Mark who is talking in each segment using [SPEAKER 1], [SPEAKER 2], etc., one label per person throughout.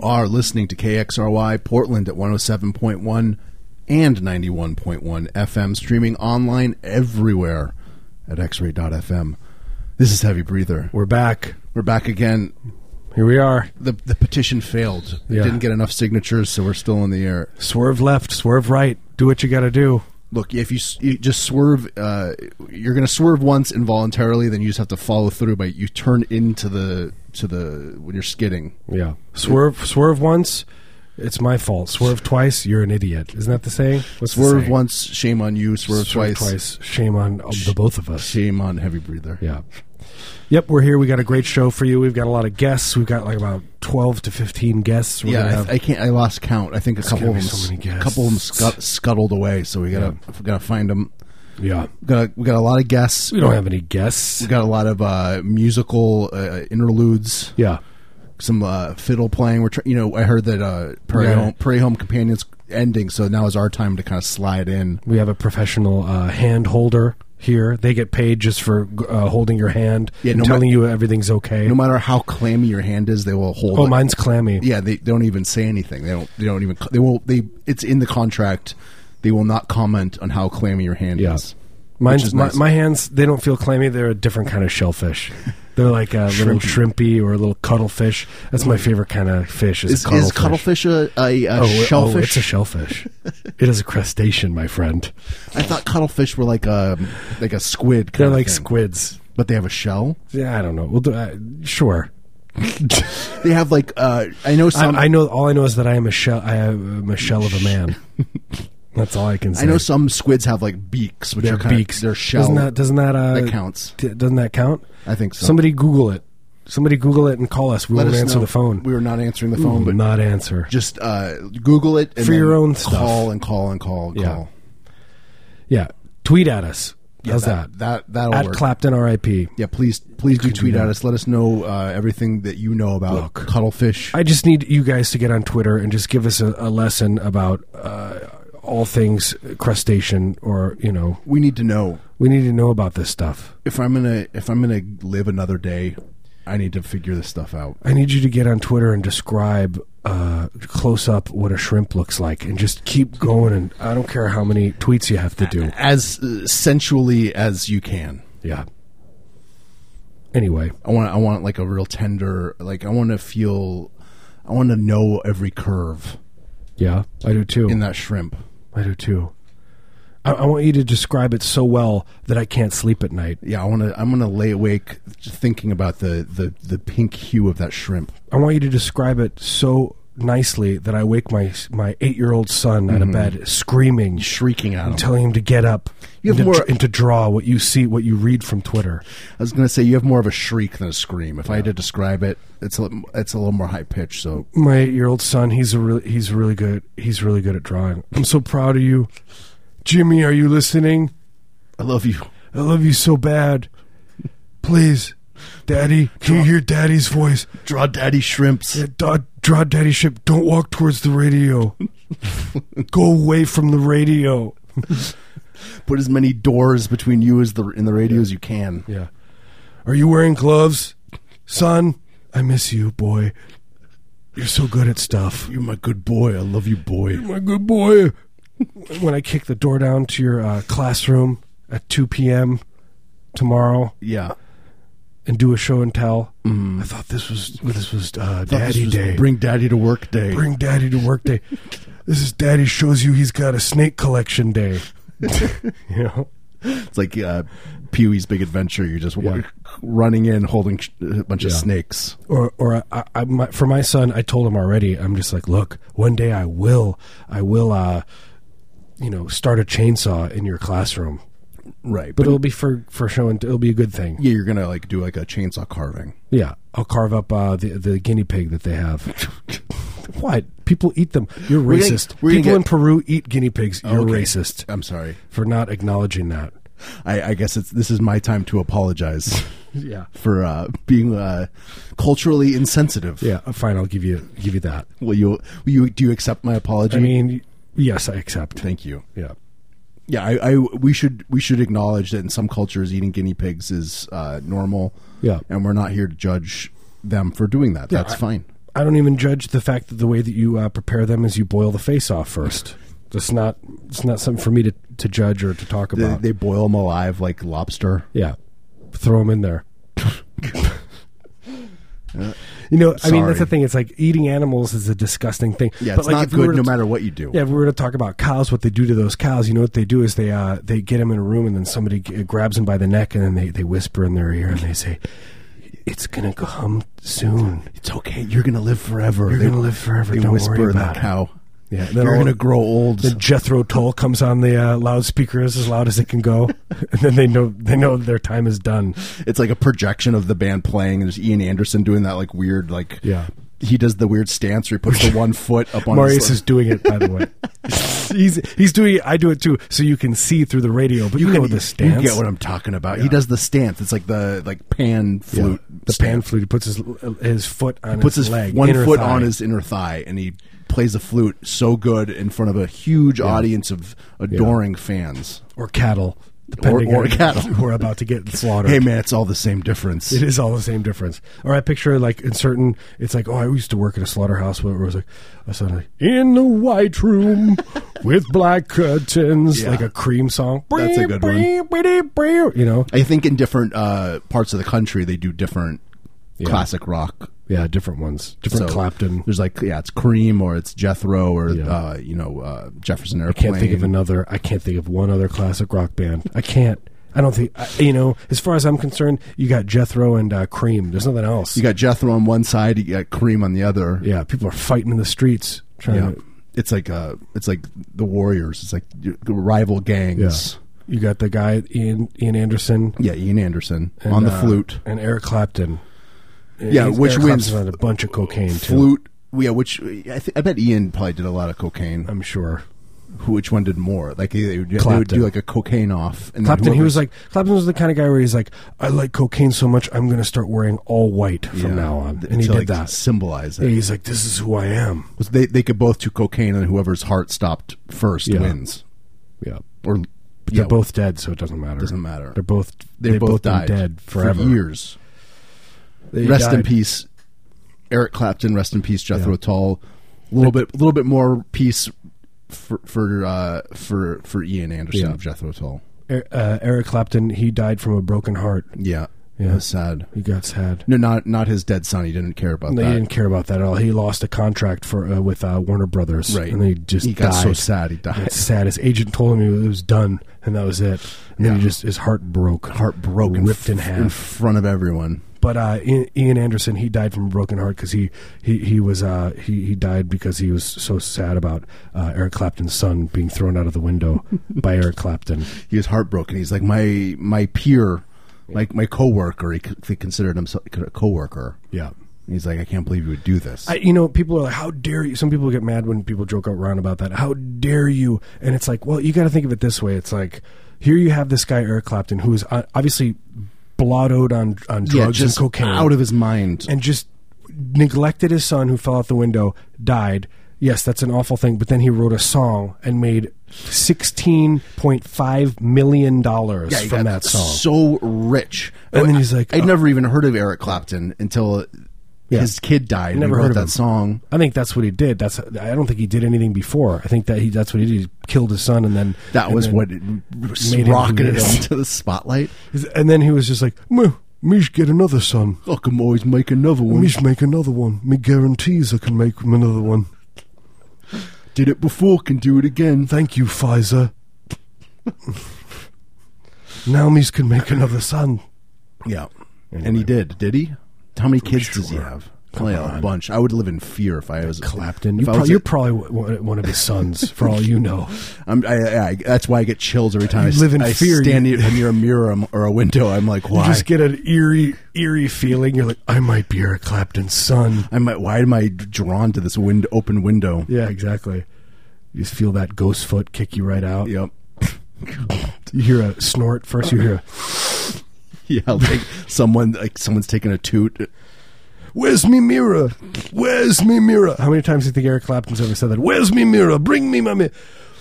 [SPEAKER 1] are listening to KXRY Portland at 107.1 and 91.1 FM, streaming online everywhere at xray.fm. This is Heavy Breather.
[SPEAKER 2] We're back.
[SPEAKER 1] We're back again.
[SPEAKER 2] Here we are.
[SPEAKER 1] The, the petition failed. It
[SPEAKER 2] Yeah.
[SPEAKER 1] didn't get enough signatures, so we're still in the air.
[SPEAKER 2] Swerve left, swerve right. Do what you got to do.
[SPEAKER 1] Look, if you, s- you just swerve, uh, you're going to swerve once involuntarily. Then you just have to follow through. By you turn into the to the when you're skidding.
[SPEAKER 2] Yeah. Swerve swerve once, it's my fault. Swerve twice, you're an idiot. Isn't that the saying? What's the
[SPEAKER 1] Swerve
[SPEAKER 2] saying?
[SPEAKER 1] once, shame on you. Swerve,
[SPEAKER 2] Swerve
[SPEAKER 1] twice,
[SPEAKER 2] Shame on uh, the both of us.
[SPEAKER 1] shame on heavy breather.
[SPEAKER 2] Yeah. Yep, we're here. We got a great show for you. We've got a lot of guests. We've got like about 12 to 15 guests. We're
[SPEAKER 1] Yeah,
[SPEAKER 2] gonna
[SPEAKER 1] I,
[SPEAKER 2] have.
[SPEAKER 1] I can't. I lost count. I think a couple of
[SPEAKER 2] gonna
[SPEAKER 1] them,
[SPEAKER 2] be so many
[SPEAKER 1] a couple of them
[SPEAKER 2] guests.
[SPEAKER 1] scut, scuttled away. So we gotta we gotta find them.
[SPEAKER 2] yeah.
[SPEAKER 1] Got we got a lot of guests.
[SPEAKER 2] We don't have any guests.
[SPEAKER 1] We got a lot of uh, musical uh, interludes.
[SPEAKER 2] Yeah.
[SPEAKER 1] Some uh, fiddle playing. We're tr- you know I heard that uh, Prairie
[SPEAKER 2] Yeah.
[SPEAKER 1] Home Prairie Home Companions ending. So now is our time to kind of slide in.
[SPEAKER 2] We have a professional uh, hand holder here. They get paid just for uh, holding your hand
[SPEAKER 1] Yeah,
[SPEAKER 2] and
[SPEAKER 1] no ma-
[SPEAKER 2] telling you everything's okay.
[SPEAKER 1] No matter how clammy your hand is, they will hold.
[SPEAKER 2] oh,
[SPEAKER 1] it.
[SPEAKER 2] mine's clammy.
[SPEAKER 1] Yeah, they don't even say anything. They don't. They don't even. They will. They. It's in the contract. They will not comment on how clammy your hand
[SPEAKER 2] Yeah.
[SPEAKER 1] is. Which
[SPEAKER 2] Mine's,
[SPEAKER 1] is
[SPEAKER 2] my,
[SPEAKER 1] nice.
[SPEAKER 2] my hands, they don't feel clammy. They're a different kind of shellfish. They're like a little shrimpy or a little cuttlefish. That's my favorite kind of fish. Is,
[SPEAKER 1] Is,
[SPEAKER 2] cuttlefish.
[SPEAKER 1] is cuttlefish a, a, a
[SPEAKER 2] Oh, it- oh,
[SPEAKER 1] shellfish?
[SPEAKER 2] it's a shellfish. it is a crustacean, my friend.
[SPEAKER 1] I thought cuttlefish were like a like a squid.
[SPEAKER 2] They're
[SPEAKER 1] Kind
[SPEAKER 2] like
[SPEAKER 1] of thing.
[SPEAKER 2] squids.
[SPEAKER 1] but they have a shell.
[SPEAKER 2] Yeah, I don't know. We'll do. Uh, sure.
[SPEAKER 1] They have like uh, I know
[SPEAKER 2] I,
[SPEAKER 1] some. I,
[SPEAKER 2] I know. All I know is that I am a shell. I am a shell of a man. That's all I can say.
[SPEAKER 1] know some squids have like beaks, which
[SPEAKER 2] their
[SPEAKER 1] are kind
[SPEAKER 2] beaks.
[SPEAKER 1] Of, their shell.
[SPEAKER 2] Doesn't that? Doesn't that? Uh,
[SPEAKER 1] that counts.
[SPEAKER 2] t- doesn't that count?
[SPEAKER 1] I think so.
[SPEAKER 2] Somebody Google it. Somebody Google it and call us. We
[SPEAKER 1] Let
[SPEAKER 2] won't
[SPEAKER 1] us
[SPEAKER 2] answer
[SPEAKER 1] know.
[SPEAKER 2] the phone.
[SPEAKER 1] We were not answering the
[SPEAKER 2] We
[SPEAKER 1] phone,
[SPEAKER 2] will
[SPEAKER 1] but
[SPEAKER 2] not answer.
[SPEAKER 1] just uh, Google it and
[SPEAKER 2] For your
[SPEAKER 1] then
[SPEAKER 2] own stuff.
[SPEAKER 1] call and call and call and
[SPEAKER 2] Yeah.
[SPEAKER 1] call.
[SPEAKER 2] Yeah. Tweet at us.
[SPEAKER 1] Yeah,
[SPEAKER 2] How's that?
[SPEAKER 1] that that that'll
[SPEAKER 2] at
[SPEAKER 1] work.
[SPEAKER 2] Clapton RIP.
[SPEAKER 1] yeah, please please do tweet
[SPEAKER 2] that.
[SPEAKER 1] at us. Let us know uh, everything that you know about
[SPEAKER 2] Look.
[SPEAKER 1] cuttlefish.
[SPEAKER 2] I just need you guys to get on Twitter and just give us a, a lesson about uh, all things crustacean, or you know,
[SPEAKER 1] we need to know
[SPEAKER 2] we need to know about this stuff.
[SPEAKER 1] if I'm gonna if I'm gonna live another day. I need to figure this stuff out.
[SPEAKER 2] I need you to get on Twitter and describe uh, close up what a shrimp looks like, and just keep going. And I don't care how many tweets you have to do.
[SPEAKER 1] as uh, sensually as you can.
[SPEAKER 2] Yeah. Anyway,
[SPEAKER 1] I want I want like a real tender like I want to feel I want to know every curve
[SPEAKER 2] yeah, I do too.
[SPEAKER 1] in that shrimp.
[SPEAKER 2] I do too. I, I want you to describe it so well that I can't sleep at night.
[SPEAKER 1] Yeah, I want to I'm going to lay awake just thinking about the the the pink hue of that shrimp.
[SPEAKER 2] I want you to describe it so nicely that I wake my my eight year old son out of bed screaming,
[SPEAKER 1] Mm-hmm. Shrieking at him.
[SPEAKER 2] and telling him to get up
[SPEAKER 1] You have
[SPEAKER 2] and, to,
[SPEAKER 1] more-
[SPEAKER 2] and to draw what you see, what you read from Twitter.
[SPEAKER 1] I was going to say you have more of a shriek than a scream. If I had to describe it, it's a, li- it's a little more high pitched. So
[SPEAKER 2] My eight year old son, he's a really, he's really good. He's really good at drawing. I'm so proud of you, Jimmy. Are you listening?
[SPEAKER 1] I love you.
[SPEAKER 2] I love you so bad. Please, Daddy, can you hear Daddy's voice?
[SPEAKER 1] Draw daddy shrimps.
[SPEAKER 2] Yeah, da- draw daddy ship. Don't walk towards the radio. Go away from the radio.
[SPEAKER 1] Put as many doors between you as the in the radio as you can.
[SPEAKER 2] Yeah. Are you wearing gloves? Son, I miss you, boy. You're so good at stuff.
[SPEAKER 1] You're my good boy. I love you, boy.
[SPEAKER 2] My good boy. when I kick the door down to your uh, classroom at 2 p.m. tomorrow
[SPEAKER 1] Yeah.
[SPEAKER 2] and do a show and tell, I thought this was Mm. this was uh, Daddy Day.
[SPEAKER 1] Bring daddy to work day.
[SPEAKER 2] Bring Daddy to work day. this is Daddy shows you he's got a snake collection day. you know.
[SPEAKER 1] It's like uh, Pee Wee's Big Adventure. You're just wa-
[SPEAKER 2] Yeah.
[SPEAKER 1] running in, holding sh- a bunch of
[SPEAKER 2] Yeah.
[SPEAKER 1] snakes.
[SPEAKER 2] or or I, I, my, for my son, I told him already. I'm just like, look, one day I will, I will, uh, you know, start a chainsaw in your classroom,
[SPEAKER 1] Right,
[SPEAKER 2] but it'll be for for showing. It'll be a good thing.
[SPEAKER 1] yeah, you're gonna like do like a chainsaw carving.
[SPEAKER 2] Yeah, I'll carve up uh, the the guinea pig that they have. what people eat them? You're
[SPEAKER 1] We're gonna-
[SPEAKER 2] racist.
[SPEAKER 1] we're gonna
[SPEAKER 2] people
[SPEAKER 1] get-
[SPEAKER 2] in Peru eat guinea pigs. You're
[SPEAKER 1] Okay.
[SPEAKER 2] racist
[SPEAKER 1] I'm sorry.
[SPEAKER 2] for not acknowledging that.
[SPEAKER 1] I, I guess it's this is my time to apologize
[SPEAKER 2] Yeah,
[SPEAKER 1] for uh, being uh, culturally insensitive.
[SPEAKER 2] yeah. uh, Fine, I'll give you give you that.
[SPEAKER 1] Will you? Will you? Do you accept my apology?
[SPEAKER 2] I mean, yes, I accept.
[SPEAKER 1] Thank you.
[SPEAKER 2] Yeah.
[SPEAKER 1] Yeah, I, I we should we should acknowledge that in some cultures eating guinea pigs is uh, normal.
[SPEAKER 2] Yeah.
[SPEAKER 1] and we're not here to judge them for doing that. That's
[SPEAKER 2] I-
[SPEAKER 1] fine.
[SPEAKER 2] I don't even judge the fact that the way that you uh, prepare them is you boil the face off first. It's not it's not something for me to, to judge or to talk
[SPEAKER 1] They,
[SPEAKER 2] about.
[SPEAKER 1] they boil them alive like lobster.
[SPEAKER 2] yeah, throw them in there. you know, I mean that's the
[SPEAKER 1] Sorry.
[SPEAKER 2] thing. It's like eating animals is a disgusting thing.
[SPEAKER 1] Yeah,
[SPEAKER 2] But,
[SPEAKER 1] it's
[SPEAKER 2] like,
[SPEAKER 1] not
[SPEAKER 2] if we were
[SPEAKER 1] good
[SPEAKER 2] to
[SPEAKER 1] no
[SPEAKER 2] t-
[SPEAKER 1] matter what you do.
[SPEAKER 2] Yeah, if we were to talk about cows, what they do to those cows, you know what they do is they uh, they get them in a room and then somebody g- uh, grabs them by the neck and then they, they whisper in their ear and they say, "It's gonna come soon.
[SPEAKER 1] It's okay. You're gonna live forever.
[SPEAKER 2] You're
[SPEAKER 1] They-
[SPEAKER 2] gonna live forever.
[SPEAKER 1] They
[SPEAKER 2] Don't
[SPEAKER 1] whisper
[SPEAKER 2] worry
[SPEAKER 1] in
[SPEAKER 2] about
[SPEAKER 1] that
[SPEAKER 2] it."
[SPEAKER 1] cow.
[SPEAKER 2] Yeah, then
[SPEAKER 1] You're
[SPEAKER 2] all-
[SPEAKER 1] gonna grow old.
[SPEAKER 2] Then Jethro Tull comes on the uh, loudspeakers as loud as it can go, and then they know they know their time is done.
[SPEAKER 1] It's like a projection of the band playing. There's Ian Anderson doing that like weird like
[SPEAKER 2] Yeah.
[SPEAKER 1] He does the weird stance where he puts the one foot up on.
[SPEAKER 2] Marius
[SPEAKER 1] his,
[SPEAKER 2] is doing it, by the way. he's he's doing it. I do it too, so you can see through the radio. But you, know the stance.
[SPEAKER 1] You get what I'm talking about. He
[SPEAKER 2] Yeah.
[SPEAKER 1] does the stance. It's like the like pan
[SPEAKER 2] Yeah.
[SPEAKER 1] flute.
[SPEAKER 2] The pan
[SPEAKER 1] stance.
[SPEAKER 2] flute. He puts his his foot on
[SPEAKER 1] puts
[SPEAKER 2] his,
[SPEAKER 1] his
[SPEAKER 2] leg,
[SPEAKER 1] one
[SPEAKER 2] inner
[SPEAKER 1] foot
[SPEAKER 2] thigh.
[SPEAKER 1] on his inner thigh and he plays the flute so good in front of a huge audience of adoring fans.
[SPEAKER 2] or cattle, depending
[SPEAKER 1] or
[SPEAKER 2] on
[SPEAKER 1] cattle.
[SPEAKER 2] who are about to get slaughtered.
[SPEAKER 1] Hey man, it's all the same difference.
[SPEAKER 2] It is all the same difference. Or I picture like in certain, it's like, oh, I used to work at a slaughterhouse where it was like, I sound like, in the white room with black curtains,
[SPEAKER 1] Yeah.
[SPEAKER 2] like a cream song.
[SPEAKER 1] That's a good one.
[SPEAKER 2] You know?
[SPEAKER 1] I think in different uh, parts of the country they do different
[SPEAKER 2] Yeah.
[SPEAKER 1] classic rock.
[SPEAKER 2] Yeah, different ones. Different
[SPEAKER 1] So
[SPEAKER 2] Clapton.
[SPEAKER 1] There's like yeah, it's Cream or it's Jethro or
[SPEAKER 2] Yeah.
[SPEAKER 1] uh, you know uh, Jefferson
[SPEAKER 2] I
[SPEAKER 1] Airplane.
[SPEAKER 2] can't think of another, I can't think of one other classic rock band. I can't. I don't think, I, you know, as far as I'm concerned, you got Jethro and uh, Cream. There's nothing else.
[SPEAKER 1] You got Jethro on one side, you got Cream on the other.
[SPEAKER 2] yeah, people are fighting in the streets trying
[SPEAKER 1] Yeah.
[SPEAKER 2] to.
[SPEAKER 1] It's like uh, it's like the Warriors. It's like your- the rival gangs.
[SPEAKER 2] You got the guy, Ian, Ian Anderson.
[SPEAKER 1] Yeah, Ian Anderson on the
[SPEAKER 2] uh,
[SPEAKER 1] flute.
[SPEAKER 2] and Eric Clapton.
[SPEAKER 1] Yeah,
[SPEAKER 2] He's-
[SPEAKER 1] which
[SPEAKER 2] Eric
[SPEAKER 1] wins-
[SPEAKER 2] Clapton's on a bunch of cocaine too.
[SPEAKER 1] Flute. Yeah, which I, th- I bet Ian probably did a lot of cocaine.
[SPEAKER 2] I'm sure.
[SPEAKER 1] Who, which one did more? Like they, they would- they would
[SPEAKER 2] Clapton.
[SPEAKER 1] do like a cocaine off. And then
[SPEAKER 2] Clapton, he
[SPEAKER 1] whoever's-
[SPEAKER 2] was like Clapton was the kind of guy where he's like, I like cocaine so much, I'm going to start wearing all white from
[SPEAKER 1] Yeah.
[SPEAKER 2] now on,
[SPEAKER 1] To,
[SPEAKER 2] and he did
[SPEAKER 1] like,
[SPEAKER 2] that.
[SPEAKER 1] Symbolize it.
[SPEAKER 2] And he's like, this is who I am.
[SPEAKER 1] was they they could both do cocaine and whoever's heart stopped first
[SPEAKER 2] Yeah.
[SPEAKER 1] wins
[SPEAKER 2] Yeah,
[SPEAKER 1] or
[SPEAKER 2] but
[SPEAKER 1] yeah,
[SPEAKER 2] they're both dead, so it doesn't matter.
[SPEAKER 1] doesn't matter.
[SPEAKER 2] They're both
[SPEAKER 1] They
[SPEAKER 2] they've
[SPEAKER 1] both,
[SPEAKER 2] been
[SPEAKER 1] died
[SPEAKER 2] dead forever.
[SPEAKER 1] for years.
[SPEAKER 2] They
[SPEAKER 1] rest in
[SPEAKER 2] died.
[SPEAKER 1] peace, Eric Clapton. Rest in peace, Jethro
[SPEAKER 2] Yeah.
[SPEAKER 1] Tull. A little bit, a little bit more peace for for uh, for for Ian Anderson
[SPEAKER 2] Yeah.
[SPEAKER 1] of Jethro Tull.
[SPEAKER 2] Er- uh, Eric Clapton, he died from a broken heart.
[SPEAKER 1] Yeah,
[SPEAKER 2] Yeah.
[SPEAKER 1] That's sad.
[SPEAKER 2] He got sad.
[SPEAKER 1] No, not not his dead son. He didn't care about
[SPEAKER 2] They
[SPEAKER 1] that.
[SPEAKER 2] didn't care about that at all. He lost a contract for uh, with uh, Warner Brothers,
[SPEAKER 1] Right.
[SPEAKER 2] And he just
[SPEAKER 1] He got so
[SPEAKER 2] died.
[SPEAKER 1] sad he died.
[SPEAKER 2] It's sad. His agent told him it was done, and that was it. And then he
[SPEAKER 1] Yeah.
[SPEAKER 2] just his heart broke,
[SPEAKER 1] Heart broken,
[SPEAKER 2] ripped in
[SPEAKER 1] f- in
[SPEAKER 2] half.
[SPEAKER 1] front of everyone.
[SPEAKER 2] But uh, Ian, Ian Anderson, he died from a broken heart because he he he was uh, he he died because he was so sad about uh, Eric Clapton's son being thrown out of the window by Eric Clapton.
[SPEAKER 1] he was heartbroken. He's like my my peer, like my coworker. He, c- he considered himself a coworker.
[SPEAKER 2] Yeah.
[SPEAKER 1] And he's like, I can't believe you would do this.
[SPEAKER 2] I, you know, people are like, "How dare you?" Some people get mad when people joke around about that. How dare you? And it's like, well, you got to think of it this way. It's like, here you have this guy Eric Clapton, who is uh, obviously blottoed on on drugs
[SPEAKER 1] yeah, just
[SPEAKER 2] and cocaine,
[SPEAKER 1] out of his mind.
[SPEAKER 2] and just neglected his son who fell out the window, died. Yes, that's an awful thing, but then he wrote a song and made $16.5 million
[SPEAKER 1] Yeah, he
[SPEAKER 2] from
[SPEAKER 1] got
[SPEAKER 2] that song.
[SPEAKER 1] so rich.
[SPEAKER 2] And
[SPEAKER 1] Oh,
[SPEAKER 2] then he's like,
[SPEAKER 1] I'd
[SPEAKER 2] oh.
[SPEAKER 1] never even heard of Eric Clapton until
[SPEAKER 2] Yeah.
[SPEAKER 1] his kid died. and he
[SPEAKER 2] Never
[SPEAKER 1] wrote
[SPEAKER 2] heard of
[SPEAKER 1] that
[SPEAKER 2] him.
[SPEAKER 1] song.
[SPEAKER 2] I think that's what he did. That's I don't think he did anything before. I think that he that's what he did. He killed his son and then
[SPEAKER 1] That
[SPEAKER 2] and
[SPEAKER 1] was
[SPEAKER 2] then-
[SPEAKER 1] what it
[SPEAKER 2] made him
[SPEAKER 1] rocketed
[SPEAKER 2] who he
[SPEAKER 1] him
[SPEAKER 2] is.
[SPEAKER 1] to the spotlight.
[SPEAKER 2] And then he was just like, "Meh, "Me should get another son.
[SPEAKER 1] I can always make another one.
[SPEAKER 2] Me should make another one. Me guarantees I can make him another one.
[SPEAKER 1] Did it before, can do it again.
[SPEAKER 2] Thank you, Pfizer. now me's can make another son."
[SPEAKER 1] Yeah, and he did. Did he? How many kids does he
[SPEAKER 2] sure.
[SPEAKER 1] have? Probably a bunch. I would live in fear if I was
[SPEAKER 2] Clapton,
[SPEAKER 1] If
[SPEAKER 2] you
[SPEAKER 1] I
[SPEAKER 2] pro-
[SPEAKER 1] was
[SPEAKER 2] you're
[SPEAKER 1] a-
[SPEAKER 2] probably one one of his sons, for all you know.
[SPEAKER 1] I'm, I, I, that's why I get chills every time
[SPEAKER 2] You
[SPEAKER 1] I s-
[SPEAKER 2] live in
[SPEAKER 1] I
[SPEAKER 2] fear,
[SPEAKER 1] Stand
[SPEAKER 2] you-
[SPEAKER 1] near- near a mirror um, or a window, I'm like,
[SPEAKER 2] You
[SPEAKER 1] why?
[SPEAKER 2] just get an eerie, eerie feeling. You're like, I might be Eric Clapton's son.
[SPEAKER 1] I might, why am I drawn to this window, open window?
[SPEAKER 2] Yeah, exactly. You just feel that ghost foot kick you right out.
[SPEAKER 1] Yep.
[SPEAKER 2] You hear a snort first. You hear,
[SPEAKER 1] Yeah, like someone, like someone's taking a toot.
[SPEAKER 2] a, "Where's me mirror? Where's me mirror?" How many times do you think Eric Clapton's ever said that? "Where's me mirror? Bring me my mirror.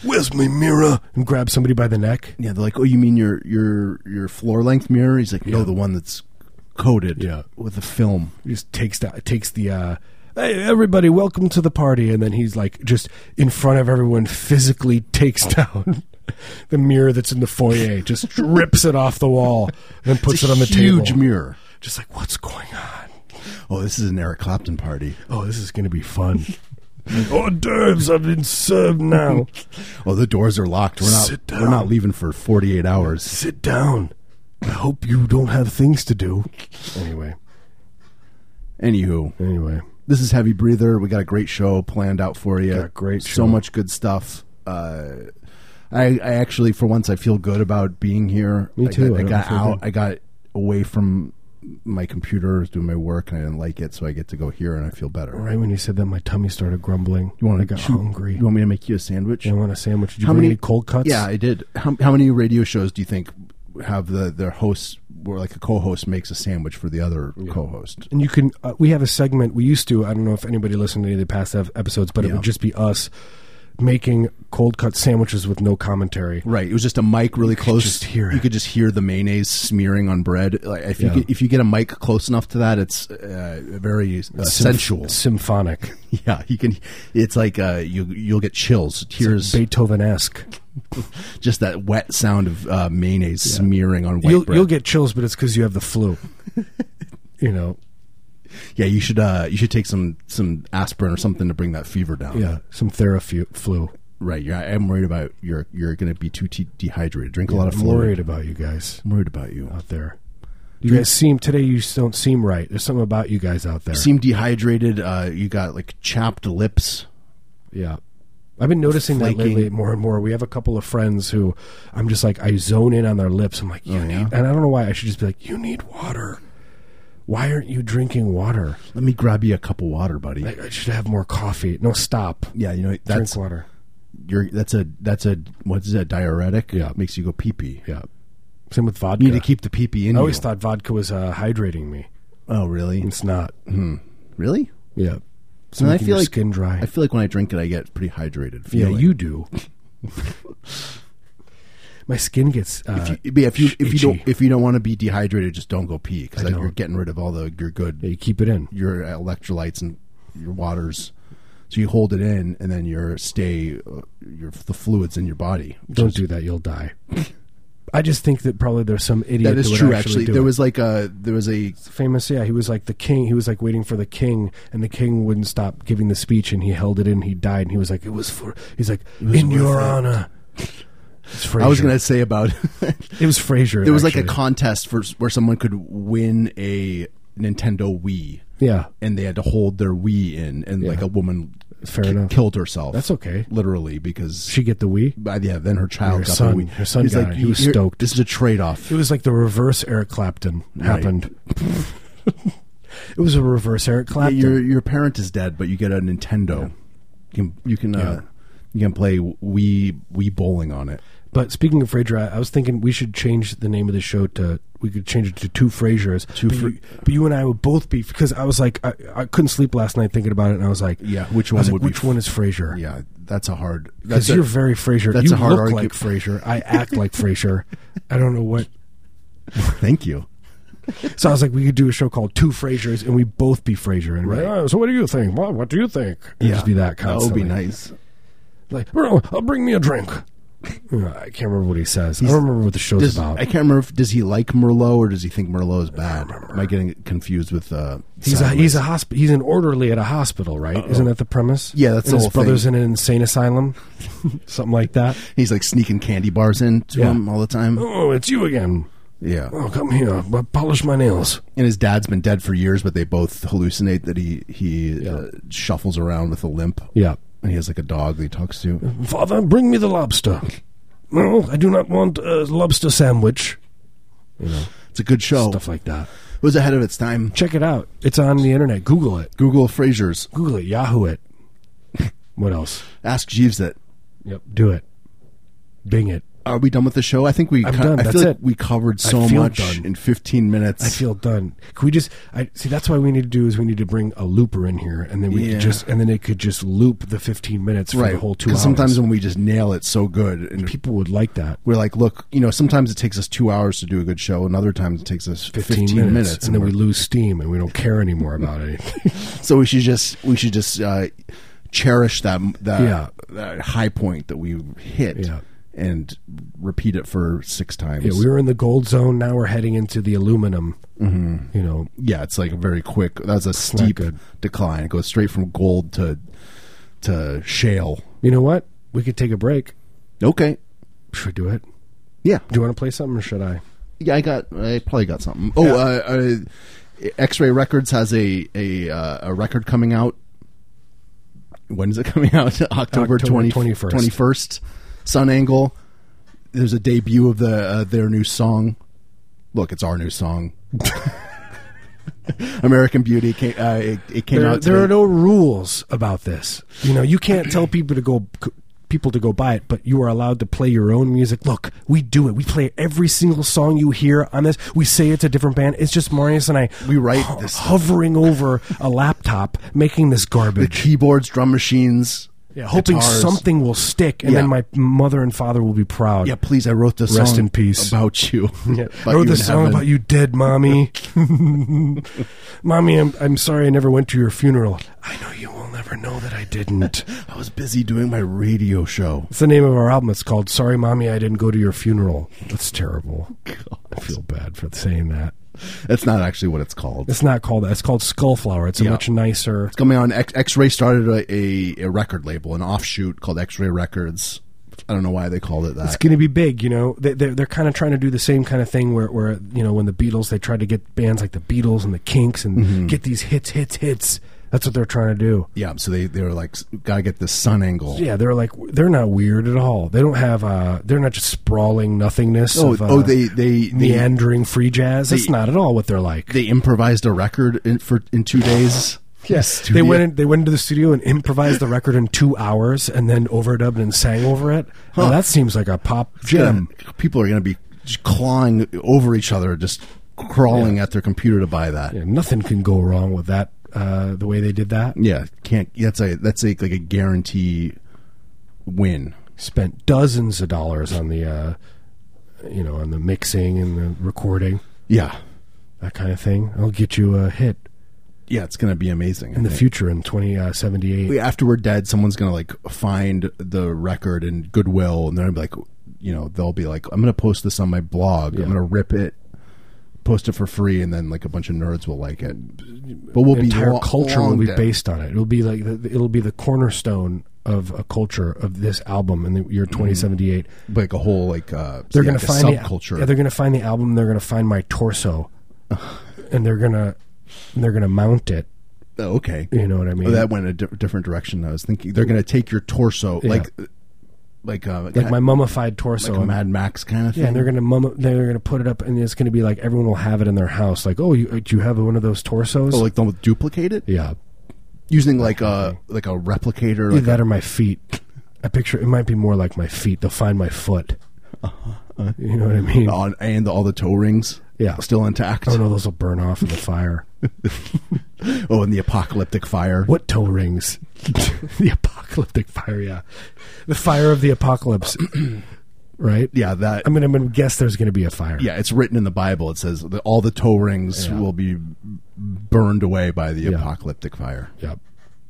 [SPEAKER 2] Where's me mirror?" And grab somebody by the neck.
[SPEAKER 1] Yeah, they're like, oh, you mean your your your floor length mirror? He's like, no, the one that's coated
[SPEAKER 2] Yeah.
[SPEAKER 1] with a film.
[SPEAKER 2] He just takes the takes the uh, "Hey, everybody, welcome to the party," and then he's like just in front of everyone, physically takes down. The mirror that's in the foyer just rips it off the wall and then puts it on the table.
[SPEAKER 1] huge mirror.
[SPEAKER 2] Just like, what's going on?
[SPEAKER 1] Oh, this is an Eric Clapton party.
[SPEAKER 2] Oh, this is going to be fun. Hors d'oeuvres have been served now.
[SPEAKER 1] Oh, the doors are locked. We're not.
[SPEAKER 2] Sit
[SPEAKER 1] We're not
[SPEAKER 2] down.
[SPEAKER 1] leaving for forty eight hours.
[SPEAKER 2] Sit down. I hope you don't have things to do. Anyway,
[SPEAKER 1] Anywho,
[SPEAKER 2] anyway.
[SPEAKER 1] this is Heavy Breather. We got a great show planned out for you.
[SPEAKER 2] Got a great
[SPEAKER 1] so
[SPEAKER 2] show.
[SPEAKER 1] much good stuff. Uh, I, I actually, for once, I feel good about being here.
[SPEAKER 2] Me
[SPEAKER 1] I Got,
[SPEAKER 2] too.
[SPEAKER 1] I,
[SPEAKER 2] I
[SPEAKER 1] got
[SPEAKER 2] feel
[SPEAKER 1] out.
[SPEAKER 2] good.
[SPEAKER 1] I got away from my computer, I was doing my work, and I didn't like it, so I get to go here, and I feel better.
[SPEAKER 2] Right when you said that, my tummy started grumbling.
[SPEAKER 1] You want
[SPEAKER 2] I
[SPEAKER 1] to
[SPEAKER 2] got hungry.
[SPEAKER 1] You want me to make you a sandwich?
[SPEAKER 2] I want a sandwich. Did you bring any cold cuts?
[SPEAKER 1] Yeah, I did. How, how many radio shows do you think have the their hosts where like a co-host makes a sandwich for the other co-host?
[SPEAKER 2] and you can uh, we have a segment we used to i don't know if anybody listened to any of the past ep- episodes but it
[SPEAKER 1] Yeah.
[SPEAKER 2] would just be us making cold cut sandwiches with no commentary
[SPEAKER 1] Right. It was just a mic really close.
[SPEAKER 2] just hear
[SPEAKER 1] You
[SPEAKER 2] it.
[SPEAKER 1] could just hear the mayonnaise smearing on bread. Like if
[SPEAKER 2] Yeah.
[SPEAKER 1] you get, if you get a mic close enough to that, it's uh, very uh,
[SPEAKER 2] Symph-
[SPEAKER 1] sensual.
[SPEAKER 2] symphonic
[SPEAKER 1] Yeah, you can. It's like uh, you you'll get chills. Here's
[SPEAKER 2] beethoven-esque
[SPEAKER 1] just that wet sound of uh, mayonnaise smearing on white
[SPEAKER 2] you'll,
[SPEAKER 1] bread.
[SPEAKER 2] you'll get chills but it's because you have the flu you know
[SPEAKER 1] yeah, you should uh, you should take some some aspirin or something to bring that fever down.
[SPEAKER 2] yeah some therafu flu
[SPEAKER 1] Right. You're, I'm worried about you're you're going to be too te- dehydrated. Drink a lot of
[SPEAKER 2] i'm
[SPEAKER 1] fluid.
[SPEAKER 2] worried about you guys
[SPEAKER 1] I'm worried about you.
[SPEAKER 2] out there you guys seem today you s- don't seem right there's something about you guys out there
[SPEAKER 1] You seem dehydrated. Uh, you got like chapped lips.
[SPEAKER 2] Yeah. I've been noticing that
[SPEAKER 1] Flaking.
[SPEAKER 2] lately more and more. We have a couple of friends who I'm just like, I zone in on their lips. I'm like, you
[SPEAKER 1] Oh,
[SPEAKER 2] need,
[SPEAKER 1] yeah?
[SPEAKER 2] and I don't know why. I should just be like, you need water. Why aren't you drinking water?
[SPEAKER 1] Let me grab you a cup of water, buddy.
[SPEAKER 2] Like, I should have more coffee. No, stop.
[SPEAKER 1] yeah, you know that's
[SPEAKER 2] Drink water.
[SPEAKER 1] you're that's a that's a what's that diuretic?
[SPEAKER 2] Yeah.
[SPEAKER 1] makes you go pee pee.
[SPEAKER 2] Yeah. Same with vodka.
[SPEAKER 1] You need to keep the pee pee in.
[SPEAKER 2] I always
[SPEAKER 1] you.
[SPEAKER 2] thought vodka was uh, hydrating me.
[SPEAKER 1] oh, really?
[SPEAKER 2] It's not.
[SPEAKER 1] Really?
[SPEAKER 2] Yeah. It's
[SPEAKER 1] And I
[SPEAKER 2] making
[SPEAKER 1] feel
[SPEAKER 2] your
[SPEAKER 1] like-
[SPEAKER 2] skin dry.
[SPEAKER 1] I feel like when I drink it, I get pretty hydrated.
[SPEAKER 2] yeah,
[SPEAKER 1] Feeling.
[SPEAKER 2] you do. My skin gets. Uh,
[SPEAKER 1] If you, yeah, if you if you
[SPEAKER 2] Itchy.
[SPEAKER 1] don't if you don't want to be dehydrated, just don't go pee because
[SPEAKER 2] I
[SPEAKER 1] then you're
[SPEAKER 2] don't.
[SPEAKER 1] getting rid of all the your good
[SPEAKER 2] yeah, you keep it in.
[SPEAKER 1] your electrolytes and your waters. So you hold it in, and then your stay, uh, your the fluids in your body.
[SPEAKER 2] Don't do that. You'll die. I just think that probably there's some idiot
[SPEAKER 1] That is
[SPEAKER 2] would
[SPEAKER 1] true.
[SPEAKER 2] Actually,
[SPEAKER 1] Actually,
[SPEAKER 2] do
[SPEAKER 1] there
[SPEAKER 2] it.
[SPEAKER 1] was like a there was a
[SPEAKER 2] famous. Yeah, he was like the king. He was like waiting for the king, and the king wouldn't stop giving the speech, and he held it in. He died, and he was like, "It was for." He's like, "In your honor." It's Fraser.
[SPEAKER 1] I was gonna say about
[SPEAKER 2] It was Fraser.
[SPEAKER 1] there was like a contest for where someone could win a Nintendo Wii,
[SPEAKER 2] yeah.
[SPEAKER 1] and they had to hold their Wii in, and like a woman
[SPEAKER 2] Fair
[SPEAKER 1] ki-
[SPEAKER 2] enough.
[SPEAKER 1] killed herself.
[SPEAKER 2] That's okay.
[SPEAKER 1] literally because
[SPEAKER 2] She get the Wii.
[SPEAKER 1] but yeah, then her child
[SPEAKER 2] Her
[SPEAKER 1] got
[SPEAKER 2] son-
[SPEAKER 1] the Wii.
[SPEAKER 2] her son
[SPEAKER 1] He's
[SPEAKER 2] got
[SPEAKER 1] like,
[SPEAKER 2] it. He was
[SPEAKER 1] "You're-
[SPEAKER 2] stoked."
[SPEAKER 1] This is a trade off.
[SPEAKER 2] It was like the reverse Eric Clapton happened. it was a reverse Eric Clapton.
[SPEAKER 1] your your parent is dead, but you get a Nintendo. You can you can uh, you can play Wii Wii bowling on it.
[SPEAKER 2] But speaking of Frasier, I, I was thinking we should change the name of the show to we could change it to Two Frasiers. Two, but,
[SPEAKER 1] Fra-
[SPEAKER 2] you, but you and I would both be because I was like I, I couldn't sleep last night thinking about it, and I was like,
[SPEAKER 1] Yeah, which
[SPEAKER 2] I
[SPEAKER 1] one
[SPEAKER 2] was like,
[SPEAKER 1] would be
[SPEAKER 2] which one is Frasier?
[SPEAKER 1] Yeah, that's a hard.
[SPEAKER 2] because
[SPEAKER 1] That's a-
[SPEAKER 2] you're very Frasier.
[SPEAKER 1] that's
[SPEAKER 2] you
[SPEAKER 1] a hard
[SPEAKER 2] look
[SPEAKER 1] argu-
[SPEAKER 2] like Frasier. I act like Frasier. I don't know what.
[SPEAKER 1] thank you.
[SPEAKER 2] So I was like, we could do a show called Two Frasiers, and we both be Frasier. And right.
[SPEAKER 1] Right.
[SPEAKER 2] so what do you think? What, what do you think? And just be that
[SPEAKER 1] That would
[SPEAKER 2] constantly.
[SPEAKER 1] be nice.
[SPEAKER 2] Like, "Oh, I'll bring me a drink. Yeah, I can't remember what he says. I don't remember what the show's
[SPEAKER 1] Does-
[SPEAKER 2] about.
[SPEAKER 1] I can't remember. If, does he like Merlot or does he think Merlot is bad? Am I getting confused with? Uh,
[SPEAKER 2] He's a,
[SPEAKER 1] Sideways?
[SPEAKER 2] he's a hosp- he's an orderly at a hospital, right? Isn't that the premise?
[SPEAKER 1] Yeah, that's
[SPEAKER 2] and
[SPEAKER 1] the
[SPEAKER 2] his
[SPEAKER 1] whole
[SPEAKER 2] brother's in an insane asylum, something like that.
[SPEAKER 1] He's like sneaking candy bars in to
[SPEAKER 2] Yeah.
[SPEAKER 1] him all the time.
[SPEAKER 2] Oh, it's you again.
[SPEAKER 1] Yeah,
[SPEAKER 2] Oh, come here, but polish my nails.
[SPEAKER 1] and his dad's been dead for years, but they both hallucinate that he he uh, shuffles around with a limp,
[SPEAKER 2] Yeah,
[SPEAKER 1] and he has like a dog that he talks to.
[SPEAKER 2] father, bring me the lobster. No, I do not want a lobster sandwich. You know,
[SPEAKER 1] It's a good show.
[SPEAKER 2] Oh. stuff like that.
[SPEAKER 1] It was ahead of its time.
[SPEAKER 2] Check it out. It's on the internet. Google it.
[SPEAKER 1] Google Frasers.
[SPEAKER 2] Google it. Yahoo it. what else?
[SPEAKER 1] Ask Jeeves that.
[SPEAKER 2] Yep. Do it. Bing it.
[SPEAKER 1] Are we done with the show? I think we.
[SPEAKER 2] I'm done.
[SPEAKER 1] I
[SPEAKER 2] That's
[SPEAKER 1] feel like
[SPEAKER 2] it.
[SPEAKER 1] we covered so
[SPEAKER 2] feel
[SPEAKER 1] much
[SPEAKER 2] done.
[SPEAKER 1] in 15 minutes.
[SPEAKER 2] I feel done. Can we just? I see. That's why we need to do is we need to bring a looper in here, and then we
[SPEAKER 1] Yeah.
[SPEAKER 2] could just, and then it could just loop the fifteen minutes for
[SPEAKER 1] right.
[SPEAKER 2] the whole two
[SPEAKER 1] 'Cause
[SPEAKER 2] hours.
[SPEAKER 1] Sometimes when we just nail it so good, and
[SPEAKER 2] people would like that.
[SPEAKER 1] we're like, look, you know, sometimes it takes us two hours to do a good show, and other times it takes us
[SPEAKER 2] 15, minutes, and then we lose steam, and we don't care anymore about anything.
[SPEAKER 1] so we should just we should just uh, cherish that that,
[SPEAKER 2] Yeah.
[SPEAKER 1] that high point that we hit
[SPEAKER 2] Yeah.
[SPEAKER 1] and repeat it for six times.
[SPEAKER 2] yeah, we were in the gold zone. Now we're heading into the aluminum.
[SPEAKER 1] Mm-hmm.
[SPEAKER 2] You know,
[SPEAKER 1] Yeah, it's like a very quick. That's a
[SPEAKER 2] not
[SPEAKER 1] steep
[SPEAKER 2] good.
[SPEAKER 1] decline. It goes straight from gold to to shale.
[SPEAKER 2] you know what? We could take a break.
[SPEAKER 1] Okay.
[SPEAKER 2] Should we do it?
[SPEAKER 1] Yeah.
[SPEAKER 2] Do you want to play something, or should I?
[SPEAKER 1] Yeah, I got. I probably got something. Oh, uh, uh, X-Ray Records has a a uh, a record coming out. When is it coming out? October
[SPEAKER 2] October
[SPEAKER 1] twenty
[SPEAKER 2] 21st.
[SPEAKER 1] twenty first. Sun Angle. There's a debut of the uh, their new song. Look, it's our new song. American Beauty came. Uh, it, it came
[SPEAKER 2] There,
[SPEAKER 1] out.
[SPEAKER 2] there
[SPEAKER 1] today.
[SPEAKER 2] are no rules about this. You know, you can't tell people to go people to go buy it, but you are allowed to play your own music. Look, we do it. We play every single song you hear on this. We say it's a different band. It's just Marius and I.
[SPEAKER 1] We write
[SPEAKER 2] ho-
[SPEAKER 1] this stuff.
[SPEAKER 2] hovering over a laptop, making this
[SPEAKER 1] the
[SPEAKER 2] garbage.
[SPEAKER 1] keyboards, drum machines.
[SPEAKER 2] Yeah, hoping
[SPEAKER 1] guitars.
[SPEAKER 2] something will stick, and
[SPEAKER 1] Yeah.
[SPEAKER 2] then my mother and father will be proud.
[SPEAKER 1] Yeah, please. I wrote this
[SPEAKER 2] Rest
[SPEAKER 1] song
[SPEAKER 2] in peace.
[SPEAKER 1] about you.
[SPEAKER 2] Yeah.
[SPEAKER 1] About
[SPEAKER 2] I wrote
[SPEAKER 1] you
[SPEAKER 2] this
[SPEAKER 1] in
[SPEAKER 2] song
[SPEAKER 1] heaven.
[SPEAKER 2] about you dead, mommy. mommy, I'm, I'm sorry I never went to your funeral. I know you will never know that I didn't.
[SPEAKER 1] I was busy doing my radio show.
[SPEAKER 2] It's the name of our album. It's called Sorry Mommy I Didn't Go to Your Funeral. That's terrible. I feel bad for saying that.
[SPEAKER 1] That's not actually what it's called.
[SPEAKER 2] It's not called that. It's called Skullflower. It's a
[SPEAKER 1] Yeah.
[SPEAKER 2] much nicer.
[SPEAKER 1] It's coming on X, X-Ray started a, a, a record label, an offshoot called X-Ray Records. I don't know why they called it that.
[SPEAKER 2] It's going to be big, you know. They, they're they're kind of trying to do the same kind of thing where, where you know, when the Beatles, they tried to get bands like the Beatles and the Kinks and
[SPEAKER 1] Mm-hmm.
[SPEAKER 2] get these hits, hits, hits. That's what they're trying to do.
[SPEAKER 1] yeah, so they, they were like, gotta get the sun angle.
[SPEAKER 2] Yeah, they're like they're not weird at all. They don't have uh they're not just sprawling nothingness.
[SPEAKER 1] Oh,
[SPEAKER 2] of, uh,
[SPEAKER 1] oh, they they they,
[SPEAKER 2] meandering free jazz. That's
[SPEAKER 1] they-
[SPEAKER 2] not at all what they're like.
[SPEAKER 1] they improvised a record in, for in two days.
[SPEAKER 2] Yes,
[SPEAKER 1] Studio.
[SPEAKER 2] they went. In, they went into the studio and improvised the record in two hours, and then overdubbed and sang over it. Now, that seems like a pop gem.
[SPEAKER 1] Yeah, people are gonna be just clawing over each other, just crawling at their computer to buy that. Yeah,
[SPEAKER 2] Yeah, nothing can go wrong with that. Uh, the way they did that,
[SPEAKER 1] can't. That's a that's a, like a guarantee win.
[SPEAKER 2] spent dozens of dollars on the, uh, you know, on the mixing and the recording,
[SPEAKER 1] Yeah,
[SPEAKER 2] that kind of thing. I'll get you a hit
[SPEAKER 1] yeah, it's gonna be amazing.
[SPEAKER 2] in the future in twenty uh, seventy eight.
[SPEAKER 1] we- after we're dead, someone's gonna like find the record and Goodwill, and they're gonna be like, you know, they'll be like, I'm gonna post this on my blog.
[SPEAKER 2] Yeah.
[SPEAKER 1] I'm gonna rip it, post it for free, and then like a bunch of nerds will like it. But we'll
[SPEAKER 2] The
[SPEAKER 1] be
[SPEAKER 2] entire
[SPEAKER 1] lo-
[SPEAKER 2] culture will
[SPEAKER 1] long
[SPEAKER 2] be
[SPEAKER 1] dead.
[SPEAKER 2] based on it. It'll be like the, it'll be the cornerstone of a culture of this album in the year
[SPEAKER 1] Mm-hmm.
[SPEAKER 2] twenty seventy eight.
[SPEAKER 1] like a whole like uh,
[SPEAKER 2] they're
[SPEAKER 1] yeah,
[SPEAKER 2] gonna
[SPEAKER 1] like a
[SPEAKER 2] find
[SPEAKER 1] subculture.
[SPEAKER 2] The, yeah, they're gonna find the album. They're gonna find my torso, and they're gonna and they're gonna mount it.
[SPEAKER 1] Oh, okay,
[SPEAKER 2] You know what I mean?
[SPEAKER 1] Oh, that went a di- different direction. I was thinking they're gonna take your torso,
[SPEAKER 2] Yeah.
[SPEAKER 1] like like uh,
[SPEAKER 2] like my mummified torso.
[SPEAKER 1] like a Mad Max kind of thing.
[SPEAKER 2] yeah, and they're gonna mum- they're gonna put it up, and it's gonna be like everyone will have it in their house. Like, oh, you do you have one of those torsos?
[SPEAKER 1] Oh, like they'll duplicate it
[SPEAKER 2] yeah,
[SPEAKER 1] using like a like a replicator.
[SPEAKER 2] Either
[SPEAKER 1] Like
[SPEAKER 2] that or my feet. I picture it might be more like my feet. They'll find my foot. You know what I mean?
[SPEAKER 1] on, and all Uh-huh, the toe rings,
[SPEAKER 2] Yeah.
[SPEAKER 1] still intact.
[SPEAKER 2] Oh no, those will burn off in the fire.
[SPEAKER 1] Oh, and the apocalyptic fire.
[SPEAKER 2] What toe rings? the apocalyptic fire, yeah. The fire of the apocalypse. right?
[SPEAKER 1] Yeah, that.
[SPEAKER 2] I mean, I'm going to guess there's going to be a fire.
[SPEAKER 1] yeah, it's written in the Bible. It says that all the toe rings
[SPEAKER 2] Yeah.
[SPEAKER 1] will be burned away by the
[SPEAKER 2] Yeah.
[SPEAKER 1] apocalyptic fire.
[SPEAKER 2] Yep.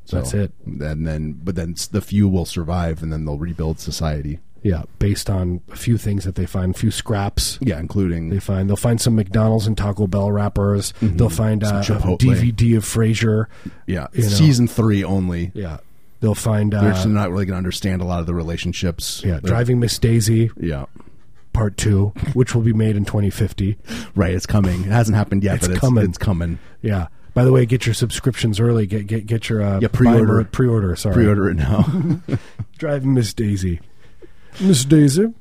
[SPEAKER 1] So
[SPEAKER 2] That's it.
[SPEAKER 1] And then, but then s- the few will survive, and then they'll rebuild society.
[SPEAKER 2] Yeah. Based on a few things that they find, a few scraps
[SPEAKER 1] Yeah, including
[SPEAKER 2] they find. They'll find some McDonald's and Taco Bell wrappers. They'll find uh, a
[SPEAKER 1] Mm-hmm. Chipotle.
[SPEAKER 2] DVD of Frasier.
[SPEAKER 1] yeah,
[SPEAKER 2] you know.
[SPEAKER 1] season three only.
[SPEAKER 2] Yeah. They'll find,
[SPEAKER 1] They're just
[SPEAKER 2] uh,
[SPEAKER 1] not really going to understand a lot of the relationships.
[SPEAKER 2] yeah,
[SPEAKER 1] They're-
[SPEAKER 2] Driving Miss Daisy
[SPEAKER 1] Yeah,
[SPEAKER 2] Part 2, which will be made in 2050.
[SPEAKER 1] right. It's coming. It hasn't happened yet,
[SPEAKER 2] It's
[SPEAKER 1] but it's
[SPEAKER 2] coming.
[SPEAKER 1] It's coming.
[SPEAKER 2] Yeah. By the way, get your subscriptions early. Get get get your uh,
[SPEAKER 1] Yeah, pre-order.
[SPEAKER 2] Pre order, sorry.
[SPEAKER 1] Pre-order it now.
[SPEAKER 2] driving Miss Daisy. Miss Daisy,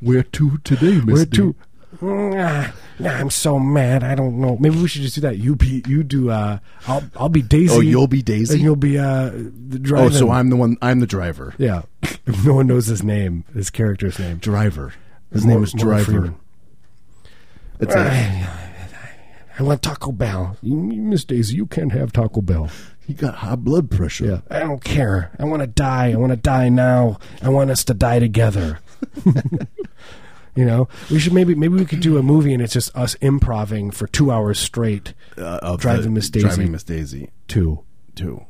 [SPEAKER 1] Where to today, Miss
[SPEAKER 2] where
[SPEAKER 1] D?
[SPEAKER 2] to? Mm, ah, Nah, I'm so mad. I don't know. Maybe we should just do that. You be you do. Uh, I'll I'll be Daisy.
[SPEAKER 1] Oh, you'll be Daisy?
[SPEAKER 2] And you'll be uh the driver.
[SPEAKER 1] Oh, so I'm the one. I'm the driver.
[SPEAKER 2] yeah. If no one knows his name, his character's name.
[SPEAKER 1] Driver. His
[SPEAKER 2] Mor-
[SPEAKER 1] name is
[SPEAKER 2] Morgan
[SPEAKER 1] Driver.
[SPEAKER 2] Freeman.
[SPEAKER 1] It's a,
[SPEAKER 2] I want Taco Bell. You- Miss Daisy, you can't have Taco Bell.
[SPEAKER 1] he got high blood pressure.
[SPEAKER 2] Yeah. I don't care. I want to die. I want to die now. I want us to die together. you know, we should maybe maybe we could do a movie and it's just us improving for two hours straight.
[SPEAKER 1] Uh, of
[SPEAKER 2] Driving
[SPEAKER 1] the-
[SPEAKER 2] Miss Daisy.
[SPEAKER 1] Driving Miss Daisy
[SPEAKER 2] Two,
[SPEAKER 1] too,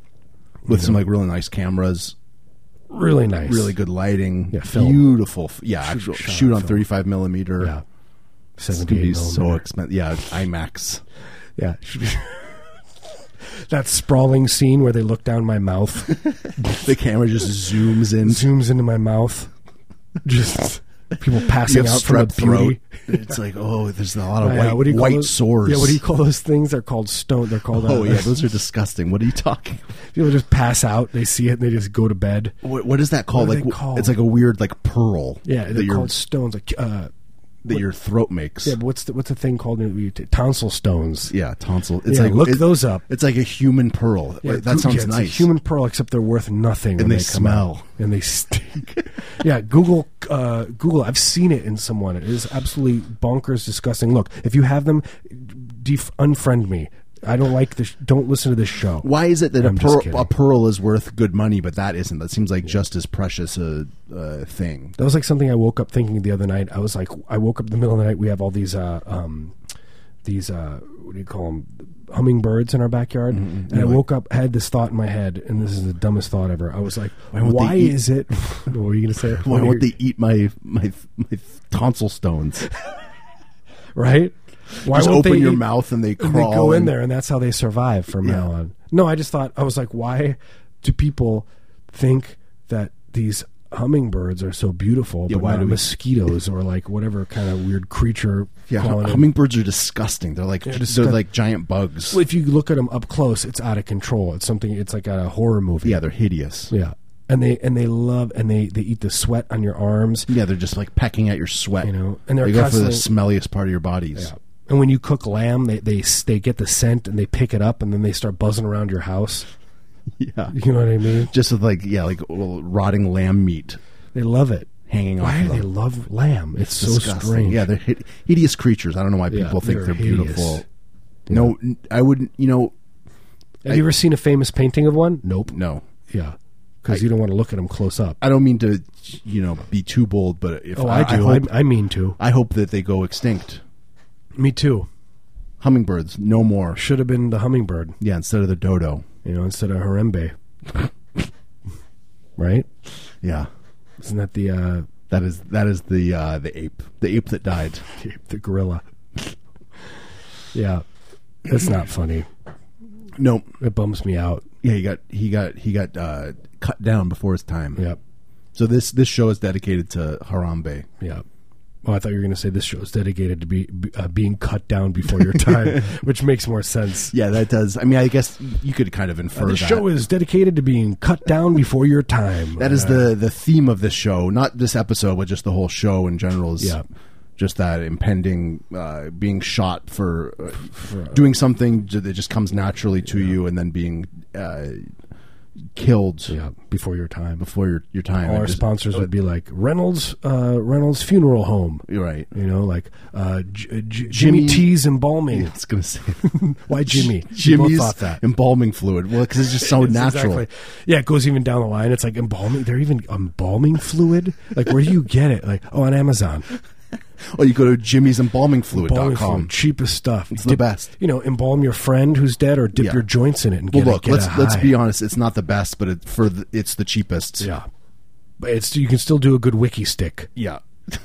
[SPEAKER 1] with some like really nice cameras,
[SPEAKER 2] really nice,
[SPEAKER 1] really good lighting,
[SPEAKER 2] Yeah, film.
[SPEAKER 1] beautiful. f- Yeah, actual
[SPEAKER 2] shot
[SPEAKER 1] shoot on
[SPEAKER 2] film.
[SPEAKER 1] 35 millimeter.
[SPEAKER 2] yeah,
[SPEAKER 1] It's gonna be
[SPEAKER 2] seventy-eight
[SPEAKER 1] so
[SPEAKER 2] millimeter.
[SPEAKER 1] expensive. Yeah, IMAX.
[SPEAKER 2] Yeah, should be- that sprawling scene where they look down my mouth,
[SPEAKER 1] the camera just zooms in.
[SPEAKER 2] zooms into my mouth, just people
[SPEAKER 1] You
[SPEAKER 2] passing
[SPEAKER 1] have
[SPEAKER 2] out from the
[SPEAKER 1] strep throat.
[SPEAKER 2] beauty.
[SPEAKER 1] It's like oh, there's a lot of
[SPEAKER 2] Yeah,
[SPEAKER 1] white,
[SPEAKER 2] what do you call
[SPEAKER 1] white
[SPEAKER 2] those-
[SPEAKER 1] sores.
[SPEAKER 2] Yeah, what do you call those things? They're called stone. They're called. uh,
[SPEAKER 1] Oh yeah, those are disgusting. What are you talking?
[SPEAKER 2] People just pass out. They see it. and They just go to bed.
[SPEAKER 1] What, what is that called?
[SPEAKER 2] What are
[SPEAKER 1] like
[SPEAKER 2] they
[SPEAKER 1] wh-
[SPEAKER 2] called?
[SPEAKER 1] it's like a weird like pearl.
[SPEAKER 2] Yeah,
[SPEAKER 1] that
[SPEAKER 2] they're
[SPEAKER 1] your
[SPEAKER 2] called stones. Like, uh,
[SPEAKER 1] that your throat makes.
[SPEAKER 2] yeah,
[SPEAKER 1] Yeah,
[SPEAKER 2] but what's the what's the thing called? in- you t- Tonsil stones.
[SPEAKER 1] tonsil. It's
[SPEAKER 2] Yeah,
[SPEAKER 1] like
[SPEAKER 2] look
[SPEAKER 1] it-
[SPEAKER 2] those up.
[SPEAKER 1] It's like a human pearl.
[SPEAKER 2] Yeah,
[SPEAKER 1] that
[SPEAKER 2] goo-
[SPEAKER 1] sounds
[SPEAKER 2] yeah, it's A
[SPEAKER 1] nice.
[SPEAKER 2] human pearl, except they're worth nothing. when
[SPEAKER 1] they
[SPEAKER 2] come out.
[SPEAKER 1] smell.
[SPEAKER 2] and they stink. yeah, Google, uh, Google. I've seen it in someone. It is absolutely bonkers, disgusting. Look, if you have them, def- unfriend me. I don't like this. Don't listen to this show.
[SPEAKER 1] Why is it that a
[SPEAKER 2] I'm just
[SPEAKER 1] pearl,
[SPEAKER 2] kidding.
[SPEAKER 1] a pearl is worth good money, but that isn't? That seems like just as precious a uh, thing.
[SPEAKER 2] That was like something I woke up thinking the other night. I was like, I woke up in the middle of the night. We have all these, uh, um, these, uh, what do you call them? Hummingbirds in our backyard.
[SPEAKER 1] Mm-hmm.
[SPEAKER 2] And I woke up, had this thought in my head, and this is the dumbest thought ever. I was like,
[SPEAKER 1] won't they
[SPEAKER 2] why
[SPEAKER 1] eat-
[SPEAKER 2] is it? what were you going to say?
[SPEAKER 1] Why
[SPEAKER 2] What
[SPEAKER 1] won't
[SPEAKER 2] were you-
[SPEAKER 1] they eat my my my tonsil stones?
[SPEAKER 2] Right? Why
[SPEAKER 1] Just open your
[SPEAKER 2] eat-
[SPEAKER 1] mouth and they
[SPEAKER 2] and
[SPEAKER 1] crawl
[SPEAKER 2] They go in there, and that's how they survive from
[SPEAKER 1] Yeah.
[SPEAKER 2] now on. No, I just thought I was like, why do people think that these hummingbirds are so beautiful, but
[SPEAKER 1] why
[SPEAKER 2] not
[SPEAKER 1] do we-
[SPEAKER 2] mosquitoes or like whatever kind of weird creature?
[SPEAKER 1] Yeah,
[SPEAKER 2] crawling in?
[SPEAKER 1] hummingbirds are disgusting. They're like they're
[SPEAKER 2] disgust-
[SPEAKER 1] like giant bugs.
[SPEAKER 2] Well, if you look at them up close, it's out of control. It's something. It's like a horror movie.
[SPEAKER 1] yeah, they're hideous.
[SPEAKER 2] Yeah. And they and they love and they they eat the sweat on your arms.
[SPEAKER 1] Yeah, they're just like pecking at your sweat.
[SPEAKER 2] You know, and they're
[SPEAKER 1] they go for the
[SPEAKER 2] constantly-
[SPEAKER 1] smelliest part of your bodies.
[SPEAKER 2] And when you cook lamb, they they s- they get the scent and they pick it up and then they start buzzing around your house.
[SPEAKER 1] Yeah,
[SPEAKER 2] You know what I mean?
[SPEAKER 1] just with like yeah, like well, rotting lamb meat
[SPEAKER 2] They love it.
[SPEAKER 1] hanging
[SPEAKER 2] Why
[SPEAKER 1] off
[SPEAKER 2] do
[SPEAKER 1] of
[SPEAKER 2] they
[SPEAKER 1] them.
[SPEAKER 2] love lamb? It's so
[SPEAKER 1] Disgusting.
[SPEAKER 2] strange.
[SPEAKER 1] Yeah, they're hid- hideous creatures. I don't know why
[SPEAKER 2] Yeah,
[SPEAKER 1] people think
[SPEAKER 2] they're
[SPEAKER 1] they're, beautiful.
[SPEAKER 2] hideous.
[SPEAKER 1] No, n- I wouldn't. You know,
[SPEAKER 2] Have you ever seen a famous painting of one? Nope.
[SPEAKER 1] no.
[SPEAKER 2] Yeah, because you don't want to look at them close up.
[SPEAKER 1] I don't mean to, you know, be too bold, but if
[SPEAKER 2] oh, I, do. I,
[SPEAKER 1] hope,
[SPEAKER 2] I mean to.
[SPEAKER 1] I hope that they go extinct.
[SPEAKER 2] Me too.
[SPEAKER 1] Hummingbirds, no more.
[SPEAKER 2] Should have been the hummingbird.
[SPEAKER 1] Yeah, instead of the dodo.
[SPEAKER 2] you know, instead of Harambe. right?
[SPEAKER 1] Yeah,
[SPEAKER 2] Isn't that the uh,
[SPEAKER 1] that is that is the uh, the ape, the ape that died.
[SPEAKER 2] the, the gorilla? yeah, that's not funny.
[SPEAKER 1] No,
[SPEAKER 2] It bums me out.
[SPEAKER 1] yeah, he got he got he got uh, cut down before his time.
[SPEAKER 2] Yep,
[SPEAKER 1] So this this show is dedicated to Harambe.
[SPEAKER 2] yep. Well, I thought you were going to say this show is dedicated to be, be- uh, being cut down before your time, which makes more sense.
[SPEAKER 1] Yeah, that does. I mean, I guess you could kind of infer
[SPEAKER 2] This
[SPEAKER 1] that.
[SPEAKER 2] show is dedicated to being cut down before your time.
[SPEAKER 1] that is the the theme of this show, not this episode, but just the whole show in general. Is
[SPEAKER 2] Yeah.
[SPEAKER 1] just that impending uh, being shot for, uh, doing something j- that just comes naturally to you, and then being uh, killed
[SPEAKER 2] yeah before your time.
[SPEAKER 1] before your your time.
[SPEAKER 2] All
[SPEAKER 1] It
[SPEAKER 2] our
[SPEAKER 1] just-
[SPEAKER 2] sponsors would be like Reynolds, uh, Reynolds Funeral Home.
[SPEAKER 1] You're right.
[SPEAKER 2] You know, like uh, J- J- Jimmy T's embalming.
[SPEAKER 1] It's gonna say
[SPEAKER 2] Why Jimmy? We both
[SPEAKER 1] Jimmy's
[SPEAKER 2] thought that.
[SPEAKER 1] embalming fluid. Well, because it's just so
[SPEAKER 2] It's
[SPEAKER 1] natural.
[SPEAKER 2] exactly- Yeah, it goes even down the line. It's like embalming. They're even embalming fluid. Like where do you get it? Like oh, on Amazon.
[SPEAKER 1] Or Oh, you go to Jimmy's
[SPEAKER 2] Embalming
[SPEAKER 1] embalmingfluid.com.
[SPEAKER 2] fluid, cheapest stuff. It's
[SPEAKER 1] the best.
[SPEAKER 2] You know, embalm your friend who's dead, or dip
[SPEAKER 1] Yeah.
[SPEAKER 2] your joints in it and
[SPEAKER 1] Well,
[SPEAKER 2] get a-
[SPEAKER 1] look,
[SPEAKER 2] get
[SPEAKER 1] let's
[SPEAKER 2] a
[SPEAKER 1] let's
[SPEAKER 2] high.
[SPEAKER 1] be honest. It's not the best, but it, for the, it's the cheapest.
[SPEAKER 2] Yeah, but it's you can still do a good wiki stick.
[SPEAKER 1] Yeah.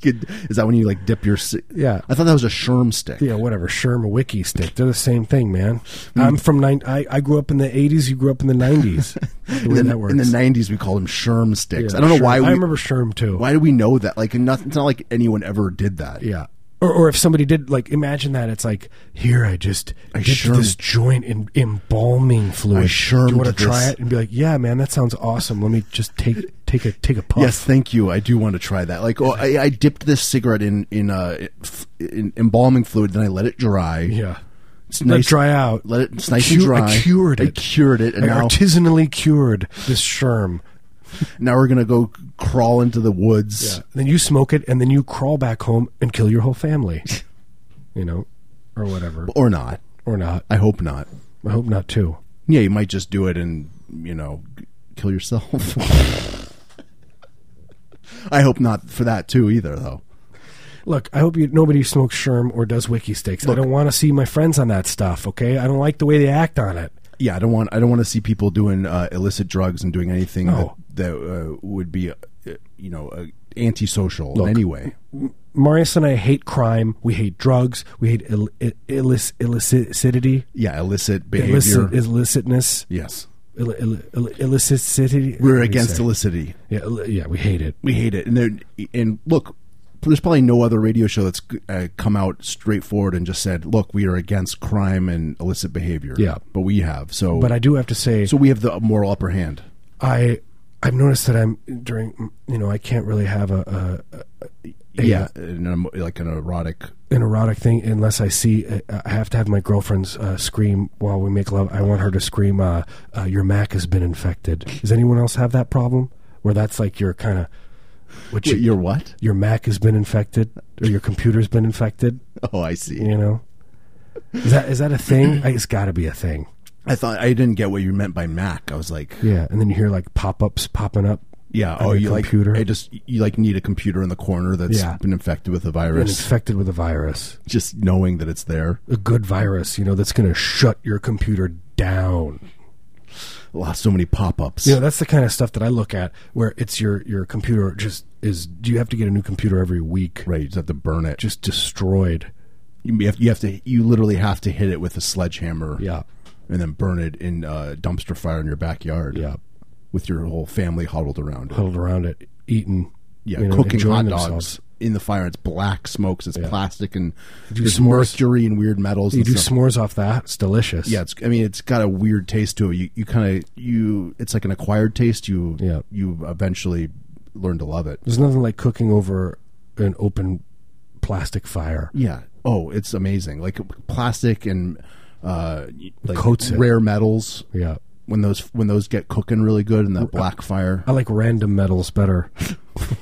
[SPEAKER 1] Good. Is that when you like dip your? si-
[SPEAKER 2] Yeah.
[SPEAKER 1] I thought that was a sherm stick.
[SPEAKER 2] Yeah, whatever. Sherm or wiki stick. They're the same thing, man.
[SPEAKER 1] Hmm.
[SPEAKER 2] I'm from nine. I, I grew up in the '80s. You grew up in the '90s. The
[SPEAKER 1] In
[SPEAKER 2] way
[SPEAKER 1] the,
[SPEAKER 2] that works.
[SPEAKER 1] in the '90s, we called them sherm sticks.
[SPEAKER 2] Yeah,
[SPEAKER 1] I don't know
[SPEAKER 2] Sherm.
[SPEAKER 1] why we.
[SPEAKER 2] I remember Sherm too.
[SPEAKER 1] Why do we know that? Like, not, it's not like anyone ever did that.
[SPEAKER 2] Yeah. or, or if somebody did like imagine that it's like here I just
[SPEAKER 1] I
[SPEAKER 2] I
[SPEAKER 1] sure-
[SPEAKER 2] this joint in embalming fluid.
[SPEAKER 1] I
[SPEAKER 2] sure Do you want
[SPEAKER 1] shermed
[SPEAKER 2] to try
[SPEAKER 1] this.
[SPEAKER 2] it and be like, yeah, man, that sounds awesome. Let me just take take a take a puff.
[SPEAKER 1] Yes, thank you. I do want to try that. Like, oh, I, I dipped this cigarette in in, uh, f- in embalming fluid, then I let it dry.
[SPEAKER 2] yeah,
[SPEAKER 1] It's
[SPEAKER 2] let
[SPEAKER 1] nice-
[SPEAKER 2] it dry out.
[SPEAKER 1] Let it. It's nice
[SPEAKER 2] Cu-
[SPEAKER 1] and dry.
[SPEAKER 2] I cured it.
[SPEAKER 1] I cured it, and
[SPEAKER 2] I
[SPEAKER 1] now
[SPEAKER 2] artisanally cured this sherm.
[SPEAKER 1] now we're gonna go crawl into the woods.
[SPEAKER 2] Then you smoke it, and then you crawl back home and kill your whole family. you know, or whatever,
[SPEAKER 1] Or not.
[SPEAKER 2] or not.
[SPEAKER 1] I hope not.
[SPEAKER 2] I hope not too.
[SPEAKER 1] Yeah, you might just do it and you know g- kill yourself. I hope not for that too either, though.
[SPEAKER 2] Look, I hope you nobody smokes sherm or does wiki sticks. I don't want to see my friends on that stuff. Okay, I don't like the way they act on it.
[SPEAKER 1] Yeah, I don't want I don't want to see people doing uh, illicit drugs and doing anything
[SPEAKER 2] No.
[SPEAKER 1] that that uh, would be uh, you know uh, antisocial
[SPEAKER 2] Look.
[SPEAKER 1] in any way.
[SPEAKER 2] Marius and I hate crime. We hate drugs. We hate Ill- Ill- illic- illicitity,
[SPEAKER 1] Yeah, illicit behavior.
[SPEAKER 2] illicit, illicitness,
[SPEAKER 1] yes,
[SPEAKER 2] Ill- Ill- Ill- illicitity. What do
[SPEAKER 1] we're
[SPEAKER 2] you
[SPEAKER 1] against
[SPEAKER 2] say?
[SPEAKER 1] illicity.
[SPEAKER 2] yeah, ill- yeah, we hate it.
[SPEAKER 1] We hate it. And there- and look, there's probably no other radio show that's uh, come out straightforward and just said, "Look, we are against crime and illicit behavior."
[SPEAKER 2] Yeah.
[SPEAKER 1] but we have. So,
[SPEAKER 2] But I do have to say,
[SPEAKER 1] so we have the moral upper hand.
[SPEAKER 2] I I've noticed that I'm during you know I can't really have a, a, a
[SPEAKER 1] yeah, in a- like an erotic.
[SPEAKER 2] an erotic thing unless I see uh, I have to have my girlfriend's uh, scream while we make love. I want her to scream, uh, uh, "Your Mac has been infected." Does anyone else have that problem where that's like your kind of what
[SPEAKER 1] Wait,
[SPEAKER 2] you,
[SPEAKER 1] you're what?
[SPEAKER 2] your Mac has been infected or your computer's been infected?
[SPEAKER 1] Oh, I see.
[SPEAKER 2] You know, is that is that a thing? I, it's got to be a thing.
[SPEAKER 1] I thought I didn't get what you meant by Mac. I was like,
[SPEAKER 2] Yeah, and then you hear like pop ups popping up.
[SPEAKER 1] yeah,
[SPEAKER 2] On
[SPEAKER 1] oh,
[SPEAKER 2] your
[SPEAKER 1] you
[SPEAKER 2] computer?
[SPEAKER 1] like I just you like need a computer in the corner that's
[SPEAKER 2] Yeah.
[SPEAKER 1] been infected with a
[SPEAKER 2] And
[SPEAKER 1] virus.
[SPEAKER 2] infected with a virus.
[SPEAKER 1] just knowing that it's there.
[SPEAKER 2] a good virus, you know, that's going to shut your computer down.
[SPEAKER 1] Wow, so many pop-ups.
[SPEAKER 2] You know, that's the kind of stuff that I look at where it's your your computer just is do you have to get a new computer every week?
[SPEAKER 1] Right, you just have to burn it.
[SPEAKER 2] Just destroyed.
[SPEAKER 1] You have, you have to. You literally have to hit it with a sledgehammer.
[SPEAKER 2] Yeah.
[SPEAKER 1] and then burn it in a dumpster fire in your backyard.
[SPEAKER 2] Yeah.
[SPEAKER 1] with your whole family huddled around. It.
[SPEAKER 2] Huddled around it, eating,
[SPEAKER 1] Yeah,
[SPEAKER 2] you know,
[SPEAKER 1] cooking hot
[SPEAKER 2] enjoying
[SPEAKER 1] dogs
[SPEAKER 2] themselves.
[SPEAKER 1] in the fire. It's black smokes. It's plastic and
[SPEAKER 2] do
[SPEAKER 1] there's
[SPEAKER 2] s'mores.
[SPEAKER 1] mercury and weird metals.
[SPEAKER 2] You
[SPEAKER 1] and
[SPEAKER 2] do
[SPEAKER 1] stuff.
[SPEAKER 2] s'mores off that. It's delicious.
[SPEAKER 1] Yeah, it's. I mean, it's got a weird taste to it. You, you kind of you. It's like an acquired taste. You
[SPEAKER 2] Yeah.
[SPEAKER 1] you eventually learn to love it.
[SPEAKER 2] There's nothing like cooking over an open plastic fire.
[SPEAKER 1] Yeah. Oh, it's amazing. Like plastic and uh, like
[SPEAKER 2] Coats it.
[SPEAKER 1] rare metals.
[SPEAKER 2] Yeah.
[SPEAKER 1] When those when those get cooking really good in that black fire.
[SPEAKER 2] I like random metals better.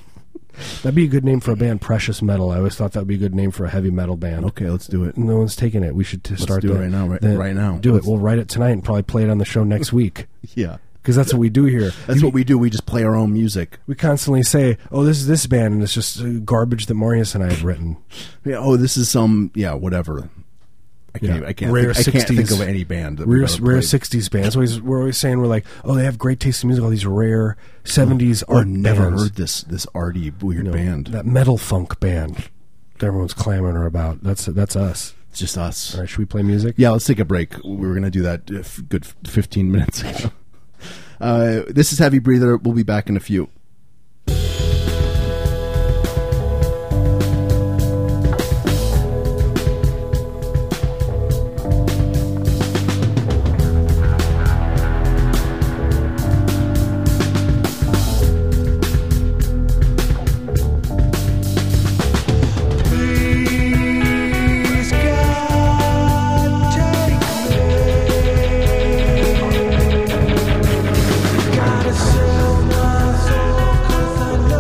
[SPEAKER 2] That'd be a good name for a band, Precious Metal. I always thought that'd be a good name for a heavy metal band.
[SPEAKER 1] Okay, let's do it.
[SPEAKER 2] No one's taking it. We should t- start
[SPEAKER 1] do it
[SPEAKER 2] the-
[SPEAKER 1] right now, right-
[SPEAKER 2] the-
[SPEAKER 1] right now.
[SPEAKER 2] Do it. We'll write it tonight and probably play it on the show next week
[SPEAKER 1] Yeah,
[SPEAKER 2] because that's what we do here.
[SPEAKER 1] that's what we do. We just play our own music.
[SPEAKER 2] We constantly say, "Oh, this is this band," and it's just uh, garbage that Marius and I have written.
[SPEAKER 1] Yeah, oh, this is some yeah whatever. I can't.
[SPEAKER 2] Yeah.
[SPEAKER 1] I can't.
[SPEAKER 2] Rare
[SPEAKER 1] think, I can't think
[SPEAKER 2] 60s.
[SPEAKER 1] of any band. That
[SPEAKER 2] Rare,
[SPEAKER 1] we've ever
[SPEAKER 2] rare
[SPEAKER 1] played.
[SPEAKER 2] '60s bands. Always, we're always saying we're like, "Oh, they have great taste in music." All these rare '70s
[SPEAKER 1] Or
[SPEAKER 2] art
[SPEAKER 1] never
[SPEAKER 2] bands.
[SPEAKER 1] heard this this arty weird
[SPEAKER 2] You know,
[SPEAKER 1] band.
[SPEAKER 2] that metal funk band that everyone's clamoring about. That's that's us.
[SPEAKER 1] it's just us.
[SPEAKER 2] All right, should we play music?
[SPEAKER 1] Yeah, let's take a break. We were going to do that a f- good f- 15 minutes ago. Uh, this is Heavy Breather. We'll be back in a few.
[SPEAKER 3] Gotta sell my soul.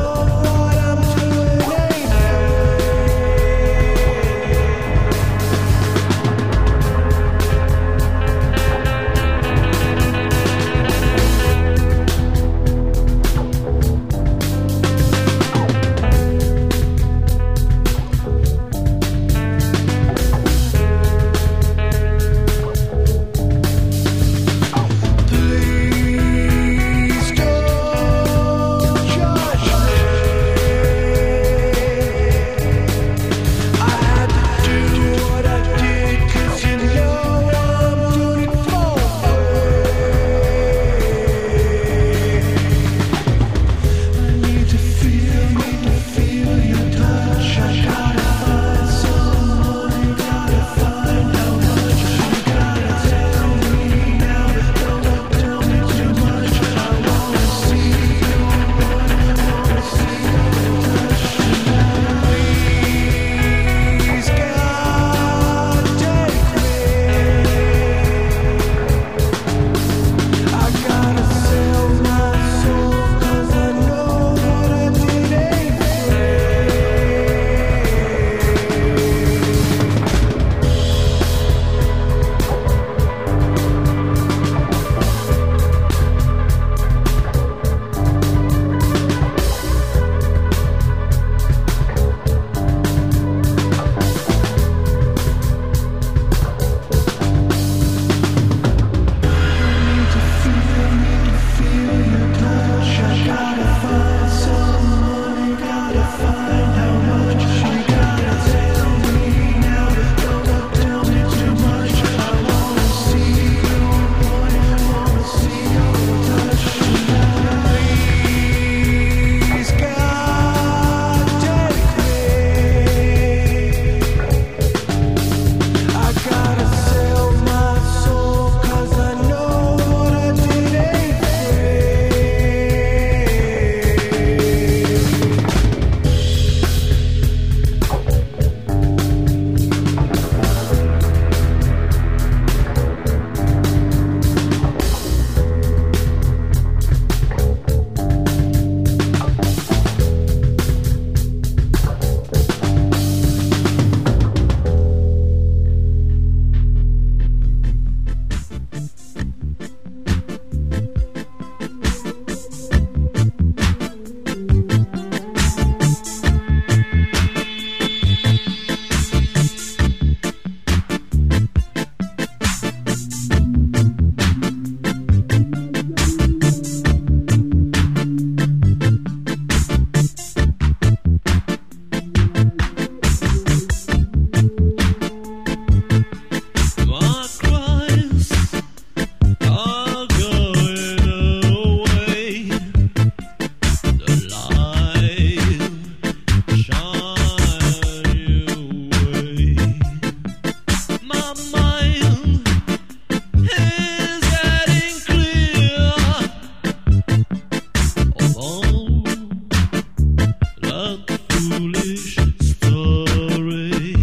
[SPEAKER 3] Oh, foolish story.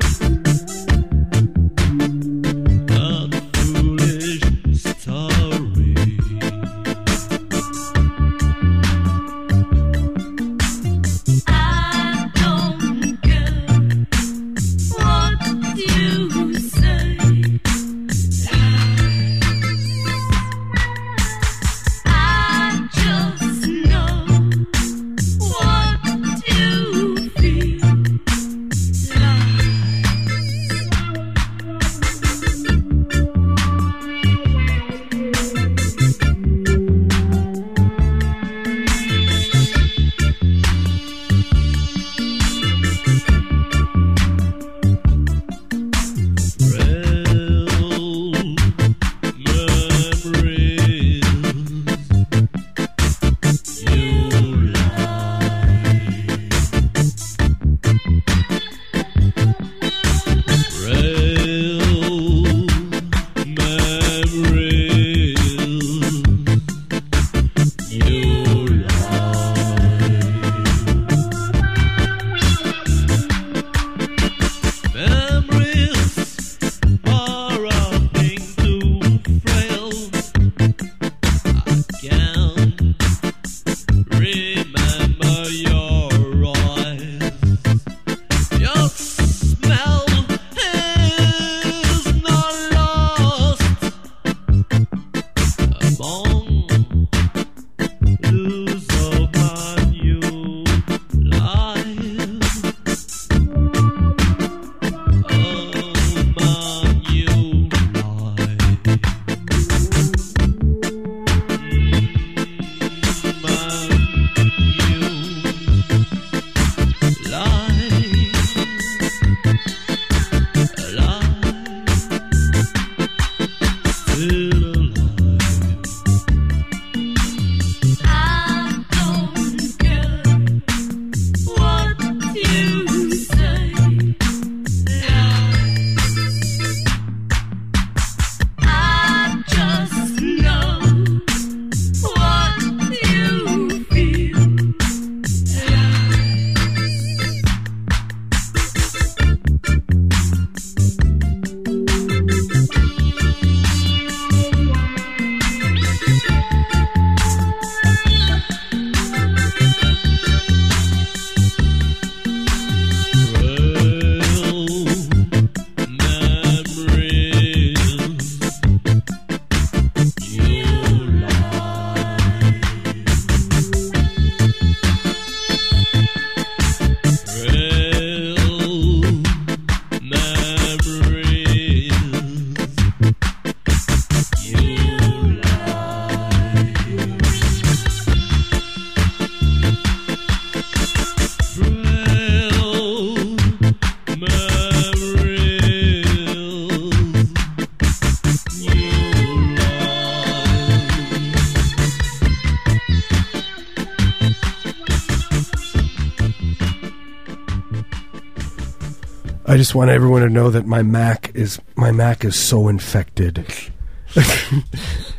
[SPEAKER 3] A foolish story.
[SPEAKER 4] I don't care what you say. I just know what you feel. you Memories are running too frail. I can't remember your eyes. Your smell is not lost among those of my new life. I don't care what you say. I just know what you feel.
[SPEAKER 2] I just want everyone to know that my Mac is my Mac is so infected.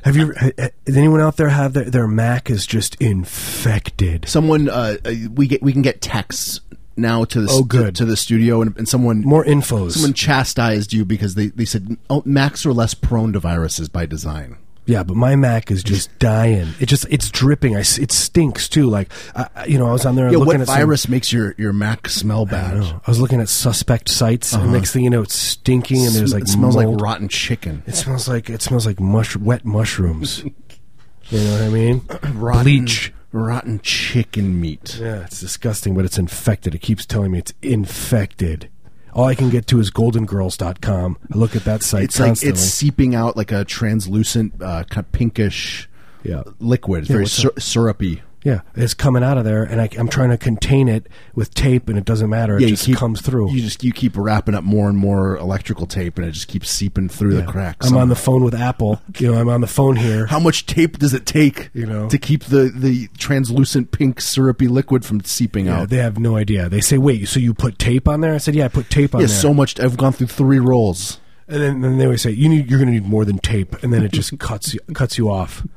[SPEAKER 2] have you? ha- ha- Does anyone out there have their, their Mac is just infected?
[SPEAKER 1] Someone uh, uh, we get we can get texts now to the
[SPEAKER 2] Oh,
[SPEAKER 1] st-
[SPEAKER 2] good.
[SPEAKER 1] to the studio, and, and someone
[SPEAKER 2] More infos.
[SPEAKER 1] someone chastised you because they they said oh, Macs are less prone to viruses by design.
[SPEAKER 2] Yeah, but my Mac is just dying. It just it's dripping. I s it stinks too. Like I, I- you know, I was on there
[SPEAKER 1] Yeah,
[SPEAKER 2] looking
[SPEAKER 1] what
[SPEAKER 2] at some-
[SPEAKER 1] virus makes your, your Mac smell
[SPEAKER 2] I
[SPEAKER 1] bad?
[SPEAKER 2] don't know. I was looking at suspect sites, and next thing you know, it's stinking, and there's
[SPEAKER 1] Sm-
[SPEAKER 2] like
[SPEAKER 1] Uh-huh. it smells
[SPEAKER 2] mold.
[SPEAKER 1] like rotten chicken.
[SPEAKER 2] It smells like it smells like mush wet mushrooms. you know what I mean?
[SPEAKER 1] Rotten,
[SPEAKER 2] Bleach.
[SPEAKER 1] rotten chicken meat.
[SPEAKER 2] Yeah, it's disgusting, but it's infected. It keeps telling me it's infected. All I can get to is goldengirls.com. I look at that site
[SPEAKER 1] It's
[SPEAKER 2] constantly.
[SPEAKER 1] like it's seeping out like a translucent, uh, kind of pinkish
[SPEAKER 2] yeah.
[SPEAKER 1] liquid. It's very
[SPEAKER 2] what's
[SPEAKER 1] syr- syrupy.
[SPEAKER 2] Yeah, it's coming out of there, and I, am trying to contain it with tape, and it doesn't matter. It
[SPEAKER 1] you
[SPEAKER 2] just
[SPEAKER 1] keep-
[SPEAKER 2] comes through.
[SPEAKER 1] You just you keep wrapping up more and more electrical tape, and it just keeps seeping through
[SPEAKER 2] Yeah.
[SPEAKER 1] the cracks.
[SPEAKER 2] I'm on the phone with Apple. You know, I'm on the phone here.
[SPEAKER 1] How much tape does it take,
[SPEAKER 2] You know?
[SPEAKER 1] to keep the, the translucent pink syrupy liquid from seeping
[SPEAKER 2] Yeah,
[SPEAKER 1] out?
[SPEAKER 2] they have no idea. They say, "Wait, so you put tape on there?" I said, "Yeah, I put tape on
[SPEAKER 1] yeah,
[SPEAKER 2] there."
[SPEAKER 1] so much. I've gone through three rolls.
[SPEAKER 2] and then, then they always say, "You need, you're going to need more than tape," and then it just cuts you, cuts you off.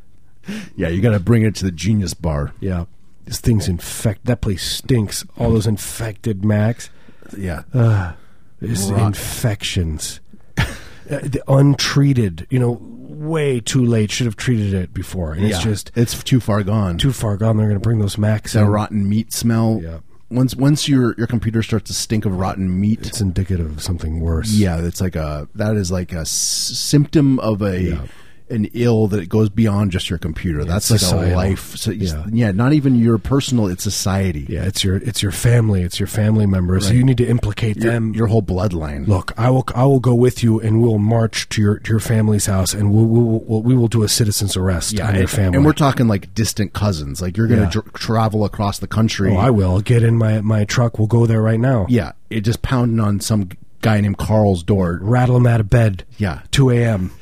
[SPEAKER 1] Yeah, you got to bring it to the genius bar.
[SPEAKER 2] Yeah, This thing's infect. That place stinks. All those infected Macs.
[SPEAKER 1] Yeah.
[SPEAKER 2] Uh, It's
[SPEAKER 1] Rot.
[SPEAKER 2] infections. Uh, the untreated. You know, way too late. Should have treated it before. And
[SPEAKER 1] Yeah.
[SPEAKER 2] it's just
[SPEAKER 1] it's too far gone.
[SPEAKER 2] too far gone. They're going to bring those Macs.
[SPEAKER 1] that
[SPEAKER 2] in.
[SPEAKER 1] rotten meat smell.
[SPEAKER 2] Yeah.
[SPEAKER 1] Once once your your computer starts to stink of rotten meat,
[SPEAKER 2] It's indicative of something worse.
[SPEAKER 1] yeah, it's like a that is like a s- symptom of a
[SPEAKER 2] Yeah.
[SPEAKER 1] an ill that goes beyond just your computer. That's like a
[SPEAKER 2] societal.
[SPEAKER 1] life. So, yeah.
[SPEAKER 2] Yeah.
[SPEAKER 1] not even your personal. It's society.
[SPEAKER 2] Yeah, it's your it's your family, it's your family members. So
[SPEAKER 1] Right.
[SPEAKER 2] you need to implicate
[SPEAKER 1] Your,
[SPEAKER 2] them.
[SPEAKER 1] your whole bloodline.
[SPEAKER 2] Look, I will I will go with you, and we'll march to your to your family's house, and we'll, we'll, we'll we will do a citizen's arrest on
[SPEAKER 1] and,
[SPEAKER 2] your family.
[SPEAKER 1] and we're talking like distant cousins. Like you're going to
[SPEAKER 2] Yeah.
[SPEAKER 1] dr- travel across the country.
[SPEAKER 2] oh, I will get in my my truck. We'll go there right now.
[SPEAKER 1] yeah, it just pounding on some guy named Carl's door.
[SPEAKER 2] rattle them out of bed.
[SPEAKER 1] Yeah.
[SPEAKER 2] two a.m.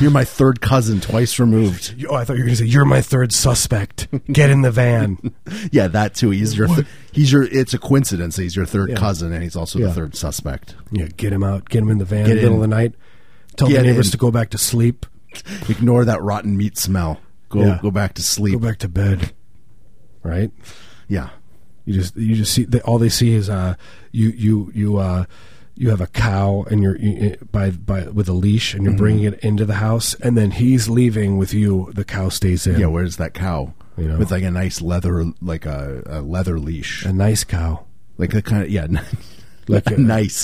[SPEAKER 1] You're my third cousin, twice removed.
[SPEAKER 2] You- Oh, I thought you were going to say you're my third suspect. Get in the van.
[SPEAKER 1] Yeah, that too. He's your th- he's your. It's a coincidence. that He's your third
[SPEAKER 2] Yeah.
[SPEAKER 1] cousin, and he's also the
[SPEAKER 2] Yeah.
[SPEAKER 1] third suspect.
[SPEAKER 2] yeah, get him out. Get him in the van.
[SPEAKER 1] Get
[SPEAKER 2] middle
[SPEAKER 1] in.
[SPEAKER 2] of the night. Tell
[SPEAKER 1] Get
[SPEAKER 2] the neighbors
[SPEAKER 1] in.
[SPEAKER 2] to go back to sleep.
[SPEAKER 1] Ignore that rotten meat smell. Go
[SPEAKER 2] Yeah.
[SPEAKER 1] go back to
[SPEAKER 2] Go
[SPEAKER 1] sleep.
[SPEAKER 2] back to bed. Right.
[SPEAKER 1] Yeah,
[SPEAKER 2] You just you just see they, all they see is uh you you you uh you have a cow and you're you, by by with a leash and you're
[SPEAKER 1] Mm-hmm.
[SPEAKER 2] bringing it into the house and then he's leaving with you. The cow stays in.
[SPEAKER 1] yeah. Where's that cow?
[SPEAKER 2] You know.
[SPEAKER 1] With like a nice leather, like a, a leather leash,
[SPEAKER 2] a nice cow,
[SPEAKER 1] like the kind of yeah, like
[SPEAKER 2] Like
[SPEAKER 1] a
[SPEAKER 2] a-
[SPEAKER 1] nice,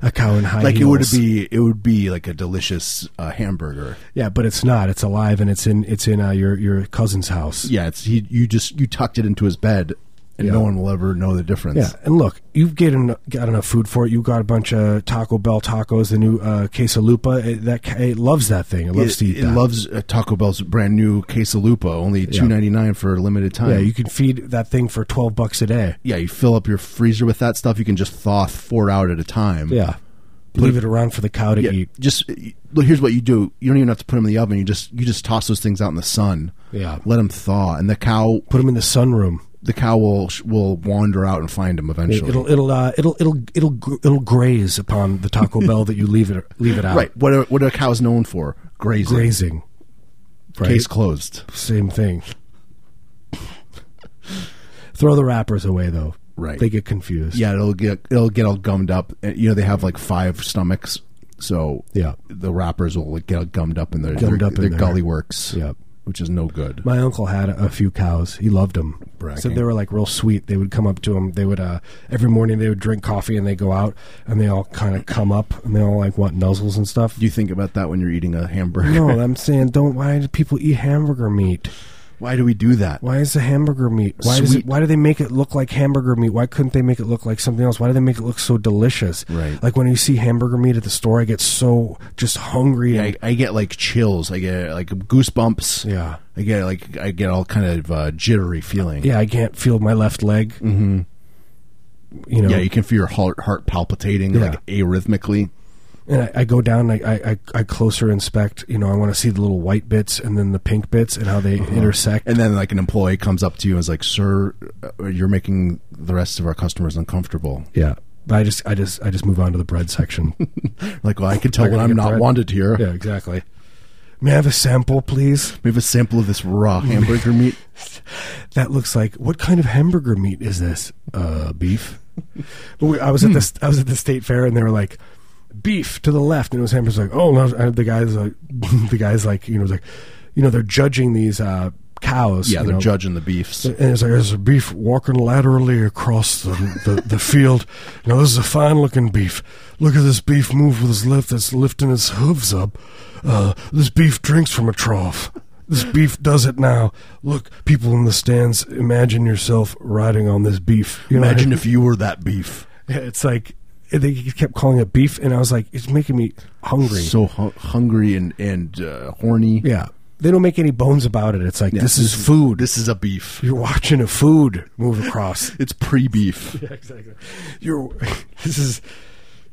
[SPEAKER 2] a cow in high
[SPEAKER 1] like it
[SPEAKER 2] heels.
[SPEAKER 1] would be it would be like a delicious uh, hamburger.
[SPEAKER 2] Yeah, but it's not. It's alive and it's in it's in uh, your your cousin's house.
[SPEAKER 1] Yeah, it's he. You just you tucked it into his bed, and
[SPEAKER 2] Yeah.
[SPEAKER 1] no one will ever know the difference.
[SPEAKER 2] Yeah, and look, you've get en- got enough food for it. You got a bunch of Taco Bell tacos, the new uh, quesalupa. It, that ca- it loves that thing. It loves
[SPEAKER 1] It,
[SPEAKER 2] to eat
[SPEAKER 1] it
[SPEAKER 2] that.
[SPEAKER 1] loves uh, Taco Bell's brand new quesalupa, only
[SPEAKER 2] Yeah.
[SPEAKER 1] two ninety nine for a limited time.
[SPEAKER 2] yeah, you can feed that thing for twelve bucks a day.
[SPEAKER 1] yeah, you fill up your freezer with that stuff. You can just thaw four out at a time.
[SPEAKER 2] Yeah, leave it around for the cow to
[SPEAKER 1] Yeah,
[SPEAKER 2] eat.
[SPEAKER 1] just look, here's what you do. You don't even have to put them in the oven. You just you just toss those things out in the sun.
[SPEAKER 2] Yeah.
[SPEAKER 1] let them thaw, and the cow
[SPEAKER 2] Put them in the sunroom.
[SPEAKER 1] the cow will will wander out and find them
[SPEAKER 2] It,
[SPEAKER 1] eventually.
[SPEAKER 2] will it'll uh, it'll it'll it'll gr- it'll graze upon the Taco Bell that you leave it leave it out.
[SPEAKER 1] right. What are, what are cows known for? Grazing.
[SPEAKER 2] grazing. Right.
[SPEAKER 1] Case closed.
[SPEAKER 2] Same thing. Throw the wrappers away though.
[SPEAKER 1] Right.
[SPEAKER 2] They get confused.
[SPEAKER 1] Yeah, it'll get it'll get all gummed up. Uh, You know they have like five stomachs, so
[SPEAKER 2] Yeah.
[SPEAKER 1] the wrappers will like, get all gummed up in their
[SPEAKER 2] Gummed
[SPEAKER 1] their,
[SPEAKER 2] up in
[SPEAKER 1] their
[SPEAKER 2] there.
[SPEAKER 1] gully works.
[SPEAKER 2] Yeah.
[SPEAKER 1] which is no good.
[SPEAKER 2] My uncle had a few cows. He loved them.
[SPEAKER 1] Bragging.
[SPEAKER 2] So they were like real sweet. They would come up to him. They would uh, every morning they would drink coffee and they go out and they all kind of come up and they all like want nuzzles and stuff.
[SPEAKER 1] Do you think about that when you're eating a hamburger?
[SPEAKER 2] no, I'm saying don't. Why do people eat hamburger meat?
[SPEAKER 1] Why do we do that?
[SPEAKER 2] Why is the hamburger meat? Why does
[SPEAKER 1] Sweet.
[SPEAKER 2] it, Why do they make it look like hamburger meat? Why couldn't they make it look like something else? Why do they make it look so delicious?
[SPEAKER 1] Right.
[SPEAKER 2] Like when you see hamburger meat at the store, I get so just hungry.
[SPEAKER 1] Yeah, I,
[SPEAKER 2] and,
[SPEAKER 1] I get like chills. I get like goosebumps.
[SPEAKER 2] yeah,
[SPEAKER 1] I get like I get all kind of uh, jittery feeling.
[SPEAKER 2] yeah. I can't feel my left leg. Mm-hmm. You know.
[SPEAKER 1] yeah. You can feel your heart heart palpitating
[SPEAKER 2] Yeah.
[SPEAKER 1] like arrhythmically.
[SPEAKER 2] and I, I go down. I, I I- I closer inspect. You know, I want to see the little white bits and then the pink bits and how they intersect.
[SPEAKER 1] Uh-huh. And then like an employee comes up to you and is like, "Sir, uh, you're making the rest of our customers uncomfortable."
[SPEAKER 2] yeah. But I just I just I just move on to the bread section.
[SPEAKER 1] Like, well, I can tell
[SPEAKER 2] They're
[SPEAKER 1] when
[SPEAKER 2] gonna
[SPEAKER 1] I'm
[SPEAKER 2] get
[SPEAKER 1] not
[SPEAKER 2] bread.
[SPEAKER 1] wanted here.
[SPEAKER 2] yeah, exactly. May I have a sample, please?
[SPEAKER 1] We have a sample of this raw hamburger meat.
[SPEAKER 2] that looks like what kind of hamburger meat is this uh beef But we- i was at
[SPEAKER 1] Hmm.
[SPEAKER 2] this i was at the state fair and they were like beef to the left and it was hamburgers like oh no and the guy's like the guy's like you know like you know they're judging these uh cows
[SPEAKER 1] Yeah,
[SPEAKER 2] you
[SPEAKER 1] they're
[SPEAKER 2] know.
[SPEAKER 1] judging the beefs.
[SPEAKER 2] and it's like there's a beef walking laterally across the, the, the field. Now this is a fine looking beef. Look at this beef move with his left. That's lifting his hooves up. Uh, this beef drinks from a trough. This beef does it now. Look, people in the stands, imagine yourself riding on this beef. You know what I
[SPEAKER 1] Imagine
[SPEAKER 2] mean?
[SPEAKER 1] if you were that beef.
[SPEAKER 2] Yeah, it's like they kept calling it beef, and I was like, it's making me hungry.
[SPEAKER 1] So hu- hungry and and uh, horny.
[SPEAKER 2] yeah, they don't make any bones about it. It's like this is food.
[SPEAKER 1] This is a beef.
[SPEAKER 2] You're watching a food move across.
[SPEAKER 1] It's pre-beef.
[SPEAKER 2] exactly. You're. This is.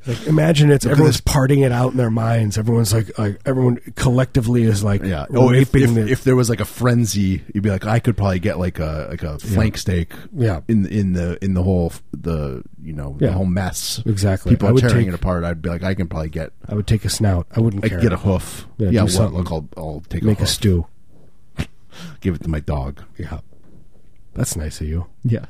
[SPEAKER 2] Like, imagine it's everyone's parting it out in their minds. Everyone's like, like everyone collectively is like,
[SPEAKER 1] Yeah. Oh, if,
[SPEAKER 2] raping
[SPEAKER 1] if,
[SPEAKER 2] the-
[SPEAKER 1] if there was like a frenzy, you'd be like, I could probably get like a like a flank steak.
[SPEAKER 2] Yeah.
[SPEAKER 1] In in the in the whole the you know the
[SPEAKER 2] Yeah.
[SPEAKER 1] whole mess.
[SPEAKER 2] Exactly.
[SPEAKER 1] People
[SPEAKER 2] I
[SPEAKER 1] are
[SPEAKER 2] would
[SPEAKER 1] tearing
[SPEAKER 2] take-
[SPEAKER 1] it apart. I'd be like, I can probably get
[SPEAKER 2] I would take a snout. I wouldn't
[SPEAKER 1] I
[SPEAKER 2] care.
[SPEAKER 1] could get a hoof.
[SPEAKER 2] Yeah,
[SPEAKER 1] Yeah.
[SPEAKER 2] do
[SPEAKER 1] well,
[SPEAKER 2] something.
[SPEAKER 1] look, I'll I'll take
[SPEAKER 2] make
[SPEAKER 1] a,
[SPEAKER 2] a
[SPEAKER 1] hoof.
[SPEAKER 2] stew.
[SPEAKER 1] Give it to my dog.
[SPEAKER 2] Yeah. That's nice of you.
[SPEAKER 1] Yeah.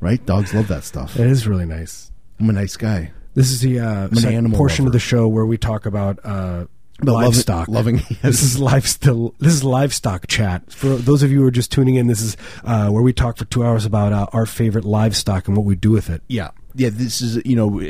[SPEAKER 1] right? Dogs love that stuff.
[SPEAKER 2] It is really nice.
[SPEAKER 1] I'm a nice guy.
[SPEAKER 2] This is the uh,
[SPEAKER 1] an
[SPEAKER 2] sec-
[SPEAKER 1] animal
[SPEAKER 2] portion
[SPEAKER 1] lover.
[SPEAKER 2] of the show where we talk about uh,
[SPEAKER 1] But love-
[SPEAKER 2] livestock.
[SPEAKER 1] loving-
[SPEAKER 2] This is livestock. This is livestock chat. For those of you who are just tuning in, this is uh, where we talk for two hours about uh, our favorite livestock and what we do with it.
[SPEAKER 1] Yeah. Yeah, this is you know,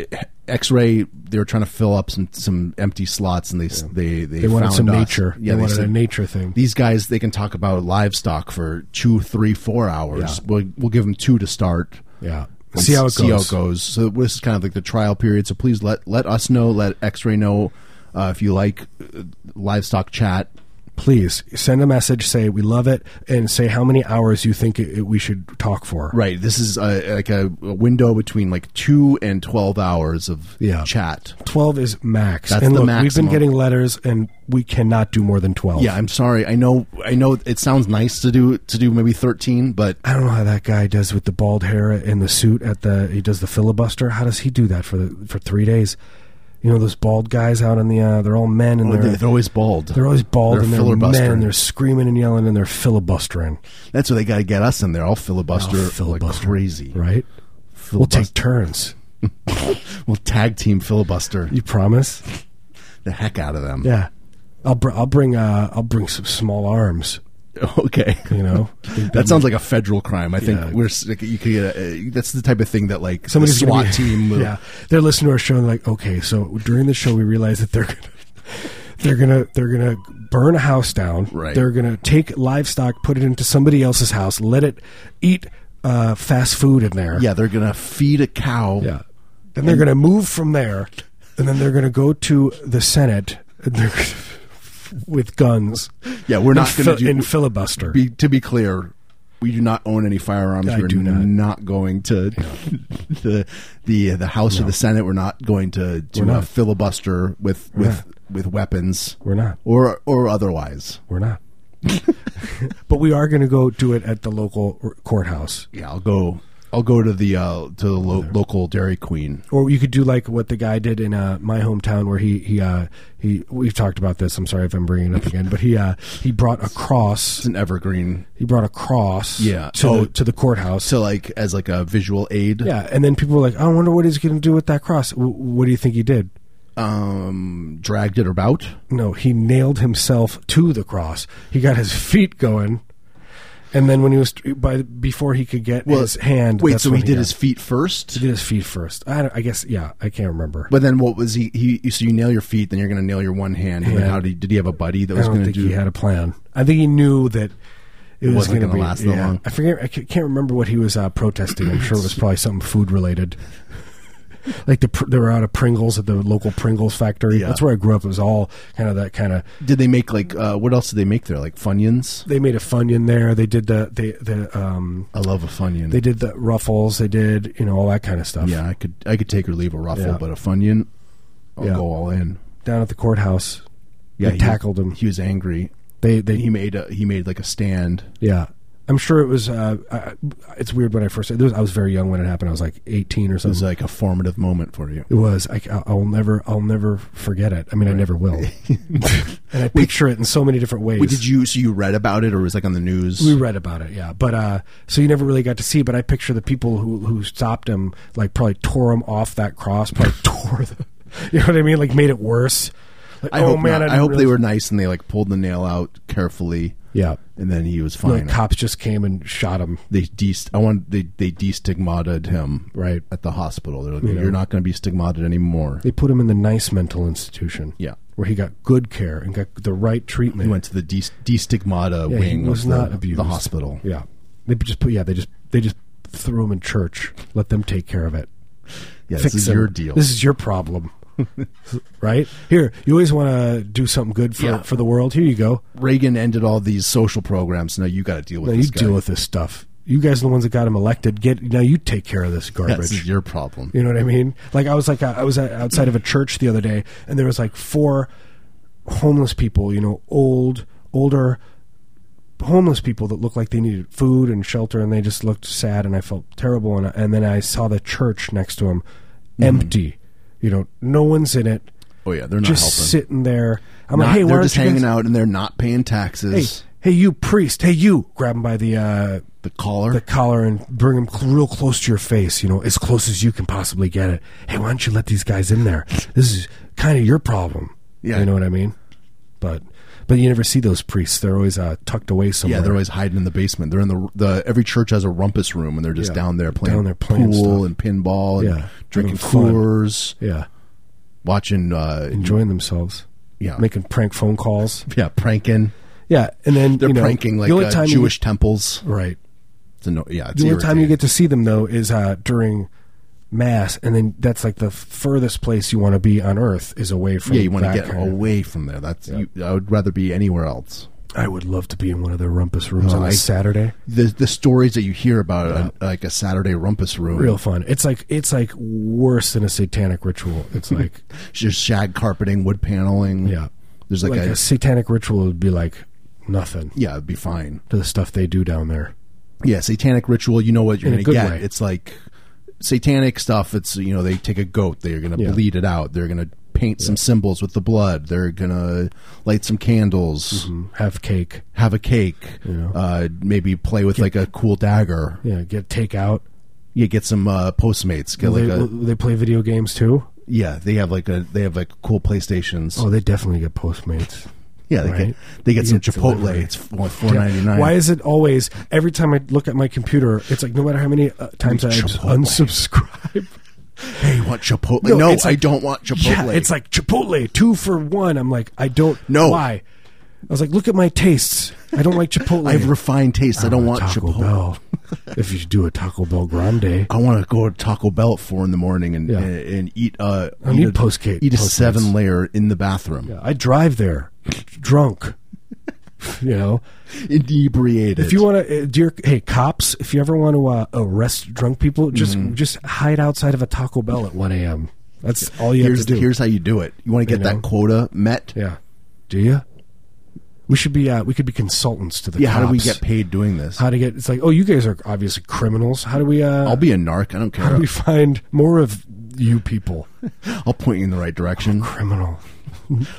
[SPEAKER 1] X-ray. They were trying to fill up some some empty slots, and they s they they,
[SPEAKER 2] They wanted
[SPEAKER 1] found
[SPEAKER 2] some
[SPEAKER 1] us.
[SPEAKER 2] nature.
[SPEAKER 1] Yeah,
[SPEAKER 2] they wanted
[SPEAKER 1] said,
[SPEAKER 2] a nature thing.
[SPEAKER 1] These guys, they can talk about livestock for two, three, four hours.
[SPEAKER 2] Yeah.
[SPEAKER 1] We'll we'll give them two to start.
[SPEAKER 2] yeah.
[SPEAKER 1] and
[SPEAKER 2] See how it goes.
[SPEAKER 1] See how it goes. So this is kind of like the trial period. So please let let us know. Let X-ray know uh, if you like uh, livestock chat.
[SPEAKER 2] Please send a message. Say we love it, and say how many hours you think it, it, we should talk for.
[SPEAKER 1] Right. This is uh like a, a window between like two and twelve hours of
[SPEAKER 2] Yeah.
[SPEAKER 1] chat.
[SPEAKER 2] 12 is max.
[SPEAKER 1] That's
[SPEAKER 2] and
[SPEAKER 1] the
[SPEAKER 2] look, we've
[SPEAKER 1] maximum.
[SPEAKER 2] been getting letters and we cannot do more than 12.
[SPEAKER 1] Yeah, I'm sorry. I know. I know. It sounds nice to do to do maybe 13, but
[SPEAKER 2] I don't know how that guy does with the bald hair and the suit at the he does the filibuster. How does he do that for the for 3 days? You know those bald guys out on the uh, they're all men and
[SPEAKER 1] they're,
[SPEAKER 2] they're,
[SPEAKER 1] Oh, they're always bald.
[SPEAKER 2] they're always bald
[SPEAKER 1] they're
[SPEAKER 2] and they're men
[SPEAKER 1] filibustering.
[SPEAKER 2] and they're screaming and yelling and they're filibustering.
[SPEAKER 1] That's what they got to get us in there. I'll filibuster,
[SPEAKER 2] I'll
[SPEAKER 1] like
[SPEAKER 2] filibuster.
[SPEAKER 1] crazy.
[SPEAKER 2] Right? We'll take
[SPEAKER 1] Filibuster.
[SPEAKER 2] turns.
[SPEAKER 1] We'll tag team filibuster
[SPEAKER 2] You promise?
[SPEAKER 1] the heck out of them.
[SPEAKER 2] Yeah. I'll br- I'll bring uh, I'll bring some small arms,
[SPEAKER 1] Okay.
[SPEAKER 2] you know.
[SPEAKER 1] That sounds like a federal crime. I think
[SPEAKER 2] Yeah.
[SPEAKER 1] we're s- like, you could get a, uh, that's the type of thing that like the
[SPEAKER 2] somebody's gonna
[SPEAKER 1] SWAT
[SPEAKER 2] be-
[SPEAKER 1] team. will-
[SPEAKER 2] Yeah, they're listening to our show and like, okay, so during the show we realize that they're gonna, they're gonna they're gonna burn a house down.
[SPEAKER 1] Right.
[SPEAKER 2] They're gonna take livestock, put it into somebody else's house, let it eat uh, fast food in there.
[SPEAKER 1] yeah, they're gonna feed a cow.
[SPEAKER 2] yeah. Then they're gonna move from there, and then they're gonna go to the Senate. And they're gonna- with guns.
[SPEAKER 1] Yeah, we're
[SPEAKER 2] In
[SPEAKER 1] not gonna
[SPEAKER 2] fil-
[SPEAKER 1] do-
[SPEAKER 2] in filibuster.
[SPEAKER 1] Be, to be clear, we do not own any firearms.
[SPEAKER 2] I
[SPEAKER 1] we're
[SPEAKER 2] do not.
[SPEAKER 1] going to the the the House or the Senate. We're not going to do
[SPEAKER 2] We're
[SPEAKER 1] a
[SPEAKER 2] not.
[SPEAKER 1] filibuster with with
[SPEAKER 2] not.
[SPEAKER 1] with weapons
[SPEAKER 2] We're not.
[SPEAKER 1] or or otherwise.
[SPEAKER 2] We're not. but we are going to go do it at the local r- courthouse.
[SPEAKER 1] Yeah, I'll go. I'll go to the uh, to the lo- local Dairy Queen.
[SPEAKER 2] or you could do like what the guy did in uh, my hometown where he he uh, he we've talked about this. I'm sorry if I'm bringing it up again, but he uh, he brought a
[SPEAKER 1] It's
[SPEAKER 2] cross.
[SPEAKER 1] an evergreen.
[SPEAKER 2] He brought a cross.
[SPEAKER 1] Yeah.
[SPEAKER 2] To
[SPEAKER 1] Oh.
[SPEAKER 2] the, to the courthouse.
[SPEAKER 1] So like as like a visual aid.
[SPEAKER 2] yeah, and then people were like, "I wonder what he's going to do with that cross." W- what do you think he did?
[SPEAKER 1] Um, dragged it about.
[SPEAKER 2] No, he nailed himself to the cross. He got his feet going, and then when he was by before he could get his hand.
[SPEAKER 1] Wait,
[SPEAKER 2] that's
[SPEAKER 1] so
[SPEAKER 2] when
[SPEAKER 1] he did
[SPEAKER 2] got-
[SPEAKER 1] his feet first.
[SPEAKER 2] He did his feet first. I, don't- I guess yeah. I can't remember.
[SPEAKER 1] But then what was he? He so you nail your feet, then you're going to nail your one hand. And then
[SPEAKER 2] Yeah.
[SPEAKER 1] how did he, did he have a buddy that
[SPEAKER 2] I
[SPEAKER 1] was
[SPEAKER 2] don't
[SPEAKER 1] going to
[SPEAKER 2] think
[SPEAKER 1] do?
[SPEAKER 2] he had a plan. I think he knew that it, was
[SPEAKER 1] wasn't
[SPEAKER 2] going to
[SPEAKER 1] gonna
[SPEAKER 2] be
[SPEAKER 1] last that long.
[SPEAKER 2] I forget. I ca- can't remember what he was uh, protesting. I'm sure it was probably something food related. like the pr- they were out of Pringles at the local Pringles factory.
[SPEAKER 1] Yeah.
[SPEAKER 2] That's where I grew up. It was all kind of that kind of.
[SPEAKER 1] Did they make like uh, what else did they make there? Like funyuns.
[SPEAKER 2] They made a funyun there. They did the they the um
[SPEAKER 1] I love a funyun.
[SPEAKER 2] they did the ruffles. They did you know all that kind of stuff.
[SPEAKER 1] yeah, I could I could take or leave a ruffle,
[SPEAKER 2] Yeah.
[SPEAKER 1] but a funyun, I'll
[SPEAKER 2] Yeah.
[SPEAKER 1] go all in.
[SPEAKER 2] Down at the courthouse,
[SPEAKER 1] Yeah,
[SPEAKER 2] they tackled him.
[SPEAKER 1] He was angry.
[SPEAKER 2] They they
[SPEAKER 1] He made a he made like a stand.
[SPEAKER 2] Yeah. I'm sure it was. Uh, I, it's weird when I first. There was, I was very young when it happened. I was like 18 or
[SPEAKER 1] It
[SPEAKER 2] something.
[SPEAKER 1] was like a formative moment for you.
[SPEAKER 2] It was. I, will never. I'll never forget it. I mean, I never will. and I picture it in so many different ways.
[SPEAKER 1] Wait, did you so you read about it or was it, like on the news?
[SPEAKER 2] we read about it, yeah. But uh, so you never really got to see. But I picture the people who who stopped him, like probably tore him off that cross, probably tore the. You know what I mean? Like made it worse. Like,
[SPEAKER 1] I
[SPEAKER 2] oh
[SPEAKER 1] hope
[SPEAKER 2] man!
[SPEAKER 1] not. I,
[SPEAKER 2] didn't
[SPEAKER 1] hope they
[SPEAKER 2] realize-
[SPEAKER 1] were nice and they like pulled the nail out carefully,
[SPEAKER 2] Yeah.
[SPEAKER 1] and then he was
[SPEAKER 2] The
[SPEAKER 1] fine.
[SPEAKER 2] cops just came and shot him.
[SPEAKER 1] they de- I want they they destigmatized him
[SPEAKER 2] Right.
[SPEAKER 1] at the hospital. They're like,
[SPEAKER 2] You
[SPEAKER 1] you
[SPEAKER 2] know.
[SPEAKER 1] are not going to be stigmatized anymore.
[SPEAKER 2] They put him in the nice mental institution.
[SPEAKER 1] Yeah.
[SPEAKER 2] Where he got good care and got the right treatment.
[SPEAKER 1] He went to the de- destigmata
[SPEAKER 2] Yeah, he
[SPEAKER 1] wing
[SPEAKER 2] was
[SPEAKER 1] of
[SPEAKER 2] not
[SPEAKER 1] the,
[SPEAKER 2] abused.
[SPEAKER 1] the hospital.
[SPEAKER 2] Yeah, they just put. Yeah, they just they just threw him in church. Let them take care of it.
[SPEAKER 1] Yeah,
[SPEAKER 2] Fix
[SPEAKER 1] this is
[SPEAKER 2] him.
[SPEAKER 1] your deal.
[SPEAKER 2] This is your problem, right? Here, you always want to do something good for
[SPEAKER 1] Yeah.
[SPEAKER 2] for the world. Here you go.
[SPEAKER 1] Reagan ended all these social programs. Now you got to deal with
[SPEAKER 2] Now
[SPEAKER 1] this
[SPEAKER 2] you
[SPEAKER 1] guy.
[SPEAKER 2] deal with this stuff. You guys are the ones that got him elected. Get now you take care of this
[SPEAKER 1] Yeah,
[SPEAKER 2] garbage.
[SPEAKER 1] this is your problem.
[SPEAKER 2] You know what I mean? Like I was like uh, I was outside of a church the other day, and there was like four homeless people. You know, old, older homeless people that looked like they needed food and shelter, and they just looked sad, and I felt terrible. And I, and then I saw the church next to them, empty. You know, no one's in it.
[SPEAKER 1] Oh yeah, Mm-hmm. they're not
[SPEAKER 2] just
[SPEAKER 1] helping.
[SPEAKER 2] sitting there. I'm
[SPEAKER 1] Not-
[SPEAKER 2] like, hey, why
[SPEAKER 1] they're
[SPEAKER 2] aren't
[SPEAKER 1] just
[SPEAKER 2] you guys-
[SPEAKER 1] hanging out and they're not paying
[SPEAKER 2] Hey,
[SPEAKER 1] taxes.
[SPEAKER 2] hey you priest, hey you, grab him by the uh,
[SPEAKER 1] The collar.
[SPEAKER 2] the collar and bring him cl- real close to your face, you know, as close as you can possibly get it. Hey, why don't you let these guys in there? This is kind of your problem.
[SPEAKER 1] Yeah.
[SPEAKER 2] You know what I mean? But but you never see those priests. They're always uh, tucked away somewhere.
[SPEAKER 1] yeah, they're always hiding in the basement. They're in the the every church has a rumpus room, and they're just
[SPEAKER 2] Yeah.
[SPEAKER 1] down there playing,
[SPEAKER 2] Down there playing
[SPEAKER 1] pool
[SPEAKER 2] stuff.
[SPEAKER 1] and pinball, and
[SPEAKER 2] Yeah.
[SPEAKER 1] drinking
[SPEAKER 2] Having fun.
[SPEAKER 1] Coors,
[SPEAKER 2] Yeah. Mm-hmm.
[SPEAKER 1] watching uh,
[SPEAKER 2] Enjoying themselves.
[SPEAKER 1] yeah,
[SPEAKER 2] Making prank phone calls.
[SPEAKER 1] yeah, pranking.
[SPEAKER 2] Yeah. And then
[SPEAKER 1] They're
[SPEAKER 2] you know,
[SPEAKER 1] pranking like
[SPEAKER 2] the only
[SPEAKER 1] uh,
[SPEAKER 2] time you-
[SPEAKER 1] Jewish temples.
[SPEAKER 2] right.
[SPEAKER 1] It's anno- yeah, it's
[SPEAKER 2] the only time you
[SPEAKER 1] irritating.
[SPEAKER 2] get to see them though is uh, during mass, and then that's like the furthest place you want to be on Earth is away from.
[SPEAKER 1] yeah, you want to
[SPEAKER 2] that
[SPEAKER 1] get
[SPEAKER 2] kind of-
[SPEAKER 1] away from there. That's you, I would rather be anywhere else.
[SPEAKER 2] I would love to be in one of their rumpus rooms
[SPEAKER 1] Oh,
[SPEAKER 2] on a
[SPEAKER 1] I-
[SPEAKER 2] Saturday.
[SPEAKER 1] The the stories that you hear about uh, like a Saturday rumpus room,
[SPEAKER 2] Real fun. It's like it's like worse than a satanic ritual. It's like
[SPEAKER 1] just shag carpeting, wood paneling.
[SPEAKER 2] Yeah.
[SPEAKER 1] there's like,
[SPEAKER 2] like
[SPEAKER 1] a,
[SPEAKER 2] a satanic ritual would be like nothing
[SPEAKER 1] yeah, it'd be fine.
[SPEAKER 2] to the stuff they do down there.
[SPEAKER 1] yeah, satanic ritual, you know what you're
[SPEAKER 2] In a
[SPEAKER 1] going to get.
[SPEAKER 2] good way.
[SPEAKER 1] It's like satanic stuff. It's, you know, they take a goat, they're going to
[SPEAKER 2] Yeah.
[SPEAKER 1] bleed it out, they're going to paint some symbols with the blood, they're going to light some candles,
[SPEAKER 2] Have cake.
[SPEAKER 1] have a cake,
[SPEAKER 2] Mm-hmm. Yeah.
[SPEAKER 1] uh, maybe play with like a cool dagger.
[SPEAKER 2] Yeah, get takeout.
[SPEAKER 1] Yeah, get some uh, Postmates. Get
[SPEAKER 2] They,
[SPEAKER 1] like a,
[SPEAKER 2] they play video games too.
[SPEAKER 1] yeah, they have like a they have like cool PlayStations.
[SPEAKER 2] Oh, they definitely get Postmates.
[SPEAKER 1] yeah, they
[SPEAKER 2] right.
[SPEAKER 1] get they get
[SPEAKER 2] You
[SPEAKER 1] some
[SPEAKER 2] get
[SPEAKER 1] Chipotle.
[SPEAKER 2] delivery.
[SPEAKER 1] It's four ninety nine.
[SPEAKER 2] Why is it always every time I look at my computer? It's like no matter how many uh, times I
[SPEAKER 1] Chipotle.
[SPEAKER 2] unsubscribe.
[SPEAKER 1] hey, you want Chipotle?
[SPEAKER 2] No,
[SPEAKER 1] No,
[SPEAKER 2] it's
[SPEAKER 1] I
[SPEAKER 2] like-
[SPEAKER 1] don't want Chipotle.
[SPEAKER 2] Yeah, it's like Chipotle two for one. I'm like I don't
[SPEAKER 1] No.
[SPEAKER 2] why. I was like, look at my tastes. I don't like Chipotle.
[SPEAKER 1] I have refined tastes. I don't want
[SPEAKER 2] Taco
[SPEAKER 1] Chipotle.
[SPEAKER 2] Bell. if you do a Taco Bell Grande,
[SPEAKER 1] I want to go to Taco Bell at four in the morning and
[SPEAKER 2] Yeah.
[SPEAKER 1] and, and eat uh
[SPEAKER 2] I
[SPEAKER 1] eat
[SPEAKER 2] need
[SPEAKER 1] a,
[SPEAKER 2] Postgate-
[SPEAKER 1] eat a
[SPEAKER 2] Postmates.
[SPEAKER 1] seven layer in the bathroom
[SPEAKER 2] I drive there drunk. you know,
[SPEAKER 1] inebriated.
[SPEAKER 2] If you want to, uh, dear, hey cops, if you ever want to uh, arrest drunk people, just
[SPEAKER 1] Mm-hmm.
[SPEAKER 2] just hide outside of a Taco Bell at one a.m. That's all you
[SPEAKER 1] here's
[SPEAKER 2] have to do.
[SPEAKER 1] here's how you do it. You want to get
[SPEAKER 2] You know?
[SPEAKER 1] that quota met.
[SPEAKER 2] yeah, do you? We should be uh, we could be consultants to the
[SPEAKER 1] Yeah, how do we
[SPEAKER 2] cops.
[SPEAKER 1] get paid doing this?
[SPEAKER 2] How to get? It's like, oh, you guys are obviously criminals. How do we? Uh,
[SPEAKER 1] I'll be a narc. I don't
[SPEAKER 2] How
[SPEAKER 1] care.
[SPEAKER 2] do we find more of you people?
[SPEAKER 1] I'll point you in the right direction
[SPEAKER 2] Criminal.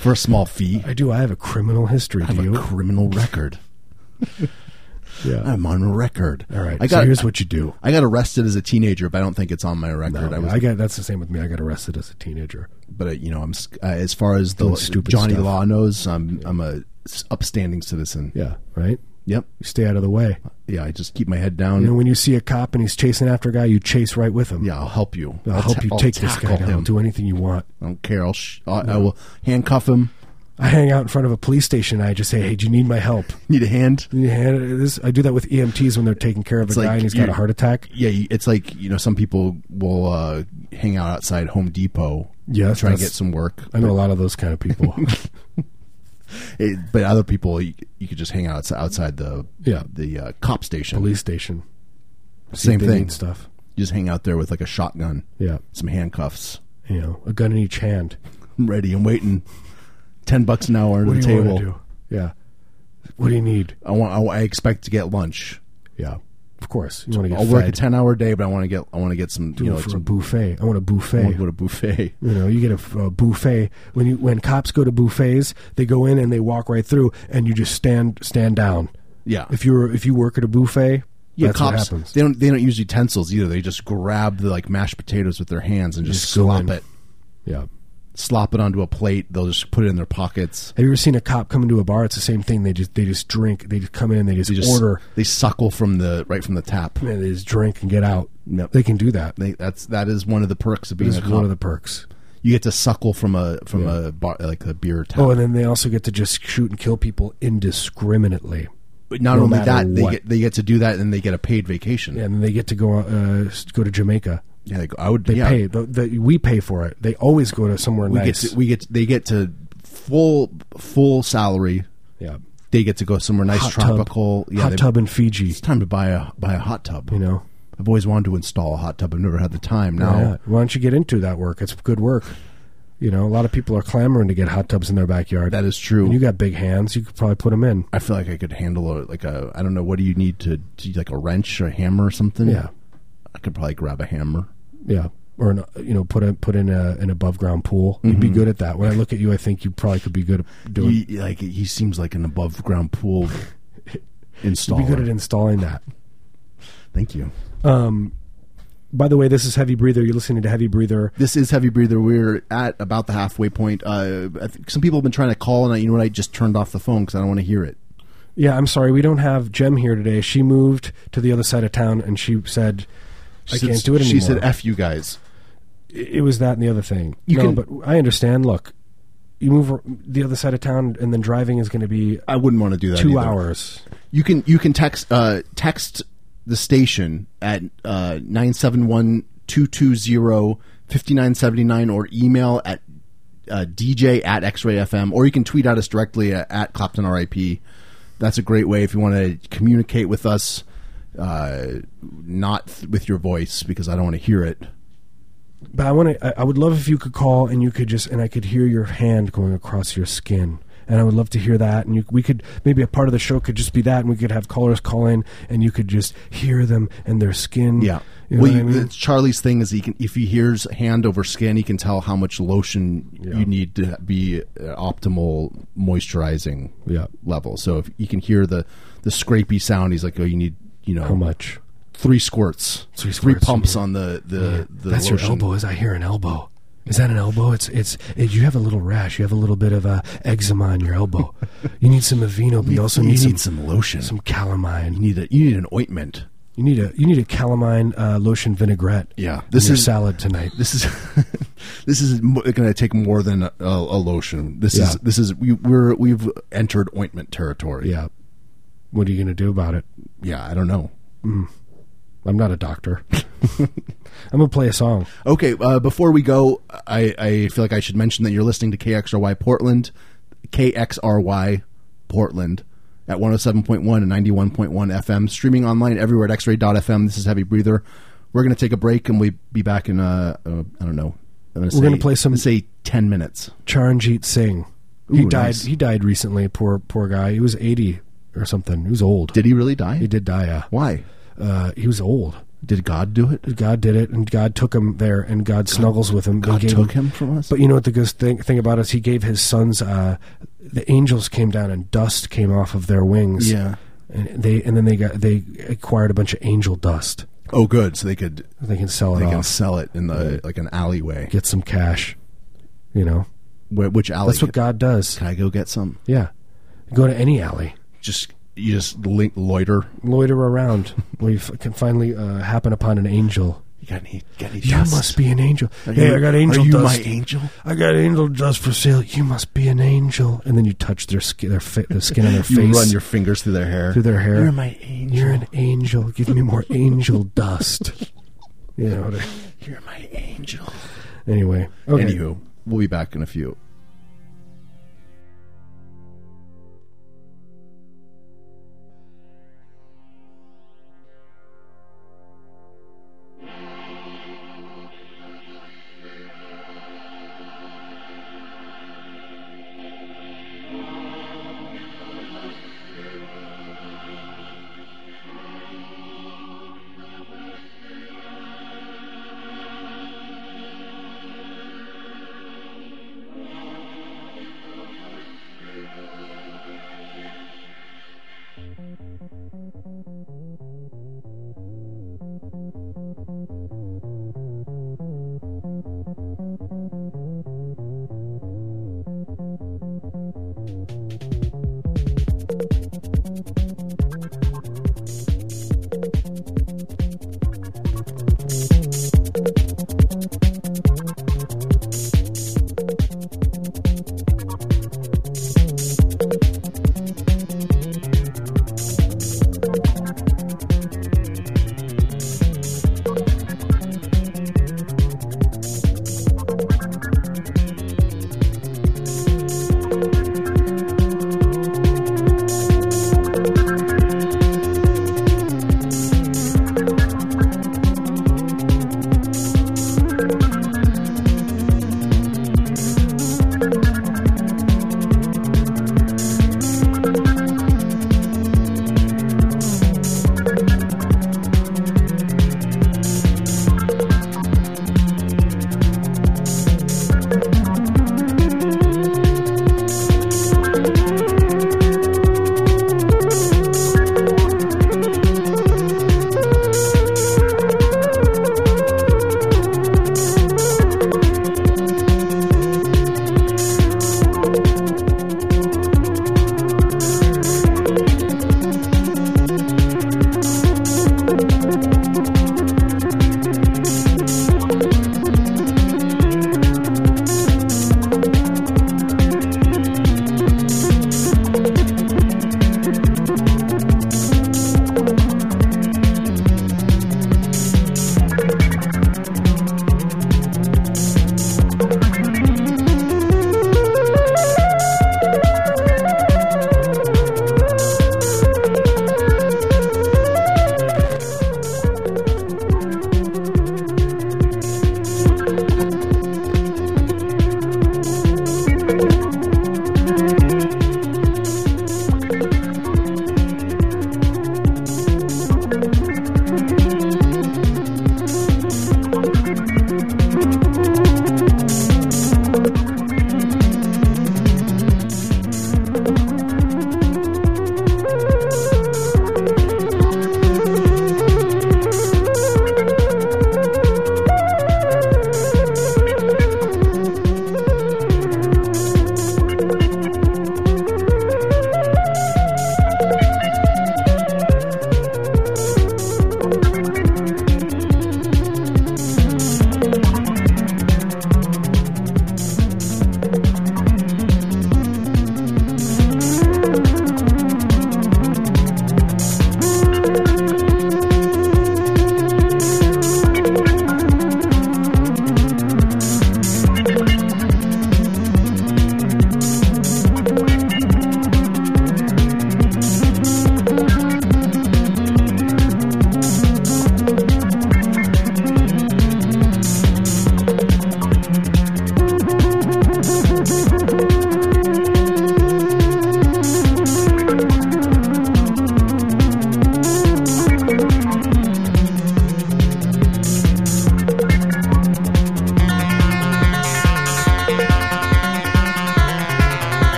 [SPEAKER 1] for a small fee.
[SPEAKER 2] I do. I have a criminal history.
[SPEAKER 1] I
[SPEAKER 2] do
[SPEAKER 1] have
[SPEAKER 2] you?
[SPEAKER 1] a criminal record.
[SPEAKER 2] yeah.
[SPEAKER 1] I'm on record.
[SPEAKER 2] All right.
[SPEAKER 1] I
[SPEAKER 2] so
[SPEAKER 1] got
[SPEAKER 2] here's what you do.
[SPEAKER 1] I got arrested as a teenager, but I don't think it's on my record.
[SPEAKER 2] I,
[SPEAKER 1] I was,
[SPEAKER 2] got that's the same with me. I got arrested as a teenager.
[SPEAKER 1] but uh, you know, I'm s- uh, as far as the
[SPEAKER 2] Doing stupid
[SPEAKER 1] Johnny
[SPEAKER 2] stuff.
[SPEAKER 1] Law knows, I'm I'm a s- upstanding citizen.
[SPEAKER 2] Yeah. Right.
[SPEAKER 1] Yep.
[SPEAKER 2] You stay out of the way.
[SPEAKER 1] Yeah, I just keep my head down.
[SPEAKER 2] You know, when you see a cop and he's chasing after a guy, you chase right with him.
[SPEAKER 1] Yeah, I'll help you.
[SPEAKER 2] I'll, help
[SPEAKER 1] ta-
[SPEAKER 2] you take this guy
[SPEAKER 1] tackle
[SPEAKER 2] down.
[SPEAKER 1] him.
[SPEAKER 2] Do anything you want.
[SPEAKER 1] I don't care. I'll sh- I, I will handcuff him.
[SPEAKER 2] I hang out in front of a police station. And I just say, "Hey, do you need my help?"
[SPEAKER 1] Need a hand?
[SPEAKER 2] And you hand it- this- I do that with EMTs when they're taking care of a
[SPEAKER 1] It's like
[SPEAKER 2] guy and he's
[SPEAKER 1] you-
[SPEAKER 2] got a heart attack.
[SPEAKER 1] Yeah, you- it's like you know some people will uh, hang out outside Home Depot.
[SPEAKER 2] Yes,
[SPEAKER 1] try to
[SPEAKER 2] that's-
[SPEAKER 1] get some work.
[SPEAKER 2] I know a lot of those kind of people.
[SPEAKER 1] It, Eh, but other people, you, you could just hang out outside, outside the
[SPEAKER 2] Yeah.
[SPEAKER 1] the uh, cop station.
[SPEAKER 2] police station, See
[SPEAKER 1] Same
[SPEAKER 2] if they
[SPEAKER 1] thing.
[SPEAKER 2] need stuff.
[SPEAKER 1] You just hang out there with like a shotgun,
[SPEAKER 2] Yeah,
[SPEAKER 1] some handcuffs,
[SPEAKER 2] you know, a gun in each hand.
[SPEAKER 1] I'm ready and waiting. Ten bucks an hour
[SPEAKER 2] What
[SPEAKER 1] to the
[SPEAKER 2] do you
[SPEAKER 1] table.
[SPEAKER 2] want to do? Yeah. What do you need?
[SPEAKER 1] I want. I, I expect to get lunch.
[SPEAKER 2] Yeah, of course. You want to get
[SPEAKER 1] I'll
[SPEAKER 2] fed.
[SPEAKER 1] work a ten-hour day, but I want to get. I want to get some.
[SPEAKER 2] Do
[SPEAKER 1] you
[SPEAKER 2] it
[SPEAKER 1] know,
[SPEAKER 2] for a
[SPEAKER 1] some,
[SPEAKER 2] buffet. I want a buffet.
[SPEAKER 1] I want to go to buffet.
[SPEAKER 2] You know, you get a, a buffet when you when cops go to buffets, they go in and they walk right through, and you just stand stand down.
[SPEAKER 1] Yeah.
[SPEAKER 2] If you're if you work at a buffet,
[SPEAKER 1] Yeah,
[SPEAKER 2] that's
[SPEAKER 1] cops.
[SPEAKER 2] what happens.
[SPEAKER 1] They don't. They don't use utensils either. They just grab the like mashed potatoes with their hands and just,
[SPEAKER 2] Just go
[SPEAKER 1] slop
[SPEAKER 2] in.
[SPEAKER 1] it,
[SPEAKER 2] Yeah.
[SPEAKER 1] slop it onto a plate. They'll just put it in their pockets.
[SPEAKER 2] Have you ever seen a cop come into a bar? It's the same thing. They just they just drink. They just come in. They just,
[SPEAKER 1] They just
[SPEAKER 2] order.
[SPEAKER 1] They suckle from the right from the tap.
[SPEAKER 2] And they just drink and get out.
[SPEAKER 1] Yep.
[SPEAKER 2] They can do that.
[SPEAKER 1] They, that's that is one of the perks of being
[SPEAKER 2] It's
[SPEAKER 1] a
[SPEAKER 2] one
[SPEAKER 1] cop.
[SPEAKER 2] of the perks.
[SPEAKER 1] you get to suckle from a from
[SPEAKER 2] Yeah.
[SPEAKER 1] a bar, like a beer tap.
[SPEAKER 2] Oh, and then they also get to just shoot and kill people indiscriminately.
[SPEAKER 1] But not
[SPEAKER 2] no
[SPEAKER 1] only
[SPEAKER 2] matter
[SPEAKER 1] that, they
[SPEAKER 2] what.
[SPEAKER 1] get they get to do that and they get a paid vacation.
[SPEAKER 2] Yeah, and then they get to go uh, go to Jamaica.
[SPEAKER 1] Yeah, they go, I would.
[SPEAKER 2] They
[SPEAKER 1] yeah,
[SPEAKER 2] pay. The, the, we pay for it. They always go to somewhere
[SPEAKER 1] we
[SPEAKER 2] nice.
[SPEAKER 1] get to, we get they get to full full salary.
[SPEAKER 2] yeah.
[SPEAKER 1] They get to go somewhere nice,
[SPEAKER 2] hot
[SPEAKER 1] tropical.
[SPEAKER 2] tub,
[SPEAKER 1] Yeah,
[SPEAKER 2] hot
[SPEAKER 1] they-
[SPEAKER 2] tub in Fiji.
[SPEAKER 1] It's time to buy a buy a hot tub.
[SPEAKER 2] You know,
[SPEAKER 1] I've always wanted to install a hot tub. I've never had the time.
[SPEAKER 2] why,
[SPEAKER 1] Now,
[SPEAKER 2] not? why don't you get into that work? It's good work. You know, a lot of people are clamoring to get hot tubs in their backyard.
[SPEAKER 1] that is true.
[SPEAKER 2] And you got big hands. You could probably put them in.
[SPEAKER 1] I feel like I could handle a like a I don't know what do you need to, to like a wrench or a hammer or something.
[SPEAKER 2] Yeah,
[SPEAKER 1] I could probably grab a hammer.
[SPEAKER 2] yeah. Or an, you know, put a put in a, an above ground pool. You'd be good at that. When I look at you, I think you probably could be good at doing.
[SPEAKER 1] He, like he seems like an above ground pool
[SPEAKER 2] You'd be good at
[SPEAKER 1] installer.
[SPEAKER 2] installing that.
[SPEAKER 1] Thank you.
[SPEAKER 2] By the way, this is Heavy Breather. You're listening to Heavy Breather.
[SPEAKER 1] This is Heavy Breather. We're at about the halfway point. Uh, I think some people have been trying to call, and I, you know what? I just turned off the phone because I don't want to hear it.
[SPEAKER 2] Yeah, I'm sorry. We don't have Jem here today. She moved to the other side of town and she said, I
[SPEAKER 1] She
[SPEAKER 2] can't
[SPEAKER 1] said-
[SPEAKER 2] do it anymore.
[SPEAKER 1] She said, "F you guys."
[SPEAKER 2] it was that and the other thing.
[SPEAKER 1] You
[SPEAKER 2] no,
[SPEAKER 1] can-
[SPEAKER 2] but I understand. Look, you move the other side of town and then driving is going to be
[SPEAKER 1] I wouldn't want to do that.
[SPEAKER 2] two
[SPEAKER 1] either.
[SPEAKER 2] hours.
[SPEAKER 1] You can you can text uh, text the station at uh, nine seven one two two zero fifty nine seventy nine or email at uh, DJ at X Ray FM or you can tweet at us directly at, at Clapton RIP. That's a great way if you want to communicate with us, uh, not th- with your voice because I don't want to hear it.
[SPEAKER 2] But I want to. I, I would love if you could call and you could just and I could hear your hand going across your skin. And I would love to hear that. And you, we could maybe a part of the show could just be that, and we could have callers call in, and you could just hear them and their skin. you know
[SPEAKER 1] well,
[SPEAKER 2] what
[SPEAKER 1] you-
[SPEAKER 2] I mean.
[SPEAKER 1] it's Charlie's thing is he can if he hears hand over skin, he can tell how much lotion you need to be uh, optimal moisturizing
[SPEAKER 2] Yeah.
[SPEAKER 1] level. So if you can hear the the scrapey sound, he's like, oh, you need you know
[SPEAKER 2] How much?
[SPEAKER 1] three squirts,
[SPEAKER 2] Three squirts.
[SPEAKER 1] pumps on the the, the
[SPEAKER 2] That's your
[SPEAKER 1] lotion.
[SPEAKER 2] elbow. Is I hear an elbow. Is that an elbow? It's it's. It, you have a little rash. You have a little bit of uh, eczema on your elbow. you need some Aveeno, but you also
[SPEAKER 1] you
[SPEAKER 2] need,
[SPEAKER 1] need
[SPEAKER 2] some
[SPEAKER 1] some lotion.
[SPEAKER 2] some calamine.
[SPEAKER 1] You need a you need an ointment.
[SPEAKER 2] You need a you need a calamine uh, lotion vinaigrette.
[SPEAKER 1] Yeah. This
[SPEAKER 2] this in your
[SPEAKER 1] is-
[SPEAKER 2] salad tonight.
[SPEAKER 1] This is this is going to take more than a, a lotion. This
[SPEAKER 2] Yeah.
[SPEAKER 1] is this is we, we're we've entered ointment territory.
[SPEAKER 2] Yeah, what are you gonna do about it?
[SPEAKER 1] yeah. I don't know.
[SPEAKER 2] I'm not a doctor. I'm gonna play a song.
[SPEAKER 1] Okay, uh, before we go, I, I feel like I should mention that you're listening to KXRY Portland, KXRY Portland at 107.1 and 91.1 FM, streaming online everywhere at xray.fm. This is Heavy Breather. We're going to take a break and we'll be back in, uh, uh, I don't know. I'm
[SPEAKER 2] We're gonna play some-
[SPEAKER 1] say 10 minutes.
[SPEAKER 2] Charanjit Singh. he
[SPEAKER 1] Ooh,
[SPEAKER 2] died.
[SPEAKER 1] nice.
[SPEAKER 2] He died recently. Poor poor guy. He was 80 or something. He was old.
[SPEAKER 1] Did he really die?
[SPEAKER 2] he did die? Yeah.
[SPEAKER 1] Why?
[SPEAKER 2] Uh, he was old.
[SPEAKER 1] Did God do it?
[SPEAKER 2] God did it, and God took him there, and God, snuggles with him. They
[SPEAKER 1] God
[SPEAKER 2] gave
[SPEAKER 1] took him from us?
[SPEAKER 2] But you know what the good thing, thing about it is? He gave his sons. Uh, the angels came down, and dust came off of their wings.
[SPEAKER 1] Yeah.
[SPEAKER 2] and they and then they got they acquired a bunch of angel dust.
[SPEAKER 1] Oh, good. So they could
[SPEAKER 2] They can sell it
[SPEAKER 1] they
[SPEAKER 2] off,
[SPEAKER 1] can sell it in the like an alleyway.
[SPEAKER 2] get some cash. You know,
[SPEAKER 1] Where, which alley?
[SPEAKER 2] that's what God does.
[SPEAKER 1] Can I go get some?
[SPEAKER 2] Yeah, go to any alley,
[SPEAKER 1] Just you just link, loiter.
[SPEAKER 2] loiter around, where you f- can finally uh, happen upon an angel.
[SPEAKER 1] You got any? Got any
[SPEAKER 2] You
[SPEAKER 1] dust?
[SPEAKER 2] must be an angel.
[SPEAKER 1] Are
[SPEAKER 2] hey,
[SPEAKER 1] you-
[SPEAKER 2] I got angel
[SPEAKER 1] are you
[SPEAKER 2] dust.
[SPEAKER 1] my angel?
[SPEAKER 2] I got angel dust for sale. You must be an angel. And then you touch their skin, their, fa- the skin on their
[SPEAKER 1] You
[SPEAKER 2] face,
[SPEAKER 1] run your fingers through their hair.
[SPEAKER 2] through their hair.
[SPEAKER 1] You're my angel.
[SPEAKER 2] You're an angel. Give me more angel dust. You know. what I-
[SPEAKER 1] You're my angel.
[SPEAKER 2] Anyway, okay.
[SPEAKER 1] Anywho, we'll be back in a few.
[SPEAKER 4] Thank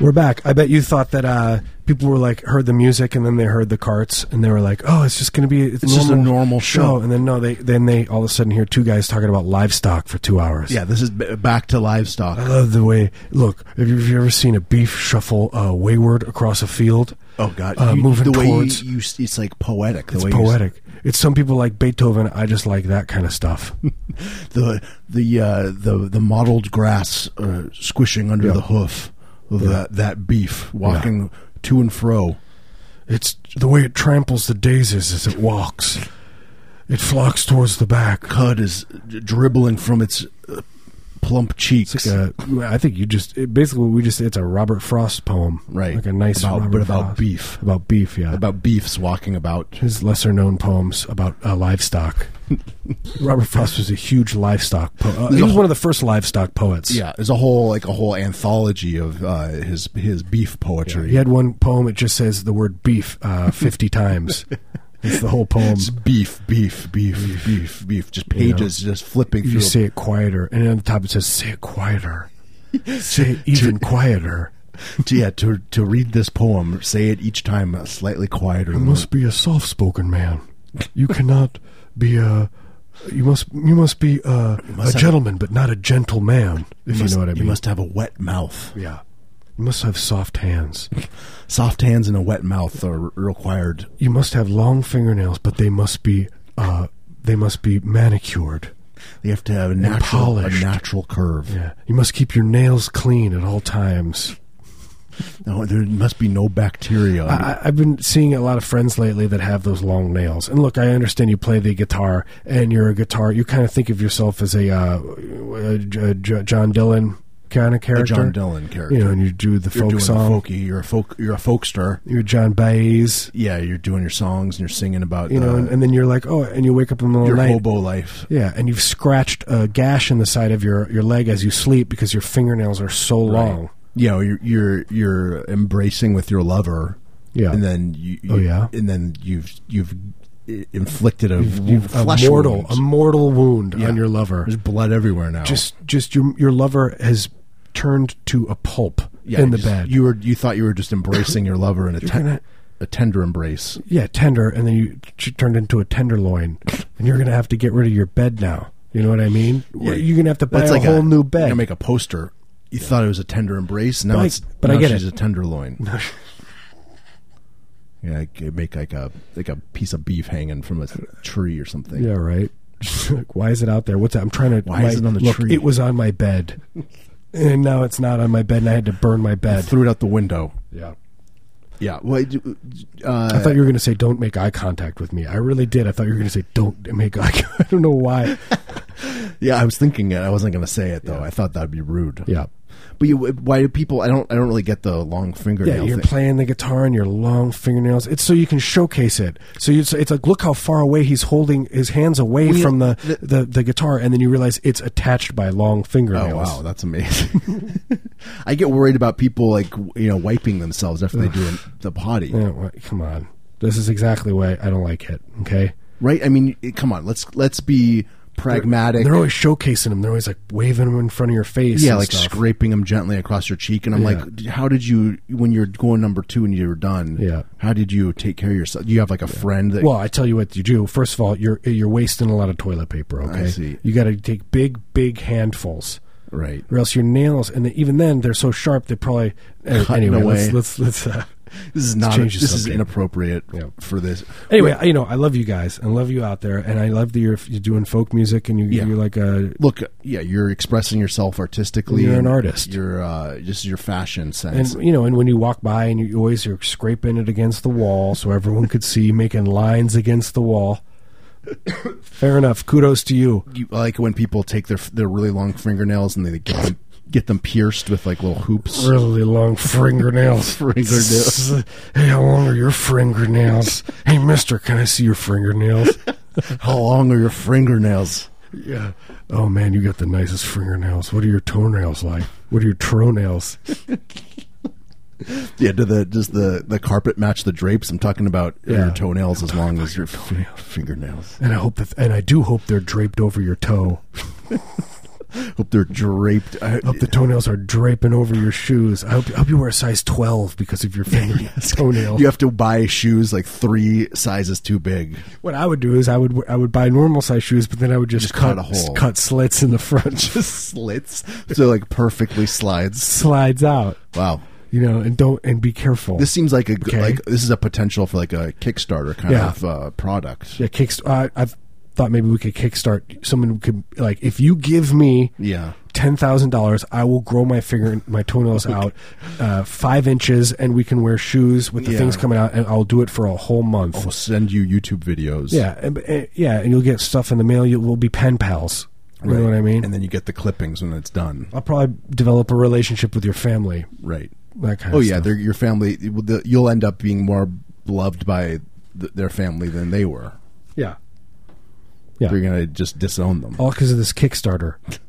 [SPEAKER 2] we're back. I bet you thought that uh, people were like heard the music and then they heard the carts and they were like, oh, it's just going to be it's,
[SPEAKER 1] It's just a normal show.
[SPEAKER 2] And then no, they then they all of a sudden hear two guys talking about livestock for two hours.
[SPEAKER 1] Yeah, this is b- back to
[SPEAKER 2] I
[SPEAKER 1] livestock.
[SPEAKER 2] love the way. Look, have you, have you ever seen a beef shuffle uh, wayward across a field?
[SPEAKER 1] Oh God,
[SPEAKER 2] uh,
[SPEAKER 1] You-
[SPEAKER 2] moving
[SPEAKER 1] the way
[SPEAKER 2] towards.
[SPEAKER 1] you, s it's like poetic. The
[SPEAKER 2] it's
[SPEAKER 1] way you s-
[SPEAKER 2] poetic. It's some people like Beethoven. I just like that kind of stuff.
[SPEAKER 1] the the uh, the the mottled grass uh, squishing under
[SPEAKER 2] Yeah.
[SPEAKER 1] the hoof of that that beef walking to and fro.
[SPEAKER 2] It's the way it tramples the daisies as it walks. It flocks towards the back.
[SPEAKER 1] Cud is d- dribbling from its uh, plump cheeks.
[SPEAKER 2] It's like a, Uh, I think you just it, basically we just it's a Robert Frost poem,
[SPEAKER 1] Right.
[SPEAKER 2] Like a nice
[SPEAKER 1] About-
[SPEAKER 2] Robert
[SPEAKER 1] but about
[SPEAKER 2] Frost.
[SPEAKER 1] beef.
[SPEAKER 2] about beef, yeah.
[SPEAKER 1] about beefs walking about.
[SPEAKER 2] his lesser known poems about uh, livestock. Robert Frost was a huge livestock poet. Uh, he was one of the first livestock poets.
[SPEAKER 1] Yeah, there's a whole like a whole anthology of uh, his his beef
[SPEAKER 2] he
[SPEAKER 1] poetry.
[SPEAKER 2] had one poem. It just says the word beef uh, fifty times. It's the whole poem.
[SPEAKER 1] It's beef, beef, beef, beef, beef. Just pages, just flipping
[SPEAKER 2] You
[SPEAKER 1] through.
[SPEAKER 2] say it quieter, and on the top it says say it quieter, say it even quieter.
[SPEAKER 1] To- yeah, to to read this poem, say it each time uh, slightly quieter.
[SPEAKER 2] You
[SPEAKER 1] than-
[SPEAKER 2] must be a soft-spoken man. You cannot be a. You must. You must be a,
[SPEAKER 1] must
[SPEAKER 2] a
[SPEAKER 1] have-
[SPEAKER 2] gentleman, but not a gentleman. If you,
[SPEAKER 1] must-
[SPEAKER 2] know what I mean.
[SPEAKER 1] You must have a wet mouth.
[SPEAKER 2] Yeah. You must have soft hands.
[SPEAKER 1] Soft hands and a wet mouth are re- required.
[SPEAKER 2] You must have long fingernails, but they must be. Uh, they must be manicured.
[SPEAKER 1] They have to have a natural, a
[SPEAKER 2] polished.
[SPEAKER 1] natural curve.
[SPEAKER 2] Yeah. You must keep your nails clean at all times.
[SPEAKER 1] No, there must be no bacteria.
[SPEAKER 2] I, I- I've been seeing a lot of friends lately that have those long nails. And look, I understand you play the guitar, and you're a guitar. You kind of think of yourself as a, uh, a, J- J- John Dylan kind of character.
[SPEAKER 1] John Dylan character.
[SPEAKER 2] You know, and you do the
[SPEAKER 1] you're
[SPEAKER 2] folk
[SPEAKER 1] doing
[SPEAKER 2] song.
[SPEAKER 1] the folky. You're a folk. You're a folkster.
[SPEAKER 2] You're John Baez.
[SPEAKER 1] Yeah, you're doing your songs and you're singing about
[SPEAKER 2] You
[SPEAKER 1] the,
[SPEAKER 2] know, and, and then you're like, oh, and you wake up in the middle
[SPEAKER 1] your
[SPEAKER 2] of the night.
[SPEAKER 1] Uh, hobo life.
[SPEAKER 2] Yeah, and you've scratched a gash in the side of your, your leg as you sleep because your fingernails are so long.
[SPEAKER 1] You know, you're you're, you're embracing with your lover.
[SPEAKER 2] Yeah.
[SPEAKER 1] and then you,
[SPEAKER 2] Oh,
[SPEAKER 1] you-
[SPEAKER 2] yeah?
[SPEAKER 1] and then you've you've i- inflicted a,
[SPEAKER 2] You've a
[SPEAKER 1] flesh
[SPEAKER 2] mortal,
[SPEAKER 1] wound.
[SPEAKER 2] a mortal wound
[SPEAKER 1] Yeah.
[SPEAKER 2] on your lover.
[SPEAKER 1] There's blood everywhere now.
[SPEAKER 2] just just your your lover has turned to a pulp
[SPEAKER 1] Yeah,
[SPEAKER 2] in the
[SPEAKER 1] just-
[SPEAKER 2] bed.
[SPEAKER 1] You were you thought you were just embracing your lover in a, ten-
[SPEAKER 2] gonna-
[SPEAKER 1] a tender embrace.
[SPEAKER 2] yeah, tender, and then you t- turned into a tenderloin, and you're gonna have to get rid of your bed now. You know what I mean?
[SPEAKER 1] Yeah,
[SPEAKER 2] you're gonna have to buy a whole new bed.
[SPEAKER 1] You make a poster. You thought it was a tender embrace. Now
[SPEAKER 2] But I-
[SPEAKER 1] it's
[SPEAKER 2] but I
[SPEAKER 1] now
[SPEAKER 2] get
[SPEAKER 1] she's
[SPEAKER 2] it.
[SPEAKER 1] a tenderloin. yeah, I could make like a like a piece of beef hanging from a tree or something.
[SPEAKER 2] yeah, right. Like, Why is it out there? What's that? I'm trying to.
[SPEAKER 1] Why is it on the
[SPEAKER 2] look,
[SPEAKER 1] tree?
[SPEAKER 2] It was on my bed, and now it's not on my bed, and I had to burn my
[SPEAKER 1] I
[SPEAKER 2] bed.
[SPEAKER 1] threw it out the window.
[SPEAKER 2] Yeah.
[SPEAKER 1] Yeah. Well, I do- uh,
[SPEAKER 2] I thought you were going to say don't make eye contact with me. I really did. I thought you were going to say don't make eye. con-" I don't know why.
[SPEAKER 1] yeah, I was thinking it. I wasn't going to say it though. I thought that'd be rude.
[SPEAKER 2] Yeah.
[SPEAKER 1] But you, why do people? I don't. I don't really get the long fingernail.
[SPEAKER 2] Yeah, you're
[SPEAKER 1] thing.
[SPEAKER 2] playing the guitar and your long fingernails. It's so you can showcase it. So you, so it's like, look how far away he's holding his hands away
[SPEAKER 1] you-
[SPEAKER 2] from the the, the guitar, and then you realize it's attached by long
[SPEAKER 1] Oh
[SPEAKER 2] fingernails.
[SPEAKER 1] wow, that's amazing! I get worried about people like w- you know wiping themselves after they do an- the potty,
[SPEAKER 2] Yeah, well, come on, this is exactly why I don't like it. Okay,
[SPEAKER 1] right? I mean, it- come on, let's let's be pragmatic.
[SPEAKER 2] they're always showcasing them. They're always like waving them in front of your face.
[SPEAKER 1] yeah,
[SPEAKER 2] and
[SPEAKER 1] like
[SPEAKER 2] stuff.
[SPEAKER 1] scraping them gently across your cheek, and I'm
[SPEAKER 2] Yeah.
[SPEAKER 1] like, how did you when you're going number two and you're done?
[SPEAKER 2] Yeah.
[SPEAKER 1] how did you take care of yourself? Do you have like a friend that
[SPEAKER 2] Well, I tell you what you do. First of all, you're you're wasting a lot of toilet paper. Okay,
[SPEAKER 1] see.
[SPEAKER 2] you got to take big, big handfuls.
[SPEAKER 1] right?
[SPEAKER 2] or else your nails, and then even then they're so sharp they probably. Uh,
[SPEAKER 1] Cutting
[SPEAKER 2] anyway,
[SPEAKER 1] away.
[SPEAKER 2] let's let's. let's uh,
[SPEAKER 1] This is not
[SPEAKER 2] change the
[SPEAKER 1] this is
[SPEAKER 2] subject.
[SPEAKER 1] inappropriate
[SPEAKER 2] Yeah.
[SPEAKER 1] for this.
[SPEAKER 2] anyway, I- you know, I love you guys, and love you out there, and I love that you're, you're doing folk music, and you,
[SPEAKER 1] Yeah.
[SPEAKER 2] you're like a
[SPEAKER 1] Look, yeah, you're expressing yourself artistically.
[SPEAKER 2] You're an
[SPEAKER 1] and
[SPEAKER 2] artist.
[SPEAKER 1] You're uh, this is your fashion sense.
[SPEAKER 2] and you know, and when you walk by, and you always you're scraping it against the wall, so everyone could see, making lines against the wall. Fair enough. Kudos to you.
[SPEAKER 1] you, like when people take their their really long fingernails and they get them, get them pierced with like little hoops.
[SPEAKER 2] Really long fingernails.
[SPEAKER 1] Fingernails.
[SPEAKER 2] hey, how long are your fingernails? hey, Mister, can I see your fingernails?
[SPEAKER 1] How long are your fingernails?
[SPEAKER 2] Yeah. Oh man, you got the nicest fingernails. What are your toenails like? What are your tronails?
[SPEAKER 1] Yeah, do the does the the carpet match the drapes? I'm talking about
[SPEAKER 2] Yeah.
[SPEAKER 1] your toenails as long as your fi- fingernails.
[SPEAKER 2] And I hope that, and I do hope they're draped over your toe.
[SPEAKER 1] Hope they're draped. I,
[SPEAKER 2] Hope the toenails are draping over your shoes. I hope, I hope you wear a size 12 because of your finger toenail.
[SPEAKER 1] you have to buy shoes like three sizes too big.
[SPEAKER 2] What I would do is I would I would buy normal size shoes, but then I would just,
[SPEAKER 1] Just
[SPEAKER 2] cut,
[SPEAKER 1] cut a hole.
[SPEAKER 2] cut slits in the front, just
[SPEAKER 1] Slits. So like perfectly slides.
[SPEAKER 2] slides out.
[SPEAKER 1] Wow.
[SPEAKER 2] You know, and don't and be careful.
[SPEAKER 1] This seems like a g-
[SPEAKER 2] Okay.
[SPEAKER 1] like this is a potential for like a Kickstarter kind
[SPEAKER 2] Yeah.
[SPEAKER 1] of uh, product.
[SPEAKER 2] yeah, kickst- I, I've thought maybe we could kickstart. Someone could like if you give me
[SPEAKER 1] Yeah.
[SPEAKER 2] ten thousand dollars, I will grow my finger, my toenails out uh, five inches, and we can wear shoes with the
[SPEAKER 1] Yeah. Oh,
[SPEAKER 2] things coming out, and I'll do it for a whole month.
[SPEAKER 1] We'll send you YouTube videos.
[SPEAKER 2] Yeah, and, and- yeah, and you'll get stuff in the mail. You will be pen pals. You know what I mean?
[SPEAKER 1] And then you get the clippings when it's done.
[SPEAKER 2] I'll probably develop a relationship with your family.
[SPEAKER 1] Right.
[SPEAKER 2] That kind
[SPEAKER 1] Oh
[SPEAKER 2] of
[SPEAKER 1] yeah,
[SPEAKER 2] stuff.
[SPEAKER 1] they're, your family. the- You'll end up being more loved by th- their family than they were.
[SPEAKER 2] yeah, yeah.
[SPEAKER 1] They're gonna just disown them.
[SPEAKER 2] All because of this Kickstarter.
[SPEAKER 1] But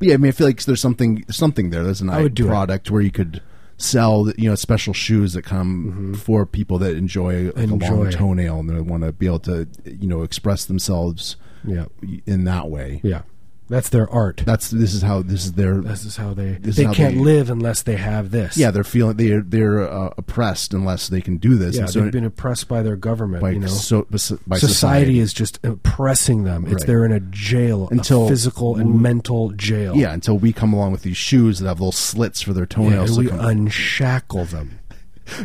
[SPEAKER 1] yeah, I mean, I feel like there's something something there. There's an
[SPEAKER 2] I would do it.
[SPEAKER 1] product where you could sell you know special shoes that come for people that enjoy like, a
[SPEAKER 2] Mm-hmm. Enjoy.
[SPEAKER 1] long toenail and they want to be able to you know express themselves
[SPEAKER 2] Yeah,
[SPEAKER 1] in that way.
[SPEAKER 2] yeah. That's their art.
[SPEAKER 1] That's this is how this is their
[SPEAKER 2] This is how they.
[SPEAKER 1] This is
[SPEAKER 2] they
[SPEAKER 1] how
[SPEAKER 2] can't
[SPEAKER 1] they-
[SPEAKER 2] live unless they have this.
[SPEAKER 1] yeah they're feeling they're they're uh, oppressed unless they can do this.
[SPEAKER 2] yeah.
[SPEAKER 1] And so
[SPEAKER 2] they've been oppressed by their government.
[SPEAKER 1] by,
[SPEAKER 2] you know,
[SPEAKER 1] so, by
[SPEAKER 2] society, is just oppressing them. It's
[SPEAKER 1] Right.
[SPEAKER 2] they're in a jail,
[SPEAKER 1] Until-
[SPEAKER 2] a physical and mental jail.
[SPEAKER 1] Yeah, until we come along with these shoes that have little slits for their
[SPEAKER 2] Yeah,
[SPEAKER 1] toenails.
[SPEAKER 2] and
[SPEAKER 1] to
[SPEAKER 2] we
[SPEAKER 1] come-
[SPEAKER 2] unshackle them.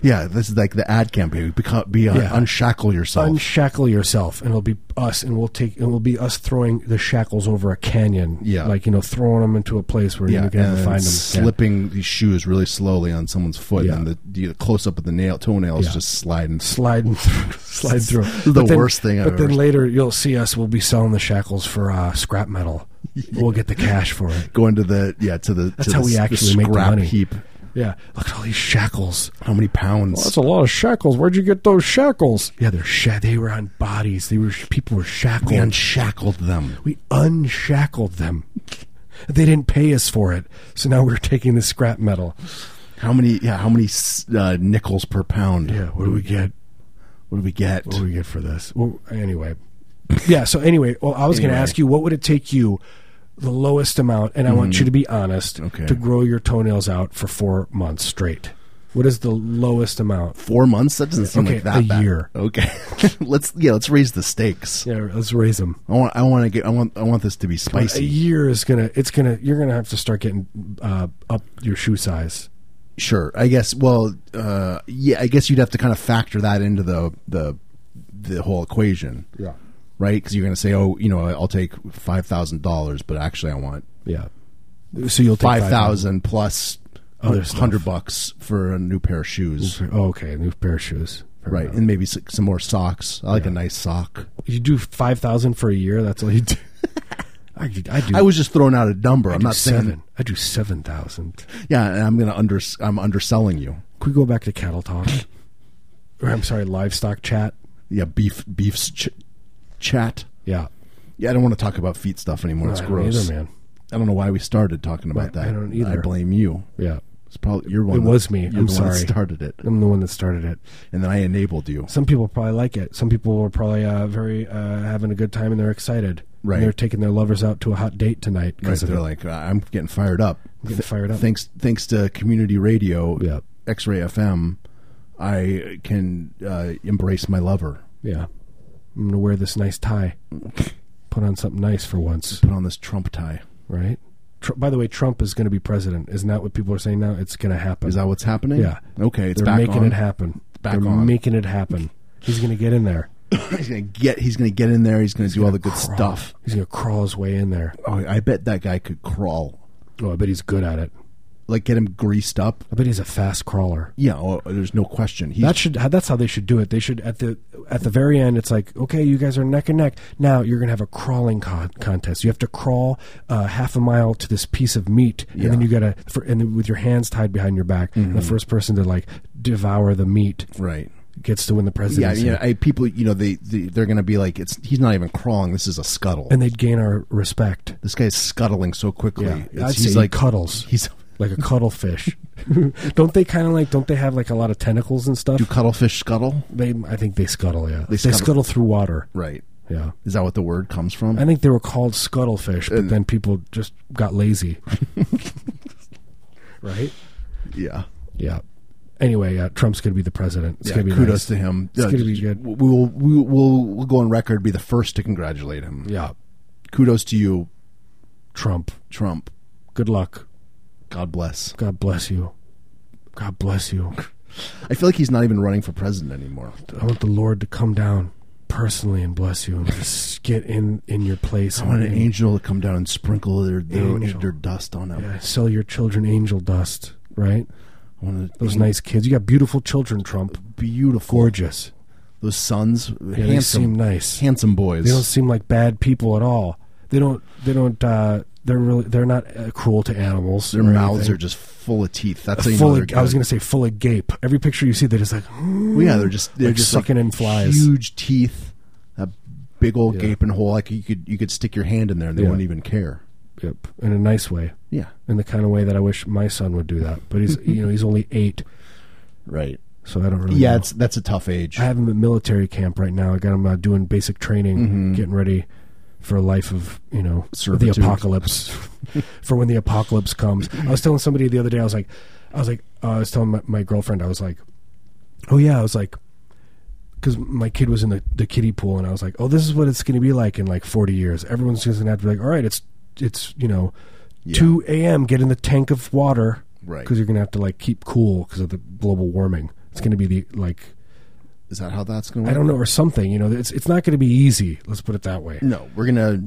[SPEAKER 1] yeah, this is like the ad campaign. Become, be uh,
[SPEAKER 2] Yeah.
[SPEAKER 1] unshackle yourself.
[SPEAKER 2] Unshackle yourself, and it'll be us, and we'll take, and it'll be us throwing the shackles over a canyon.
[SPEAKER 1] Yeah.
[SPEAKER 2] like you know, throwing them into a place where
[SPEAKER 1] yeah,
[SPEAKER 2] you can never
[SPEAKER 1] and
[SPEAKER 2] find them.
[SPEAKER 1] slipping these shoes really slowly on someone's foot,
[SPEAKER 2] Yeah.
[SPEAKER 1] and the, the close up of the nail toenails
[SPEAKER 2] Yeah.
[SPEAKER 1] just sliding.
[SPEAKER 2] sliding through, slide through.
[SPEAKER 1] This is the worst thing I've
[SPEAKER 2] But then
[SPEAKER 1] ever-
[SPEAKER 2] later you'll see us. We'll be selling the shackles for uh, scrap metal. We'll get the cash for it.
[SPEAKER 1] Going to the yeah to the
[SPEAKER 2] That's
[SPEAKER 1] to
[SPEAKER 2] how
[SPEAKER 1] the,
[SPEAKER 2] we
[SPEAKER 1] the
[SPEAKER 2] actually make the
[SPEAKER 1] scrap
[SPEAKER 2] money.
[SPEAKER 1] heap.
[SPEAKER 2] Yeah, look at all these shackles.
[SPEAKER 1] How many pounds?
[SPEAKER 2] Well, that's a lot of shackles. Where'd you get those shackles? Yeah, they're sha- they were on bodies. They were people were shackled.
[SPEAKER 1] we unshackled them.
[SPEAKER 2] we unshackled them. They didn't pay us for it, so now we're taking the scrap metal.
[SPEAKER 1] How many? Yeah, how many s- uh, nickels per pound?
[SPEAKER 2] Yeah, what do we get?
[SPEAKER 1] What do we get?
[SPEAKER 2] What do we get for this? Well, anyway, yeah. So anyway, well, I was going to
[SPEAKER 1] Anyway.
[SPEAKER 2] ask you, what would it take you, the lowest amount, and I want you to be honest,
[SPEAKER 1] Okay.
[SPEAKER 2] to grow your toenails out for four months straight? What is the lowest amount?
[SPEAKER 1] Four months? That doesn't seem
[SPEAKER 2] Okay,
[SPEAKER 1] like that
[SPEAKER 2] a
[SPEAKER 1] bad.
[SPEAKER 2] year.
[SPEAKER 1] Okay, let's yeah let's raise the stakes.
[SPEAKER 2] Yeah, let's raise them.
[SPEAKER 1] I want I want to get I want I want this to be
[SPEAKER 2] a
[SPEAKER 1] spicy.
[SPEAKER 2] year is gonna it's gonna you're gonna have to start getting uh, up your shoe size
[SPEAKER 1] Sure, I guess. Well, uh, yeah, I guess you'd have to kind of factor that into the the the whole equation,
[SPEAKER 2] yeah
[SPEAKER 1] right? Because you're going to say, oh, you know, I'll take five thousand dollars, but actually, I want
[SPEAKER 2] yeah so you'll take
[SPEAKER 1] five thousand plus
[SPEAKER 2] Other stuff.
[SPEAKER 1] hundred bucks for a new pair of shoes,
[SPEAKER 2] oh, okay new pair of shoes Fair
[SPEAKER 1] right?
[SPEAKER 2] enough.
[SPEAKER 1] And maybe s- some more socks. I like a nice sock.
[SPEAKER 2] you do 5000 for a year that's all you do I, do- I do
[SPEAKER 1] I was just throwing out a number.
[SPEAKER 2] I
[SPEAKER 1] I'm
[SPEAKER 2] do
[SPEAKER 1] not saying,
[SPEAKER 2] seven i do 7000
[SPEAKER 1] yeah, and I'm going to under I'm underselling you.
[SPEAKER 2] could we go back to cattle talk or i'm sorry livestock chat
[SPEAKER 1] Yeah, beef beefs ch- chat.
[SPEAKER 2] yeah
[SPEAKER 1] Yeah, I don't want to talk about feet stuff anymore. it's
[SPEAKER 2] I don't
[SPEAKER 1] gross.
[SPEAKER 2] either man
[SPEAKER 1] I don't know why we started talking about
[SPEAKER 2] I-
[SPEAKER 1] that.
[SPEAKER 2] I don't either.
[SPEAKER 1] blame you.
[SPEAKER 2] yeah
[SPEAKER 1] It's probably you're one.
[SPEAKER 2] It
[SPEAKER 1] that-
[SPEAKER 2] was me.
[SPEAKER 1] You're
[SPEAKER 2] I'm
[SPEAKER 1] the one that
[SPEAKER 2] sorry.
[SPEAKER 1] started it,
[SPEAKER 2] i'm the one that started it
[SPEAKER 1] and then I enabled you.
[SPEAKER 2] some people probably like it. Some people were probably uh, very uh, having a good time and they're excited.
[SPEAKER 1] Right.
[SPEAKER 2] And they're taking their lovers out to a hot date tonight.
[SPEAKER 1] Right,
[SPEAKER 2] 'cause of
[SPEAKER 1] they're
[SPEAKER 2] it.
[SPEAKER 1] like, "I- I'm getting fired up.
[SPEAKER 2] getting fired up.
[SPEAKER 1] Thanks, thanks to community radio,
[SPEAKER 2] Yeah.
[SPEAKER 1] X-ray FM, I can uh, embrace my lover.
[SPEAKER 2] yeah, I'm going to wear this nice tie. Put on something nice for once,
[SPEAKER 1] Put on this Trump tie.
[SPEAKER 2] right? Tr- by the way, Trump is going to be president. Isn't that what people are saying now? It's going to happen.
[SPEAKER 1] Is that what's happening?
[SPEAKER 2] Yeah.
[SPEAKER 1] Okay, it's
[SPEAKER 2] they're
[SPEAKER 1] back
[SPEAKER 2] making
[SPEAKER 1] on.
[SPEAKER 2] it happen.
[SPEAKER 1] Back
[SPEAKER 2] they're
[SPEAKER 1] on.
[SPEAKER 2] making it happen. He's going to get in there.
[SPEAKER 1] he's gonna get. He's gonna get in there. He's gonna do all the good
[SPEAKER 2] Crawl.
[SPEAKER 1] stuff.
[SPEAKER 2] He's going to crawl his way in there.
[SPEAKER 1] Oh, I bet that guy could crawl.
[SPEAKER 2] Oh, I bet he's good at it.
[SPEAKER 1] Like get him greased up.
[SPEAKER 2] I bet he's a fast crawler.
[SPEAKER 1] Yeah, oh, there's no question. He's
[SPEAKER 2] That should that's how they should do it. They should at the at the very end. It's like okay, you guys are neck and neck. Now you're gonna have a crawling con- contest. You have to crawl uh, half a mile to this piece of meat, and then
[SPEAKER 1] Yeah. Mm-hmm.
[SPEAKER 2] you gotta for, and then with your hands tied behind your back. The first person to like devour the meat
[SPEAKER 1] right.
[SPEAKER 2] gets to win the
[SPEAKER 1] Yeah,
[SPEAKER 2] presidency.
[SPEAKER 1] you know, I, people, you know, they, they they're going to be like, it's he's not even crawling. This is a scuttle.
[SPEAKER 2] and they'd gain our respect.
[SPEAKER 1] this guy's scuttling so quickly.
[SPEAKER 2] Yeah,
[SPEAKER 1] It's-
[SPEAKER 2] I'd say
[SPEAKER 1] he's
[SPEAKER 2] he
[SPEAKER 1] like
[SPEAKER 2] cuddles.
[SPEAKER 1] He's
[SPEAKER 2] Like a cuttlefish, don't they kind of like? Don't they have like a lot of tentacles and stuff?
[SPEAKER 1] do cuttlefish scuttle
[SPEAKER 2] They, I think they scuttle. Yeah, they,
[SPEAKER 1] scuttle.
[SPEAKER 2] scuttle through water.
[SPEAKER 1] right.
[SPEAKER 2] Yeah.
[SPEAKER 1] Is that what the word comes from?
[SPEAKER 2] I think they were called scuttlefish, but then people just got lazy. right?
[SPEAKER 1] yeah.
[SPEAKER 2] Yeah. Anyway, yeah, Trump's going to be the president. It's
[SPEAKER 1] Yeah,
[SPEAKER 2] going to be
[SPEAKER 1] kudos
[SPEAKER 2] nice.
[SPEAKER 1] to him.
[SPEAKER 2] It's
[SPEAKER 1] Uh,
[SPEAKER 2] gonna be good.
[SPEAKER 1] We will, we will we'll go on record, be the first to congratulate him.
[SPEAKER 2] Yeah.
[SPEAKER 1] Kudos to you,
[SPEAKER 2] Trump.
[SPEAKER 1] Trump.
[SPEAKER 2] Good luck.
[SPEAKER 1] God bless.
[SPEAKER 2] God bless you. God bless you.
[SPEAKER 1] I feel like he's not even running for president anymore.
[SPEAKER 2] I want the Lord to come down personally and bless you and just get in in your place.
[SPEAKER 1] I want an
[SPEAKER 2] and-
[SPEAKER 1] angel to come down and sprinkle their their,
[SPEAKER 2] Angel.
[SPEAKER 1] their dust on him.
[SPEAKER 2] Yeah, sell your children angel dust, right?
[SPEAKER 1] I want a-
[SPEAKER 2] Those nice kids. You got beautiful children, Trump.
[SPEAKER 1] beautiful,
[SPEAKER 2] Gorgeous.
[SPEAKER 1] those sons,
[SPEAKER 2] Yeah, they
[SPEAKER 1] handsome,
[SPEAKER 2] seem nice.
[SPEAKER 1] handsome boys.
[SPEAKER 2] They don't seem like bad people at all. They don't. They don't. Uh, they're really. They're not uh, cruel to animals.
[SPEAKER 1] their
[SPEAKER 2] or
[SPEAKER 1] mouths
[SPEAKER 2] anything.
[SPEAKER 1] are just full of teeth. That's how you
[SPEAKER 2] full.
[SPEAKER 1] know
[SPEAKER 2] Of,
[SPEAKER 1] they're
[SPEAKER 2] I was
[SPEAKER 1] good.
[SPEAKER 2] gonna say full of gape. Every picture you see, they're just like. "Hmm,"
[SPEAKER 1] Well, yeah, they're just they're
[SPEAKER 2] Like
[SPEAKER 1] just
[SPEAKER 2] sucking
[SPEAKER 1] like
[SPEAKER 2] in flies.
[SPEAKER 1] huge teeth, that big old
[SPEAKER 2] Yeah.
[SPEAKER 1] gaping hole. Like you could you could stick your hand in there and they
[SPEAKER 2] Yeah.
[SPEAKER 1] wouldn't even care.
[SPEAKER 2] Yep. In a nice way,
[SPEAKER 1] Yeah,
[SPEAKER 2] in the kind of way that I wish my son would do that. But he's, you know, he's only eight,
[SPEAKER 1] right.
[SPEAKER 2] so I don't really.
[SPEAKER 1] Yeah,
[SPEAKER 2] know.
[SPEAKER 1] it's that's a tough age.
[SPEAKER 2] I have him at military camp right now. I got him uh, doing basic training, getting ready for a life of you know
[SPEAKER 1] Mm-hmm. Servitude.
[SPEAKER 2] the apocalypse, for when the apocalypse comes. I was telling somebody the other day. I was like, I was like, uh, I was telling my, my girlfriend. I was like, oh yeah, I was like, because my kid was in the the kiddie pool, and I was like, oh, this is what it's going to be like in like forty years. Everyone's just going to have to be like, all right, it's it's you know.
[SPEAKER 1] Yeah.
[SPEAKER 2] 2 a.m. get in the tank of water
[SPEAKER 1] Right.
[SPEAKER 2] because you're gonna have to like keep cool because of the global warming it's gonna be the like
[SPEAKER 1] Is that how that's going to
[SPEAKER 2] I
[SPEAKER 1] work?
[SPEAKER 2] don't know, or something. You know, it's it's not going to be easy. Let's put it that way.
[SPEAKER 1] No, we're gonna.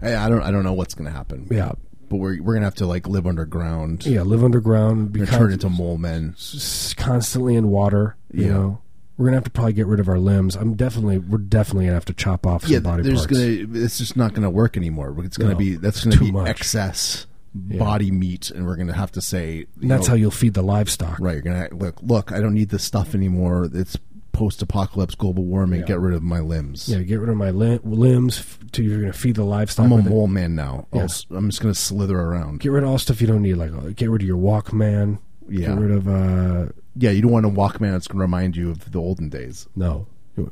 [SPEAKER 1] I, I don't. I don't know what's gonna happen.
[SPEAKER 2] Yeah,
[SPEAKER 1] but we're we're gonna have to like live underground.
[SPEAKER 2] yeah. Live underground, be
[SPEAKER 1] We're gonna turn
[SPEAKER 2] con-
[SPEAKER 1] into mole men.
[SPEAKER 2] s- constantly in water. You
[SPEAKER 1] Yeah.
[SPEAKER 2] know, we're gonna have to probably get rid of our limbs. I'm definitely, we're definitely gonna have to chop off some
[SPEAKER 1] Yeah,
[SPEAKER 2] body
[SPEAKER 1] there's
[SPEAKER 2] parts.
[SPEAKER 1] gonna. It's just not gonna work anymore. It's gonna
[SPEAKER 2] No,
[SPEAKER 1] be. That's
[SPEAKER 2] it's
[SPEAKER 1] gonna
[SPEAKER 2] too
[SPEAKER 1] be
[SPEAKER 2] much.
[SPEAKER 1] excess body meat, and we're gonna have to say. you
[SPEAKER 2] and that's
[SPEAKER 1] know,
[SPEAKER 2] how you'll feed the livestock.
[SPEAKER 1] Right, you're gonna look. Look, I don't need this stuff anymore. It's post-apocalypse, global warming. Get rid of my limbs.
[SPEAKER 2] Yeah, get rid of my lim- limbs. F- to, you're gonna feed the livestock.
[SPEAKER 1] I'm a
[SPEAKER 2] with it.
[SPEAKER 1] mole man now. I'll
[SPEAKER 2] Yeah.
[SPEAKER 1] s- I'm just gonna slither around.
[SPEAKER 2] Get rid of all stuff you don't need. Like, uh, get rid of your Walkman.
[SPEAKER 1] Yeah.
[SPEAKER 2] Get rid of uh,
[SPEAKER 1] Yeah, you don't want a Walkman. It's gonna remind you of the olden days.
[SPEAKER 2] no.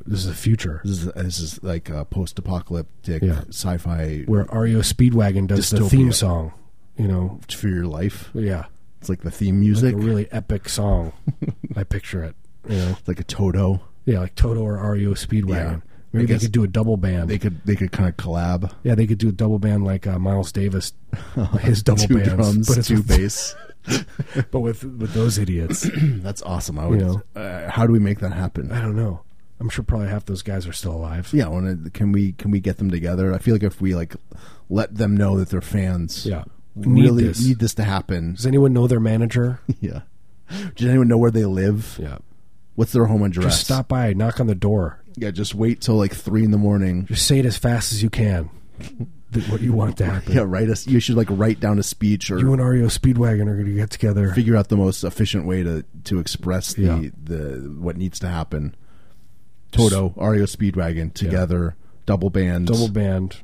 [SPEAKER 2] This is the future.
[SPEAKER 1] This is this is like a post-apocalyptic
[SPEAKER 2] Yeah.
[SPEAKER 1] sci-fi
[SPEAKER 2] Where REO Speedwagon does the theme
[SPEAKER 1] Dystopia.
[SPEAKER 2] song. You know,
[SPEAKER 1] for your life.
[SPEAKER 2] yeah.
[SPEAKER 1] It's like the theme
[SPEAKER 2] like
[SPEAKER 1] music,
[SPEAKER 2] a really epic song. I picture it. You know,
[SPEAKER 1] like a Toto.
[SPEAKER 2] yeah, like Toto or REO Speedwagon.
[SPEAKER 1] Yeah. I
[SPEAKER 2] Maybe they
[SPEAKER 1] guess-
[SPEAKER 2] could do a double band.
[SPEAKER 1] They could they could kind of collab.
[SPEAKER 2] yeah, they could do a double band like uh, Miles Davis, his double
[SPEAKER 1] two
[SPEAKER 2] bands,
[SPEAKER 1] drums,
[SPEAKER 2] but it's
[SPEAKER 1] two
[SPEAKER 2] with-
[SPEAKER 1] bass.
[SPEAKER 2] but with with those idiots.
[SPEAKER 1] That's awesome. I would.
[SPEAKER 2] You
[SPEAKER 1] uh, how do we make that happen?
[SPEAKER 2] I don't know. I'm sure probably half those guys are still alive.
[SPEAKER 1] Yeah, I wanna, can we can we get them together? I feel like if we like let them know that they're fans,
[SPEAKER 2] Yeah. Need
[SPEAKER 1] really
[SPEAKER 2] this.
[SPEAKER 1] need this to happen.
[SPEAKER 2] Does anyone know their manager?
[SPEAKER 1] yeah. Does anyone know where they live?
[SPEAKER 2] yeah.
[SPEAKER 1] What's their home address?
[SPEAKER 2] Just stop by, knock on the door.
[SPEAKER 1] Yeah, just wait till like three in the morning.
[SPEAKER 2] Just say it as fast as you can. that what you want to happen.
[SPEAKER 1] Yeah, write us. You should like write down a speech or
[SPEAKER 2] You and REO Speedwagon are going to get together.
[SPEAKER 1] figure out the most efficient way to to express the
[SPEAKER 2] Yeah.
[SPEAKER 1] the what needs to happen. Toto, Ario Speedwagon together, double band.
[SPEAKER 2] double band.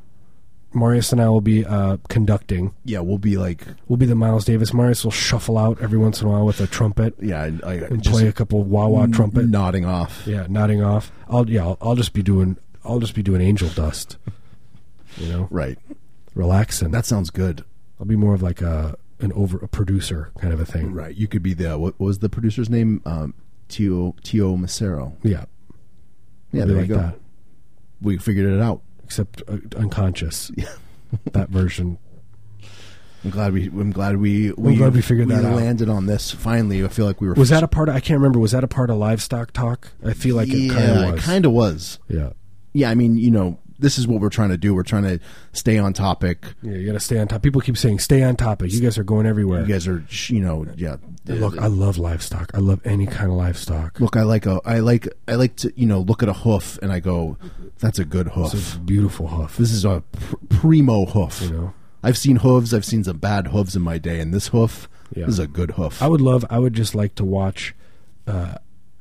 [SPEAKER 2] Marius and I will be uh, conducting.
[SPEAKER 1] yeah, we'll be like
[SPEAKER 2] We'll be the Miles Davis. Marius will shuffle out every once in a while with a trumpet
[SPEAKER 1] yeah, I, I
[SPEAKER 2] and
[SPEAKER 1] just
[SPEAKER 2] play a couple wah wah trumpet.
[SPEAKER 1] nodding off.
[SPEAKER 2] Yeah, nodding off. I'll yeah, I'll, I'll just be doing I'll just be doing angel dust. You know,
[SPEAKER 1] Right.
[SPEAKER 2] relaxing.
[SPEAKER 1] That sounds good.
[SPEAKER 2] I'll be more of like a an over a producer kind of a thing.
[SPEAKER 1] Right. You could be the what, what was the producer's name? Um Tio Tio Macero.
[SPEAKER 2] Yeah,
[SPEAKER 1] Yeah, there
[SPEAKER 2] I'll be
[SPEAKER 1] you
[SPEAKER 2] like
[SPEAKER 1] go.
[SPEAKER 2] that.
[SPEAKER 1] We figured it out.
[SPEAKER 2] Except uh, unconscious. that version.
[SPEAKER 1] I'm glad we I'm glad we we,
[SPEAKER 2] glad we figured that out.
[SPEAKER 1] landed on this finally. I feel like we were
[SPEAKER 2] Was that a part? Of, I can't remember. Was that a part of livestock talk? I feel like it kind
[SPEAKER 1] yeah,
[SPEAKER 2] of was.
[SPEAKER 1] kind of was.
[SPEAKER 2] yeah.
[SPEAKER 1] yeah, I mean, you know, this is what we're trying to do. We're trying to stay on topic.
[SPEAKER 2] Yeah, you got to stay on top. People keep saying, "Stay on topic." You guys are going everywhere.
[SPEAKER 1] You guys are, sh- you know, yeah.
[SPEAKER 2] Look, I love livestock. I love any kind of livestock.
[SPEAKER 1] Look, I like a, I like, I like to, you know, look at a hoof and I go, that's a good hoof.
[SPEAKER 2] It's a beautiful hoof.
[SPEAKER 1] this is a pr- primo hoof.
[SPEAKER 2] You know?
[SPEAKER 1] I've seen hooves. I've seen some bad hooves in my day, and this hoof
[SPEAKER 2] Yeah.
[SPEAKER 1] this is a good hoof.
[SPEAKER 2] I would love. I would just like to watch uh,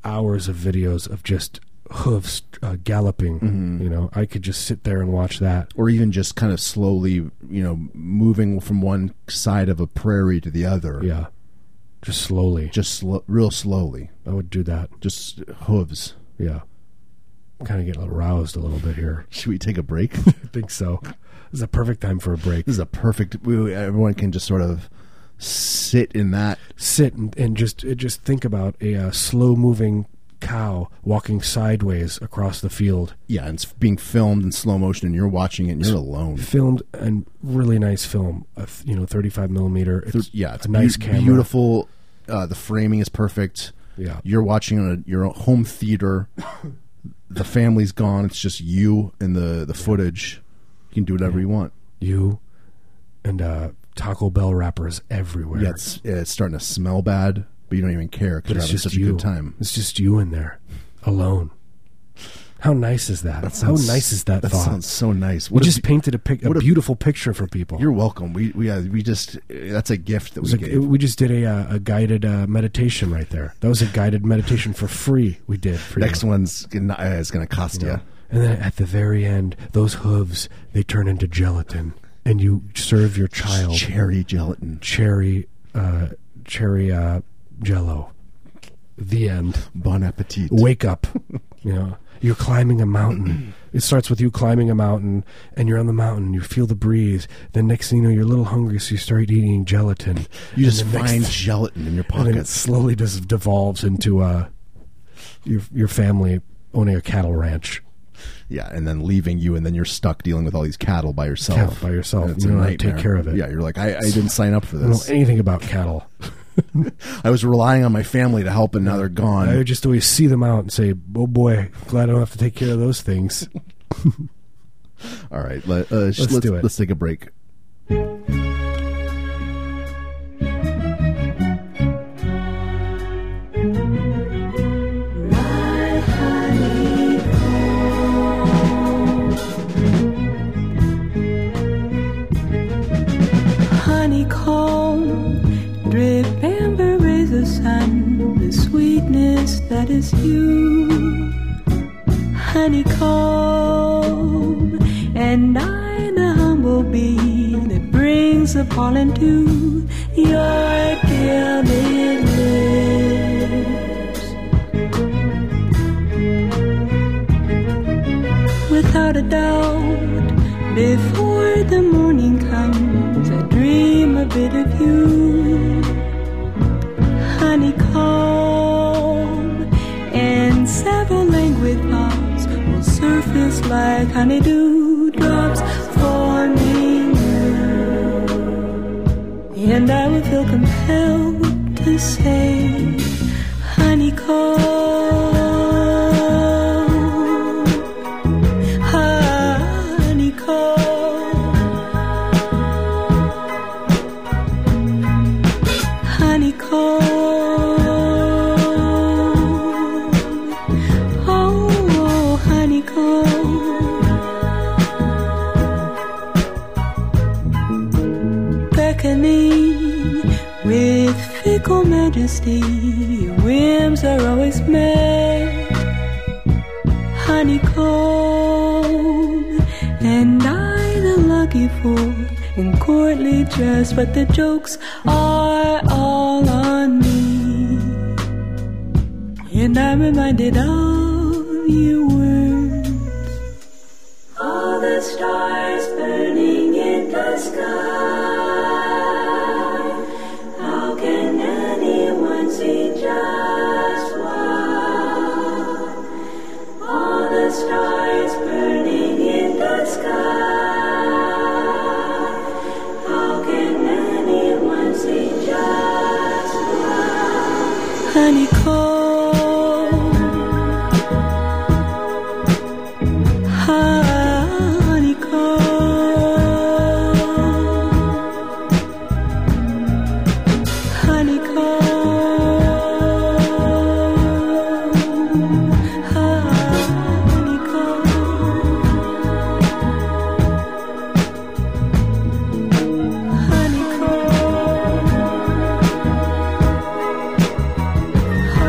[SPEAKER 2] hours of videos of just hooves uh, galloping.
[SPEAKER 1] Mm-hmm.
[SPEAKER 2] You know, I could just sit there and watch that.
[SPEAKER 1] or even just kind of slowly, you know, moving from one side of a prairie to the other.
[SPEAKER 2] Yeah, just slowly.
[SPEAKER 1] Just sl- real slowly.
[SPEAKER 2] I would do that.
[SPEAKER 1] Just hooves.
[SPEAKER 2] Yeah, I'm kind of getting aroused a little bit here.
[SPEAKER 1] Should we take a break?
[SPEAKER 2] I think so. This is a perfect time for a break.
[SPEAKER 1] this is a perfect. we- Everyone can just sort of sit in that.
[SPEAKER 2] Sit and, and just uh, just think about a uh, slow moving cow walking sideways across the field,
[SPEAKER 1] Yeah, and it's being filmed in slow motion, and you're watching it, and you're alone.
[SPEAKER 2] filmed and really nice film. A th- you know, 35 millimeter. It's,
[SPEAKER 1] Yeah, it's
[SPEAKER 2] a nice
[SPEAKER 1] beau-
[SPEAKER 2] camera.
[SPEAKER 1] beautiful. Uh, the framing is perfect.
[SPEAKER 2] Yeah.
[SPEAKER 1] you're watching on a, your own home theater. the family's gone. It's just you and the the footage. You can do whatever you want.
[SPEAKER 2] You and uh, Taco Bell wrappers everywhere.
[SPEAKER 1] Yeah, it's, yeah, it's starting to smell bad, but you don't even care because
[SPEAKER 2] But
[SPEAKER 1] you're
[SPEAKER 2] it's
[SPEAKER 1] having
[SPEAKER 2] just
[SPEAKER 1] such
[SPEAKER 2] you.
[SPEAKER 1] a good time.
[SPEAKER 2] It's just you in there, alone. How nice is that?
[SPEAKER 1] sounds-
[SPEAKER 2] How nice is that,
[SPEAKER 1] That
[SPEAKER 2] thought?
[SPEAKER 1] sounds so nice.
[SPEAKER 2] we
[SPEAKER 1] What
[SPEAKER 2] just
[SPEAKER 1] just
[SPEAKER 2] painted a, pic- a
[SPEAKER 1] what a-
[SPEAKER 2] beautiful picture for people.
[SPEAKER 1] you're welcome. We we uh, we just uh, that's a gift that
[SPEAKER 2] It was
[SPEAKER 1] we
[SPEAKER 2] a-
[SPEAKER 1] gave.
[SPEAKER 2] it- we just did a, uh, a guided uh, meditation right there. That was a guided meditation for free. We did for you.
[SPEAKER 1] Next one's gonna, uh, it's going to cost you.
[SPEAKER 2] And then at the very end, those hooves they turn into gelatin, and you serve your child
[SPEAKER 1] Cherry gelatin.
[SPEAKER 2] cherry uh, cherry uh, jello. The end.
[SPEAKER 1] Bon appetit.
[SPEAKER 2] wake up you know you're climbing a mountain it starts with you climbing a mountain and you're on the mountain you feel the breeze then next thing you know you're a little hungry so you start eating gelatin
[SPEAKER 1] you just
[SPEAKER 2] And the
[SPEAKER 1] find
[SPEAKER 2] next-
[SPEAKER 1] gelatin in your
[SPEAKER 2] and then it
[SPEAKER 1] pockets.
[SPEAKER 2] slowly just devolves into uh, your your family owning a cattle ranch
[SPEAKER 1] Yeah, and then leaving you, and then you're stuck dealing with all these cattle by yourself.
[SPEAKER 2] Cattle by yourself.
[SPEAKER 1] And it's
[SPEAKER 2] You
[SPEAKER 1] a
[SPEAKER 2] don't know how to take
[SPEAKER 1] nightmare.
[SPEAKER 2] care of it.
[SPEAKER 1] Yeah, you're like, I, I didn't sign up for
[SPEAKER 2] i don't know
[SPEAKER 1] this.
[SPEAKER 2] anything about cattle
[SPEAKER 1] I was relying on my family to help, and now they're
[SPEAKER 2] i
[SPEAKER 1] gone.
[SPEAKER 2] would just always see them out and say oh boy glad i don't have to take care of those things
[SPEAKER 1] All right, let, uh, sh-
[SPEAKER 2] Let's
[SPEAKER 1] let's,
[SPEAKER 2] do it.
[SPEAKER 1] let's take a break.
[SPEAKER 5] honeycomb drip amber razor sun the sweetness that is you honeycomb and i the humble bee that brings the pollen to your gilded lips without a doubt. Before the morning comes, I dream a bit of you, honeycomb, and several languid thoughts will surface like honeydew drops forming you, and I will feel compelled to say, honeycomb honeycomb. Honeycomb. Oh, honeycomb. Beckoning with fickle majesty, your whims are always met honeycomb. And I, the lucky fool, in courtly dress, but the jokes are all on me. And I'm reminded of your words. All the stars burning in the sky. How can anyone see just one? All the stars burning in the sky. How can anyone see just one? Honeycomb. Honeycomb. Honeycomb. Honeycomb,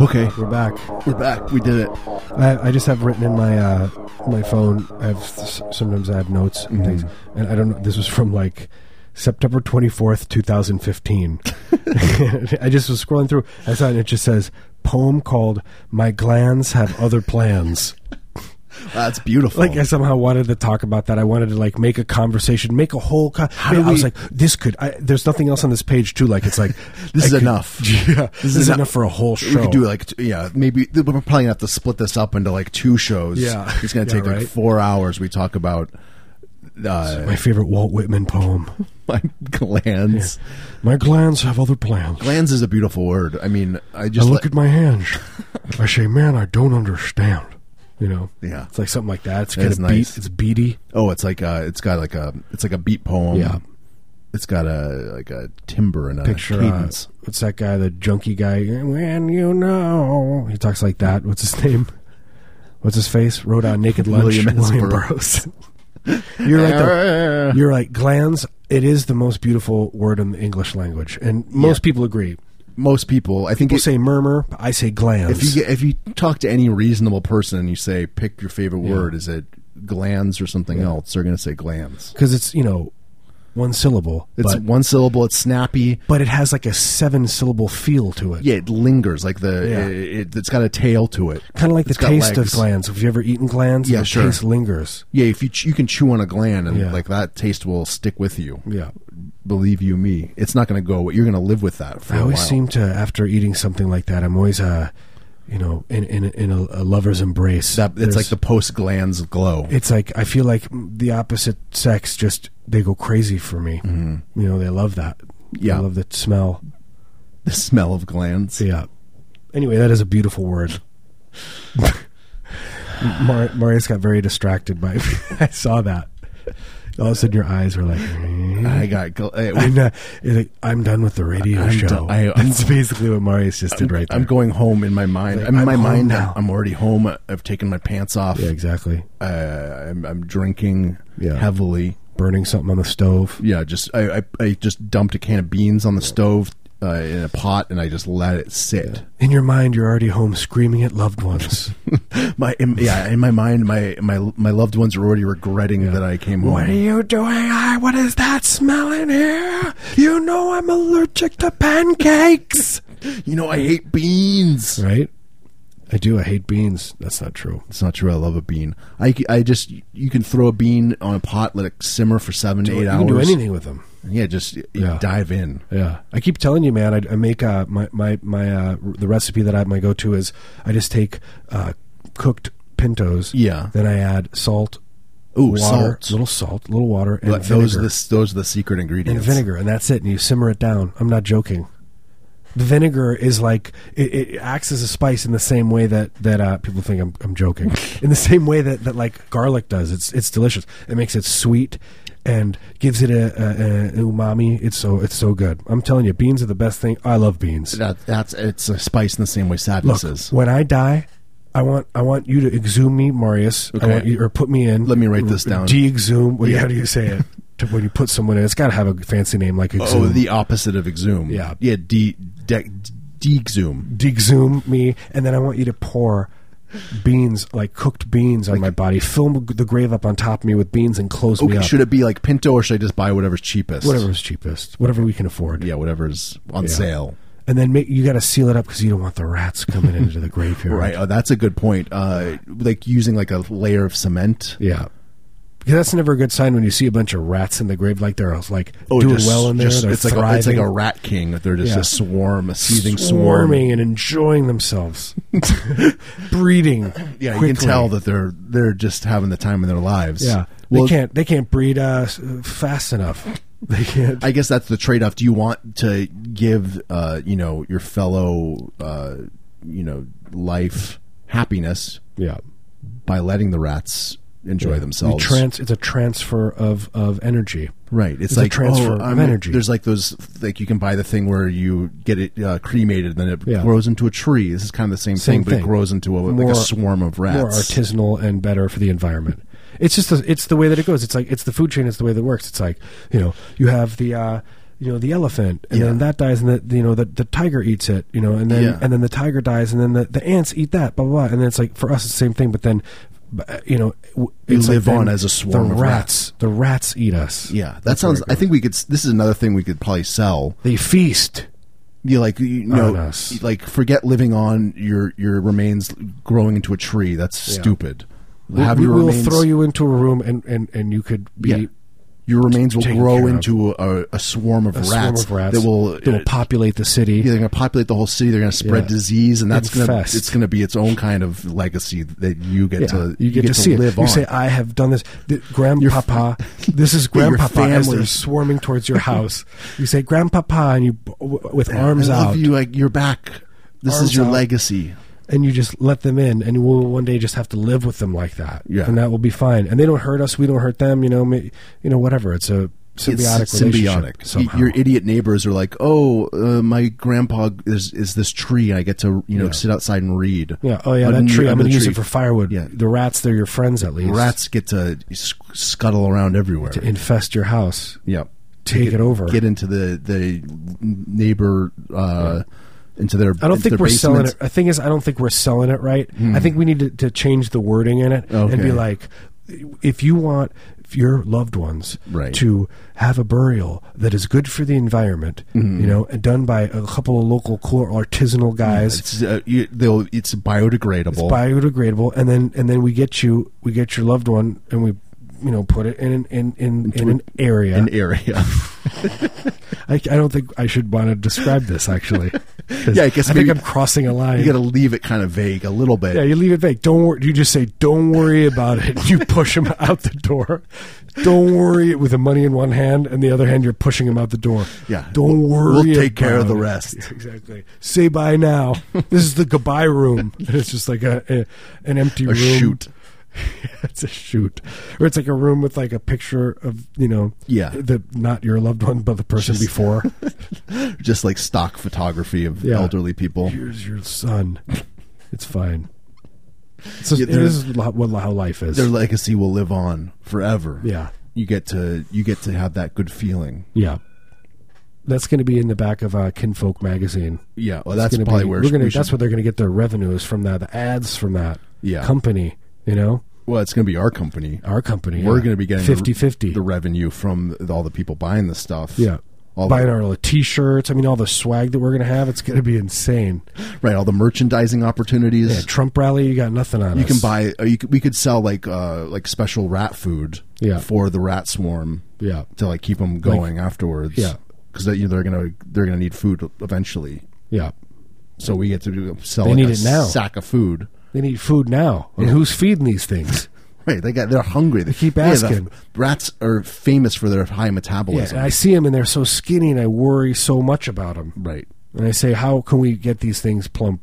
[SPEAKER 1] Okay,
[SPEAKER 2] We're back.
[SPEAKER 1] we're back. We did it.
[SPEAKER 2] I, I just have written in my uh, my phone. I have s- sometimes I have notes and things, and I don't know. This was from like September twenty fourth, two thousand fifteen. I just was scrolling through. I saw it. And it just says poem called "My Glands Have Other Plans."
[SPEAKER 1] That's beautiful.
[SPEAKER 2] Like I somehow wanted to talk about that. I wanted to like make a conversation, make a whole. Co-
[SPEAKER 1] do
[SPEAKER 2] I was
[SPEAKER 1] we-
[SPEAKER 2] like, this could. I, there's nothing else on this page too. Like it's like
[SPEAKER 1] This
[SPEAKER 2] I
[SPEAKER 1] is
[SPEAKER 2] could-
[SPEAKER 1] enough.
[SPEAKER 2] Yeah, this, is
[SPEAKER 1] enough.
[SPEAKER 2] enough for a whole show.
[SPEAKER 1] we could do like t- yeah, maybe we're probably gonna have to split this up into like two shows.
[SPEAKER 2] Yeah.
[SPEAKER 1] it's gonna
[SPEAKER 2] Yeah,
[SPEAKER 1] take like
[SPEAKER 2] right.
[SPEAKER 1] four hours. We talk about uh,
[SPEAKER 2] my favorite Walt Whitman poem.
[SPEAKER 1] my glands.
[SPEAKER 2] My glands have other plans.
[SPEAKER 1] Glands is a beautiful word. I mean, I
[SPEAKER 2] I
[SPEAKER 1] just
[SPEAKER 2] look
[SPEAKER 1] like-
[SPEAKER 2] at my hands. I say, man, I don't understand. You know?
[SPEAKER 1] Yeah.
[SPEAKER 2] It's like something like that. It's
[SPEAKER 1] That
[SPEAKER 2] kind
[SPEAKER 1] is
[SPEAKER 2] of
[SPEAKER 1] nice.
[SPEAKER 2] beat. It's beady.
[SPEAKER 1] oh, it's like uh, it's got like a it's like a beat poem.
[SPEAKER 2] Yeah.
[SPEAKER 1] it's got a like a timbre and a
[SPEAKER 2] Picture. Uh,
[SPEAKER 1] cadence.
[SPEAKER 2] what's that guy, the junkie guy? When you know. He talks like that. What's his name? What's his face? Wrote on Naked Lunch.
[SPEAKER 1] William S.
[SPEAKER 2] Burroughs. you're like the, you're like glands. It is the most beautiful word in the English language, and most people agree.
[SPEAKER 1] Most people, I think,
[SPEAKER 2] People
[SPEAKER 1] it-
[SPEAKER 2] say murmur, but I say glands.
[SPEAKER 1] if you get, if you talk to any reasonable person and you say pick your favorite word, is it glands or something else? They're gonna say glands.
[SPEAKER 2] because it's you know one syllable.
[SPEAKER 1] It's
[SPEAKER 2] but-
[SPEAKER 1] one syllable. It's snappy.
[SPEAKER 2] but it has like a seven syllable feel to it.
[SPEAKER 1] Yeah, it lingers like the
[SPEAKER 2] Yeah.
[SPEAKER 1] it, it's got a tail to it.
[SPEAKER 2] Kind of like
[SPEAKER 1] It's
[SPEAKER 2] the
[SPEAKER 1] got
[SPEAKER 2] taste
[SPEAKER 1] legs.
[SPEAKER 2] of glands. Have you ever eaten glands?
[SPEAKER 1] Yeah,
[SPEAKER 2] the
[SPEAKER 1] sure.
[SPEAKER 2] taste lingers.
[SPEAKER 1] Yeah, if you ch- you can chew on a gland and
[SPEAKER 2] Yeah.
[SPEAKER 1] like that taste will stick with you.
[SPEAKER 2] Yeah.
[SPEAKER 1] Believe you me, it's not going to go. You're going to live with that for
[SPEAKER 2] I
[SPEAKER 1] a
[SPEAKER 2] always
[SPEAKER 1] while.
[SPEAKER 2] seem to, after eating something like that, I'm always, uh, you know, in, in, in a, a lover's embrace.
[SPEAKER 1] that it's
[SPEAKER 2] There's-
[SPEAKER 1] like the post glands glow.
[SPEAKER 2] It's like, I feel like the opposite sex just, they go crazy for me. You know, they love that.
[SPEAKER 1] Mm-hmm. Yeah.
[SPEAKER 2] They love the smell.
[SPEAKER 1] the smell of glands.
[SPEAKER 2] Yeah. Anyway, that is a beautiful word. Mar- Marius got very distracted by. I saw that. All of a sudden, your eyes were like.
[SPEAKER 1] I got. Gl- eh,
[SPEAKER 2] I'm, not, it's like, I'm done with the radio
[SPEAKER 1] I'm
[SPEAKER 2] show.
[SPEAKER 1] done- I-
[SPEAKER 2] That's basically what Marius just did right there.
[SPEAKER 1] I'm going home in my mind.
[SPEAKER 2] Like,
[SPEAKER 1] I'm in
[SPEAKER 2] I'm
[SPEAKER 1] my
[SPEAKER 2] home
[SPEAKER 1] mind.
[SPEAKER 2] now.
[SPEAKER 1] I'm already home. I've taken my pants off.
[SPEAKER 2] yeah, exactly.
[SPEAKER 1] Uh, I'm, I'm drinking
[SPEAKER 2] Yeah.
[SPEAKER 1] heavily.
[SPEAKER 2] Burning something on the stove.
[SPEAKER 1] Yeah, just I, I, I just dumped a can of beans on the stove uh, in a pot and I just let it sit.
[SPEAKER 2] In your mind, you're already home screaming at loved ones.
[SPEAKER 1] My in, yeah, in my mind, my my my loved ones are already regretting that I came home.
[SPEAKER 2] what are you doing? I, what is that smell in here? You know I'm allergic to pancakes.
[SPEAKER 1] You know, I hate beans.
[SPEAKER 2] right? I do. I hate beans. That's not true.
[SPEAKER 1] It's not true. I love a bean. I, c- I just you can throw a bean on a pot, let it simmer for seven to eight
[SPEAKER 2] you
[SPEAKER 1] hours.
[SPEAKER 2] can do anything with them.
[SPEAKER 1] Yeah, just you
[SPEAKER 2] Yeah.
[SPEAKER 1] dive in.
[SPEAKER 2] Yeah, I keep telling you, man. I, I make uh, my my my uh, r- the recipe that I my go to is I just take uh, cooked pintos.
[SPEAKER 1] Yeah.
[SPEAKER 2] Then I add salt.
[SPEAKER 1] Ooh,
[SPEAKER 2] water,
[SPEAKER 1] salt.
[SPEAKER 2] little salt, little water, and
[SPEAKER 1] But those
[SPEAKER 2] vinegar.
[SPEAKER 1] are the those are the secret
[SPEAKER 2] and
[SPEAKER 1] ingredients.
[SPEAKER 2] vinegar, and that's it. And you simmer it down. I'm not joking. The vinegar is like it, it acts as a spice in the same way that that uh, people think I'm, I'm joking. in the same way that, that like garlic does. It's it's delicious. It makes it sweet and gives it a, a, a an umami. It's so it's so good. I'm telling you, beans are the best thing. I love beans.
[SPEAKER 1] That, that's it's a spice in the same way
[SPEAKER 2] Look,
[SPEAKER 1] sadness is.
[SPEAKER 2] when I die, I want I want you to exhume me, Marius.
[SPEAKER 1] Okay.
[SPEAKER 2] I want you, or put me in.
[SPEAKER 1] Let me write this down.
[SPEAKER 2] De-exhume. Well,
[SPEAKER 1] Yeah.
[SPEAKER 2] How do you say it? To- when you put someone in, it's got to have a fancy name like exhume.
[SPEAKER 1] Oh, the opposite of exhume.
[SPEAKER 2] Yeah.
[SPEAKER 1] yeah, de, de, de exhume.
[SPEAKER 2] exhume me, and then I want you to pour beans, like cooked beans, on my body. Fill the grave up on top of me with beans and close me
[SPEAKER 1] Okay,
[SPEAKER 2] up.
[SPEAKER 1] should it be like pinto or should I just buy whatever's cheapest?
[SPEAKER 2] Whatever's cheapest, whatever we can afford.
[SPEAKER 1] Yeah, whatever's on
[SPEAKER 2] Yeah.
[SPEAKER 1] sale.
[SPEAKER 2] And then make, you got to seal it up because you don't want the rats coming into the graveyard.
[SPEAKER 1] Right. Oh, that's a good point. Uh, like using like a layer of cement.
[SPEAKER 2] Yeah. Because that's never a good sign when you see a bunch of rats in the grave like they're like
[SPEAKER 1] Oh,
[SPEAKER 2] doing
[SPEAKER 1] just-
[SPEAKER 2] well in there.
[SPEAKER 1] just-
[SPEAKER 2] they're
[SPEAKER 1] it's like a, it's like a
[SPEAKER 2] thriving,
[SPEAKER 1] rat king. They're just
[SPEAKER 2] Yeah.
[SPEAKER 1] a swarm, a seething
[SPEAKER 2] swarming and enjoying themselves, breeding.
[SPEAKER 1] Yeah, you can
[SPEAKER 2] quickly.
[SPEAKER 1] tell that they're they're just having the time of their lives.
[SPEAKER 2] Yeah,
[SPEAKER 1] Well,
[SPEAKER 2] they can't they can't breed uh, s- fast enough. They can't.
[SPEAKER 1] I guess that's the trade off. Do you want to give uh, you know your fellow uh, you know life happiness
[SPEAKER 2] yeah,
[SPEAKER 1] by letting the rats enjoy
[SPEAKER 2] Yeah.
[SPEAKER 1] themselves?
[SPEAKER 2] You trans, it's a transfer of of energy.
[SPEAKER 1] Right. It's,
[SPEAKER 2] It's a
[SPEAKER 1] like
[SPEAKER 2] transfer
[SPEAKER 1] oh,
[SPEAKER 2] of
[SPEAKER 1] I'm-
[SPEAKER 2] energy.
[SPEAKER 1] There's like those like you can buy the thing where you get it uh, cremated and then it
[SPEAKER 2] Yeah.
[SPEAKER 1] grows into a tree. This is kind of the same,
[SPEAKER 2] Same
[SPEAKER 1] thing, but it
[SPEAKER 2] thing.
[SPEAKER 1] grows into a, like
[SPEAKER 2] More-
[SPEAKER 1] a swarm of rats.
[SPEAKER 2] More artisanal and better for the environment. It's just the, it's the way that it goes. It's like it's the food chain. It's the way that it works. It's like you know you have the. Uh, you know the elephant, and
[SPEAKER 1] Yeah.
[SPEAKER 2] then that dies, and the you know the, the tiger eats it, you know, and then
[SPEAKER 1] Yeah.
[SPEAKER 2] and then the tiger dies, and then the, the ants eat that, blah blah, blah. and then it's like for us it's the same thing, but then but, uh, you know w-
[SPEAKER 1] You
[SPEAKER 2] it's like
[SPEAKER 1] live on
[SPEAKER 2] then
[SPEAKER 1] as a swarm
[SPEAKER 2] The
[SPEAKER 1] of
[SPEAKER 2] rats, the rats eat us.
[SPEAKER 1] Yeah, that sounds. I think we could. s- This is another thing we could probably sell.
[SPEAKER 2] They feast.
[SPEAKER 1] You like you
[SPEAKER 2] On
[SPEAKER 1] know,
[SPEAKER 2] us.
[SPEAKER 1] like forget living on your your remains growing into a tree. That's
[SPEAKER 2] Yeah.
[SPEAKER 1] stupid.
[SPEAKER 2] We,
[SPEAKER 1] Have
[SPEAKER 2] we
[SPEAKER 1] your
[SPEAKER 2] will
[SPEAKER 1] remains,
[SPEAKER 2] throw you into a room, and and and you could be.
[SPEAKER 1] Yeah. Your remains will
[SPEAKER 2] taken
[SPEAKER 1] grow
[SPEAKER 2] care of.
[SPEAKER 1] into a, a swarm of
[SPEAKER 2] A
[SPEAKER 1] rats
[SPEAKER 2] swarm of rats
[SPEAKER 1] that will.
[SPEAKER 2] that will populate the city.
[SPEAKER 1] yeah, they're going to populate the whole city. They're going to spread
[SPEAKER 2] Yeah.
[SPEAKER 1] disease, and that's going to
[SPEAKER 2] Infest.
[SPEAKER 1] it's going to be its own kind of legacy that you get
[SPEAKER 2] Yeah,
[SPEAKER 1] to
[SPEAKER 2] you, get to, see
[SPEAKER 1] live
[SPEAKER 2] it.
[SPEAKER 1] on.
[SPEAKER 2] You say, "I have done this, Th- Grandpapa." this is
[SPEAKER 1] Yeah, your
[SPEAKER 2] Grandpapa as
[SPEAKER 1] family.
[SPEAKER 2] they're swarming towards your house. you say, "Grandpapa," and you b- w- with arms
[SPEAKER 1] I love
[SPEAKER 2] out,
[SPEAKER 1] you. Like you're back. This
[SPEAKER 2] Arms
[SPEAKER 1] is your
[SPEAKER 2] out.
[SPEAKER 1] legacy.
[SPEAKER 2] and you just let them in, and we'll one day just have to live with them like that,
[SPEAKER 1] Yeah.
[SPEAKER 2] and that will be fine. And they don't hurt us; we don't hurt them. You know, may, you know, whatever. It's a symbiotic,
[SPEAKER 1] it's
[SPEAKER 2] relationship
[SPEAKER 1] symbiotic.
[SPEAKER 2] somehow.
[SPEAKER 1] Y- Your idiot neighbors are like, "Oh, uh, my grandpa is is this tree. I get to you know
[SPEAKER 2] Yeah.
[SPEAKER 1] sit outside and read."
[SPEAKER 2] yeah. Oh yeah, that
[SPEAKER 1] Under-
[SPEAKER 2] tree. I'm
[SPEAKER 1] under
[SPEAKER 2] going to
[SPEAKER 1] the
[SPEAKER 2] use
[SPEAKER 1] tree.
[SPEAKER 2] it for firewood.
[SPEAKER 1] Yeah.
[SPEAKER 2] The rats—they're your friends at least.
[SPEAKER 1] Rats get to sc- scuttle around everywhere.
[SPEAKER 2] to infest your house,
[SPEAKER 1] yeah,
[SPEAKER 2] take it over.
[SPEAKER 1] Get into the the neighbor uh, into their.
[SPEAKER 2] I don't
[SPEAKER 1] into
[SPEAKER 2] think
[SPEAKER 1] their
[SPEAKER 2] we're selling
[SPEAKER 1] basements. Hmm.
[SPEAKER 2] it. The thing is, I don't think we're selling it right. I think we need to, to change the wording in it and
[SPEAKER 1] Okay.
[SPEAKER 2] be like, if you want your loved ones
[SPEAKER 1] Right.
[SPEAKER 2] to have a burial that is good for the environment,
[SPEAKER 1] Hmm.
[SPEAKER 2] you know, and done by a couple of local cool artisanal guys.
[SPEAKER 1] It's, uh, you, they'll, it's biodegradable.
[SPEAKER 2] it's biodegradable, and then and then we get you we get your loved one, and we you know put it in in in, in an area.
[SPEAKER 1] an area.
[SPEAKER 2] I, I don't think I should want to describe this actually. 'Cause
[SPEAKER 1] Yeah, I guess
[SPEAKER 2] think
[SPEAKER 1] maybe-
[SPEAKER 2] I'm crossing a line.
[SPEAKER 1] you got to leave it kind of vague a little bit.
[SPEAKER 2] Yeah, you leave it vague. Don't worry. You just say, "Don't worry about it." You push him out the door. Don't worry. With the money in one hand and the other hand, you're pushing him out the door.
[SPEAKER 1] Yeah.
[SPEAKER 2] Don't
[SPEAKER 1] We'll-
[SPEAKER 2] worry.
[SPEAKER 1] we'll take care of
[SPEAKER 2] about
[SPEAKER 1] the
[SPEAKER 2] it.
[SPEAKER 1] rest.
[SPEAKER 2] Yeah, exactly. Say bye now. this is the goodbye room. And it's just like a, a an empty
[SPEAKER 1] A
[SPEAKER 2] room.
[SPEAKER 1] chute.
[SPEAKER 2] it's a shoot, or it's like a room with like a picture of you know,
[SPEAKER 1] Yeah.
[SPEAKER 2] the not your loved one, but the person
[SPEAKER 1] Just-
[SPEAKER 2] before.
[SPEAKER 1] Just like stock photography of
[SPEAKER 2] Yeah.
[SPEAKER 1] elderly people.
[SPEAKER 2] Here's your son. It's fine. So
[SPEAKER 1] Yeah,
[SPEAKER 2] it is lo- what how life is.
[SPEAKER 1] Their legacy will live on forever.
[SPEAKER 2] Yeah.
[SPEAKER 1] you get to you get to have that good feeling.
[SPEAKER 2] Yeah. That's going to be in the back of uh, Kinfolk magazine.
[SPEAKER 1] Yeah, well,
[SPEAKER 2] It's
[SPEAKER 1] that's
[SPEAKER 2] gonna
[SPEAKER 1] probably
[SPEAKER 2] be-
[SPEAKER 1] where
[SPEAKER 2] we're gonna,
[SPEAKER 1] we should-
[SPEAKER 2] that's where they're going to get their revenues from that, the ads from that
[SPEAKER 1] Yeah.
[SPEAKER 2] company. You know,
[SPEAKER 1] well, it's going to be our company. Uh,
[SPEAKER 2] our company.
[SPEAKER 1] We're
[SPEAKER 2] yeah.
[SPEAKER 1] going to be getting the-
[SPEAKER 2] 50-50.
[SPEAKER 1] the revenue from the- all the people buying the stuff.
[SPEAKER 2] yeah,
[SPEAKER 1] all
[SPEAKER 2] buying
[SPEAKER 1] the,
[SPEAKER 2] our little T-shirts. I mean, all the swag that we're going to have. It's going to be insane.
[SPEAKER 1] right, all the merchandising opportunities.
[SPEAKER 2] Yeah, Trump rally. You got nothing on.
[SPEAKER 1] you
[SPEAKER 2] us.
[SPEAKER 1] can buy. uh, You could, we could sell like uh, like special rat food
[SPEAKER 2] Yeah.
[SPEAKER 1] for the rat swarm
[SPEAKER 2] Yeah,
[SPEAKER 1] to like keep them going afterwards.
[SPEAKER 2] yeah.
[SPEAKER 1] because they, you know, they're gonna they're gonna need food eventually.
[SPEAKER 2] yeah.
[SPEAKER 1] So we get to do, sell
[SPEAKER 2] They
[SPEAKER 1] like
[SPEAKER 2] need
[SPEAKER 1] a
[SPEAKER 2] it now.
[SPEAKER 1] sack of food.
[SPEAKER 2] They need food now. And who's feeding these things?
[SPEAKER 1] Right, they got they're hungry. They
[SPEAKER 2] keep
[SPEAKER 1] yeah, the-
[SPEAKER 2] asking.
[SPEAKER 1] rats are famous for their high
[SPEAKER 2] yeah,
[SPEAKER 1] metabolism.
[SPEAKER 2] and I see them, and they're so skinny, and I worry so much about them.
[SPEAKER 1] right.
[SPEAKER 2] And I say, how can we get these things plump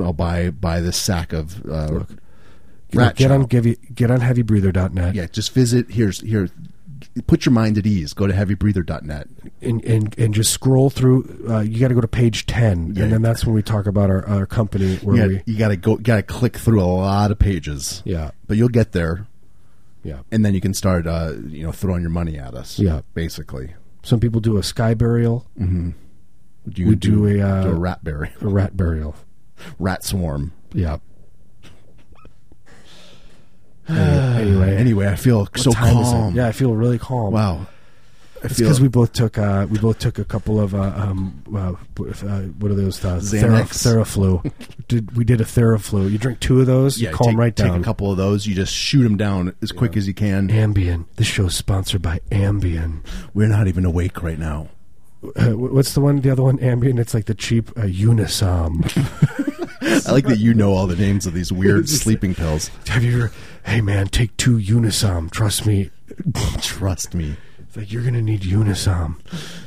[SPEAKER 1] I'll buy buy this sack of uh,
[SPEAKER 2] You know,
[SPEAKER 1] rat
[SPEAKER 2] get on
[SPEAKER 1] chow.
[SPEAKER 2] give you, get on heavybreather.net
[SPEAKER 1] Yeah, just visit here's here. Put your mind at ease. Go to heavybreather.net.
[SPEAKER 2] and, and and just scroll through uh, you got to go to page 10
[SPEAKER 1] Yeah.
[SPEAKER 2] and then that's when we talk about our, our company where
[SPEAKER 1] You
[SPEAKER 2] we
[SPEAKER 1] got, you got to go. Got to click through a lot of pages.
[SPEAKER 2] yeah
[SPEAKER 1] but you'll get there,
[SPEAKER 2] yeah
[SPEAKER 1] and then you can start uh, you know throwing your money at us.
[SPEAKER 2] Yeah.
[SPEAKER 1] basically.
[SPEAKER 2] some people do a sky burial
[SPEAKER 1] You
[SPEAKER 2] We do a, uh,
[SPEAKER 1] do a rat berry,
[SPEAKER 2] a rat burial
[SPEAKER 1] rat swarm.
[SPEAKER 2] yeah anyway, anyway
[SPEAKER 1] Anyway, I feel so
[SPEAKER 2] what time is it?
[SPEAKER 1] Oh, calm.
[SPEAKER 2] yeah i feel really calm
[SPEAKER 1] Wow. I
[SPEAKER 2] it's
[SPEAKER 1] feel-
[SPEAKER 2] because we both took uh, we both took a couple of uh, um uh, with, uh, what are those uh, Thera-
[SPEAKER 1] Xanax.
[SPEAKER 2] Theraflu? did we did a Theraflu? You drink two of those, you
[SPEAKER 1] yeah,
[SPEAKER 2] calm
[SPEAKER 1] take,
[SPEAKER 2] right down.
[SPEAKER 1] Take a couple of those. You just shoot them down as quick as you can.
[SPEAKER 2] Ambien. This show's sponsored by Ambien.
[SPEAKER 1] We're not even awake right now.
[SPEAKER 2] Uh, wh- what's the one? The other one, Ambien. It's like the cheap uh, Unisom.
[SPEAKER 1] I like that you know all the names of these weird sleeping pills.
[SPEAKER 2] Have you? Ever, hey man, take two Unisom. Trust me.
[SPEAKER 1] Trust me.
[SPEAKER 2] It's like you're gonna need Unisom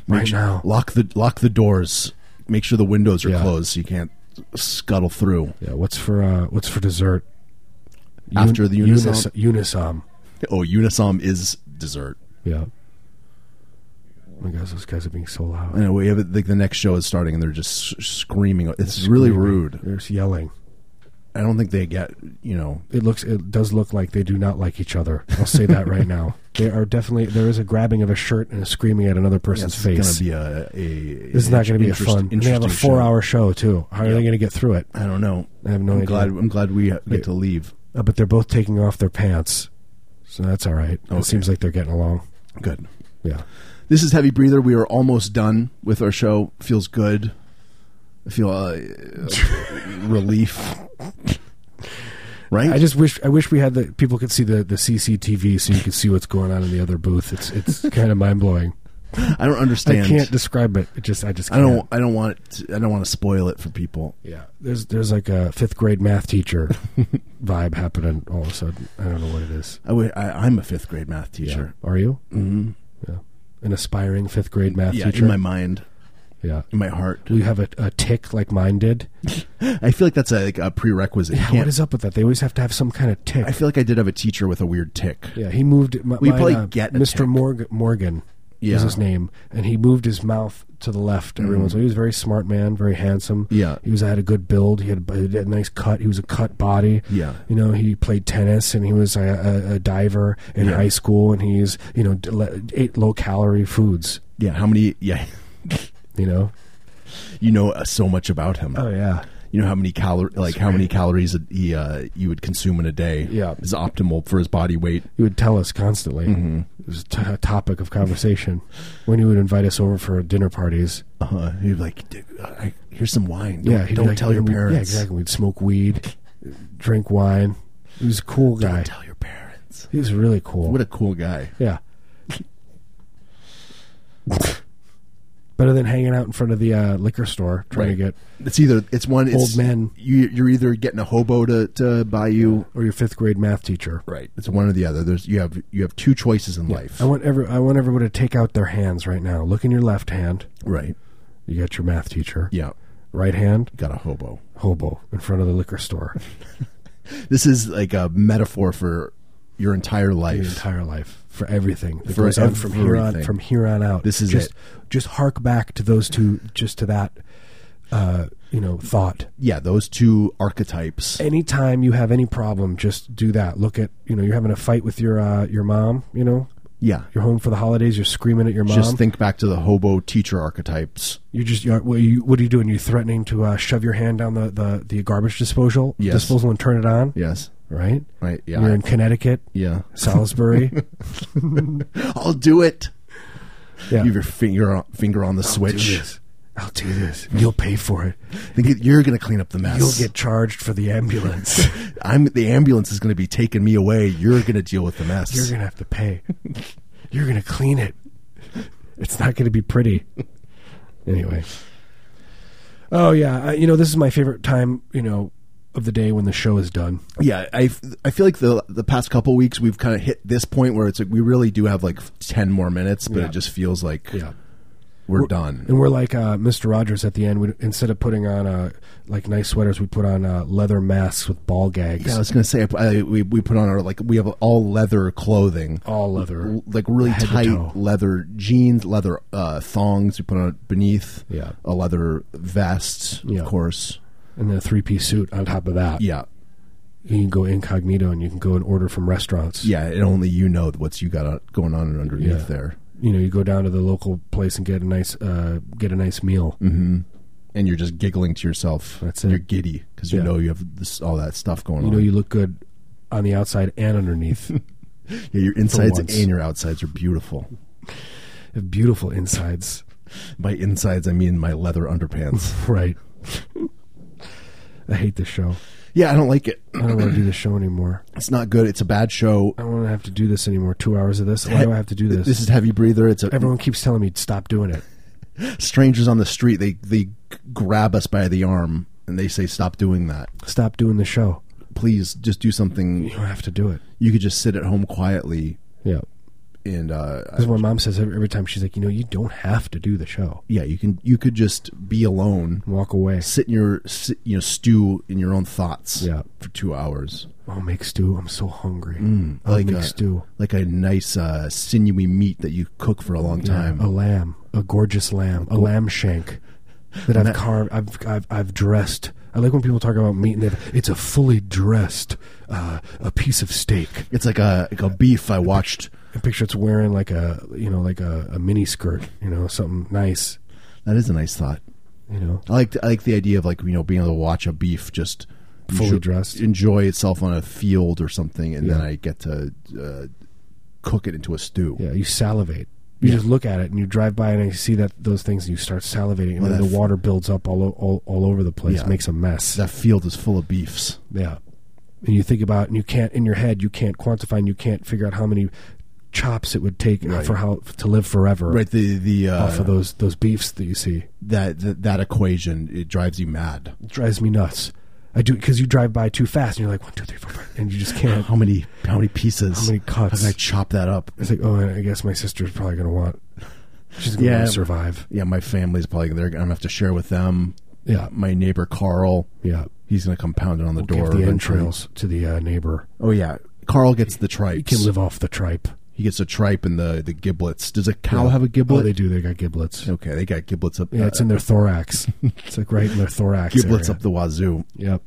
[SPEAKER 2] right now.
[SPEAKER 1] Lock the lock the doors. Make sure the windows are
[SPEAKER 2] Yeah.
[SPEAKER 1] closed so you can't scuttle through.
[SPEAKER 2] Yeah. What's for uh, What's for dessert?
[SPEAKER 1] After the Unisom?
[SPEAKER 2] Unis- Unisom.
[SPEAKER 1] Oh, Unisom is dessert.
[SPEAKER 2] Yeah. Oh my gosh, those guys are being so
[SPEAKER 1] I
[SPEAKER 2] loud.
[SPEAKER 1] know we have it- like the next show is starting and they're just s- screaming. It's really
[SPEAKER 2] Screaming.
[SPEAKER 1] rude.
[SPEAKER 2] They're just yelling.
[SPEAKER 1] I don't think they get you know
[SPEAKER 2] It looks it does look like they do not like each other. I'll say that right now. They are definitely there is a grabbing of a shirt and a screaming at another person's
[SPEAKER 1] this
[SPEAKER 2] face.
[SPEAKER 1] is gonna be a, a
[SPEAKER 2] this is not going to be a
[SPEAKER 1] interest-
[SPEAKER 2] fun. And they have a
[SPEAKER 1] interesting
[SPEAKER 2] four
[SPEAKER 1] show.
[SPEAKER 2] hour show too. How are they going to get through it?
[SPEAKER 1] I don't know.
[SPEAKER 2] I have no
[SPEAKER 1] I'm
[SPEAKER 2] idea.
[SPEAKER 1] glad I'm glad we ha- get to leave.
[SPEAKER 2] Uh, but they're both taking off their pants, so that's all right.
[SPEAKER 1] Okay.
[SPEAKER 2] It seems like they're getting along.
[SPEAKER 1] Good.
[SPEAKER 2] Yeah.
[SPEAKER 1] This is heavy breather. We are almost done with our show. Feels good. I feel uh, relief. Right.
[SPEAKER 2] I just wish I wish we had the people could see the, the CCTV so you could see what's going on in the other booth. It's it's kind of mind blowing.
[SPEAKER 1] I don't
[SPEAKER 2] I
[SPEAKER 1] understand.
[SPEAKER 2] can't describe it. It just I just
[SPEAKER 1] I
[SPEAKER 2] can't.
[SPEAKER 1] don't. I don't want. To, I don't want to spoil it for people.
[SPEAKER 2] Yeah, there's there's like a fifth grade math teacher vibe happening all of a sudden. I don't know what it is.
[SPEAKER 1] I, would- I, am a fifth grade math teacher.
[SPEAKER 2] Yeah. Are you? Mm-hmm. Yeah. An aspiring fifth grade math
[SPEAKER 1] Yeah,
[SPEAKER 2] teacher.
[SPEAKER 1] in my mind,
[SPEAKER 2] yeah.
[SPEAKER 1] in my heart.
[SPEAKER 2] Do you have a, a tick like mine did?
[SPEAKER 1] I feel like that's a, like a prerequisite. You
[SPEAKER 2] Yeah,
[SPEAKER 1] can't-
[SPEAKER 2] what is up with that? They always have to have some kind of tick.
[SPEAKER 1] I feel like I did have a teacher with a weird tick.
[SPEAKER 2] yeah, he moved. My,
[SPEAKER 1] We
[SPEAKER 2] mine,
[SPEAKER 1] probably
[SPEAKER 2] uh,
[SPEAKER 1] get a
[SPEAKER 2] Mr.
[SPEAKER 1] tick.
[SPEAKER 2] Morgan. Morgan
[SPEAKER 1] Yeah. Mm.
[SPEAKER 2] is his name, and he moved his mouth to the left. Every once in a while. he was a very smart man, very handsome.
[SPEAKER 1] Yeah.
[SPEAKER 2] he was had a good build. He had a, he had a nice cut. He was a cut body.
[SPEAKER 1] Yeah.
[SPEAKER 2] you know he played tennis and he was a, a, a diver in
[SPEAKER 1] Yeah.
[SPEAKER 2] high school, and he's you know d- le- ate low calorie foods.
[SPEAKER 1] Yeah, how many? Yeah,
[SPEAKER 2] You know.
[SPEAKER 1] you know uh, so much about him.
[SPEAKER 2] yeah.
[SPEAKER 1] you know how many calor like how many calories he uh, you would consume in a day.
[SPEAKER 2] Yeah.
[SPEAKER 1] is optimal for his body weight.
[SPEAKER 2] He would tell us constantly.
[SPEAKER 1] Mm-hmm.
[SPEAKER 2] It was a t- a topic of conversation when he would invite us over for dinner parties.
[SPEAKER 1] Uh, he'd be like, "Dude, I, here's some wine. Don't,
[SPEAKER 2] Uh-huh. Yeah, he'd be
[SPEAKER 1] don't
[SPEAKER 2] like-
[SPEAKER 1] tell your
[SPEAKER 2] yeah,
[SPEAKER 1] parents.
[SPEAKER 2] Yeah, exactly. We'd smoke weed, drink wine. He was a cool
[SPEAKER 1] Don't
[SPEAKER 2] guy.
[SPEAKER 1] tell your parents.
[SPEAKER 2] He was really cool.
[SPEAKER 1] What a cool guy.
[SPEAKER 2] yeah. Better than hanging out in front of the uh, liquor store trying to
[SPEAKER 1] Right.
[SPEAKER 2] get
[SPEAKER 1] It's either it's one it's,
[SPEAKER 2] Old man.
[SPEAKER 1] You, you're either getting a hobo to, to buy you.
[SPEAKER 2] or your fifth grade math teacher.
[SPEAKER 1] Right, it's one or the other. There's you have you have two choices in life.
[SPEAKER 2] I want every I want everyone to take out their hands right now. Look in your left hand.
[SPEAKER 1] Right.
[SPEAKER 2] You got your math teacher.
[SPEAKER 1] Yeah.
[SPEAKER 2] Right hand
[SPEAKER 1] Got a hobo.
[SPEAKER 2] hobo in front of the liquor store.
[SPEAKER 1] This is like a metaphor for your entire life.
[SPEAKER 2] your entire life for everything that
[SPEAKER 1] For
[SPEAKER 2] goes on from here on
[SPEAKER 1] everything.
[SPEAKER 2] from here on out.
[SPEAKER 1] This is
[SPEAKER 2] just
[SPEAKER 1] it.
[SPEAKER 2] just hark back to those two, just to that, uh, you know, thought.
[SPEAKER 1] yeah, those two archetypes.
[SPEAKER 2] Anytime you have any problem, just do that. Look at you know you're having a fight with your uh, your mom. You know
[SPEAKER 1] yeah.
[SPEAKER 2] you're home for the holidays. You're screaming at your mom.
[SPEAKER 1] Just think back to the hobo teacher archetypes.
[SPEAKER 2] You're just you're, what, are you, what are you doing? You're threatening to uh, shove your hand down the the, the garbage disposal
[SPEAKER 1] Yes.
[SPEAKER 2] disposal and turn it on.
[SPEAKER 1] Yes.
[SPEAKER 2] Right.
[SPEAKER 1] Right. Yeah.
[SPEAKER 2] You're in Connecticut,
[SPEAKER 1] yeah.
[SPEAKER 2] Salisbury.
[SPEAKER 1] I'll do it.
[SPEAKER 2] yeah.
[SPEAKER 1] You have your finger on, finger on the
[SPEAKER 2] Do
[SPEAKER 1] switch.
[SPEAKER 2] this. I'll do this. You'll pay for it.
[SPEAKER 1] Think it- you're going to clean up the mess.
[SPEAKER 2] You'll get charged for the ambulance.
[SPEAKER 1] I'm the ambulance is going to be taking me away. You're going to deal with the mess.
[SPEAKER 2] You're going to have to pay. You're going to clean it. It's not going to be pretty. Anyway. Oh, yeah. I, you know, this is my favorite time, you know, of the day when the show is done.
[SPEAKER 1] yeah, I, f- I feel like the the past couple weeks we've kind of hit this point where it's like we really do have like ten more minutes, but
[SPEAKER 2] Yeah.
[SPEAKER 1] it just feels like we're, done.
[SPEAKER 2] And we're like uh, Mr. Rogers at the end. We, instead of putting on uh, like nice sweaters, we put on uh, leather masks with ball gags.
[SPEAKER 1] Yeah, I was gonna say I, I- we we put on our like we have all leather clothing,
[SPEAKER 2] All leather.
[SPEAKER 1] L- like really
[SPEAKER 2] Head to toe.
[SPEAKER 1] tight leather jeans, leather uh, thongs we put on beneath,
[SPEAKER 2] Yeah.
[SPEAKER 1] a leather vest,
[SPEAKER 2] Yeah.
[SPEAKER 1] of course,
[SPEAKER 2] And then a three piece suit on top of that.
[SPEAKER 1] yeah,
[SPEAKER 2] You can go incognito and you can go and order from restaurants.
[SPEAKER 1] yeah, and only you know what's you got on- going on underneath
[SPEAKER 2] Yeah.
[SPEAKER 1] there,
[SPEAKER 2] you know you go down to the local place and get a nice uh, get a nice meal.
[SPEAKER 1] and you're just giggling to yourself.
[SPEAKER 2] That's it.
[SPEAKER 1] You're giddy because you
[SPEAKER 2] Yeah.
[SPEAKER 1] know you have this, all that stuff going
[SPEAKER 2] You
[SPEAKER 1] on.
[SPEAKER 2] know you look good on the outside and underneath.
[SPEAKER 1] yeah, your insides
[SPEAKER 2] once.
[SPEAKER 1] and your outsides are beautiful.
[SPEAKER 2] Have Beautiful insides,
[SPEAKER 1] By insides, I mean my leather underpants.
[SPEAKER 2] right? I hate this show.
[SPEAKER 1] yeah, I don't like it.
[SPEAKER 2] I don't want to do this show anymore.
[SPEAKER 1] It's not good. It's a bad show.
[SPEAKER 2] I don't want to have to do this anymore. Two hours of this. Why do I have to do this?
[SPEAKER 1] This is heavy breather. It's a
[SPEAKER 2] Everyone keeps telling me stop doing it.
[SPEAKER 1] strangers on the street they they grab us by the arm and they say stop doing that
[SPEAKER 2] Stop doing the show.
[SPEAKER 1] please just do something
[SPEAKER 2] You don't have to do it.
[SPEAKER 1] you could just sit at home quietly
[SPEAKER 2] Yeah.
[SPEAKER 1] and uh I-
[SPEAKER 2] That's what my mom says every, every time. She's like, you know, you don't have to do the show.
[SPEAKER 1] yeah you can you could just be alone
[SPEAKER 2] Walk away.
[SPEAKER 1] sit in your sit, you know stew in your own thoughts
[SPEAKER 2] Yeah.
[SPEAKER 1] for 2 hours
[SPEAKER 2] I'll make stew. I'm so hungry.
[SPEAKER 1] I
[SPEAKER 2] I'll
[SPEAKER 1] like uh,
[SPEAKER 2] make
[SPEAKER 1] a-
[SPEAKER 2] stew.
[SPEAKER 1] like a nice uh sinewy meat that you cook for a long time
[SPEAKER 2] A lamb, a gorgeous lamb, a lamb shank that I've carved. I've I've, I've dressed. I like when people talk about meat and they it's a fully dressed uh, a piece of steak.
[SPEAKER 1] It's like a like a beef I watched.
[SPEAKER 2] I picture it's wearing like a you know like a, a mini skirt, you know, something nice,
[SPEAKER 1] That is a nice thought.
[SPEAKER 2] you know.
[SPEAKER 1] I like I like the idea of like you know being able to watch a beef just
[SPEAKER 2] Fully
[SPEAKER 1] enjoy-
[SPEAKER 2] dressed.
[SPEAKER 1] enjoy itself on a field or something, and then
[SPEAKER 2] Yeah.
[SPEAKER 1] I get to uh, cook it into a stew.
[SPEAKER 2] Yeah, you salivate. You
[SPEAKER 1] Yeah.
[SPEAKER 2] just look at it and you drive by and you see that those things and you start salivating and
[SPEAKER 1] Well,
[SPEAKER 2] then the
[SPEAKER 1] that f-
[SPEAKER 2] water builds up all o- all, all over the place,
[SPEAKER 1] Yeah.
[SPEAKER 2] makes a mess.
[SPEAKER 1] That field is full of beefs.
[SPEAKER 2] yeah. And you think about and you can't in your head you can't quantify and you can't figure out how many chops it would take
[SPEAKER 1] Right.
[SPEAKER 2] for how to live forever
[SPEAKER 1] Right. The the uh,
[SPEAKER 2] off of those those beefs that you see.
[SPEAKER 1] that, that that equation it drives you mad.
[SPEAKER 2] It drives me nuts. I do because you drive by too fast and you're like one two three four five and you just can't.
[SPEAKER 1] How many how many pieces?
[SPEAKER 2] How many cuts?
[SPEAKER 1] How can I chop that up?
[SPEAKER 2] It's like oh, I guess my sister's probably gonna want. She's gonna
[SPEAKER 1] Yeah.
[SPEAKER 2] want to survive.
[SPEAKER 1] Yeah, my family's probably they're gonna have to share with them.
[SPEAKER 2] Yeah,
[SPEAKER 1] My neighbor Carl,
[SPEAKER 2] yeah.
[SPEAKER 1] he's gonna come pounding on the
[SPEAKER 2] Give
[SPEAKER 1] door.
[SPEAKER 2] the
[SPEAKER 1] eventually.
[SPEAKER 2] entrails to the uh, neighbor.
[SPEAKER 1] Oh yeah, Carl gets the tripes.
[SPEAKER 2] You can live off the tripe.
[SPEAKER 1] He gets a tripe and the the giblets. Does a cow have a giblet?
[SPEAKER 2] Oh, they do. They got giblets.
[SPEAKER 1] Okay, they got giblets up.
[SPEAKER 2] Yeah, it's in their thorax. it's like right in their thorax.
[SPEAKER 1] giblets
[SPEAKER 2] area.
[SPEAKER 1] up the wazoo.
[SPEAKER 2] Yep.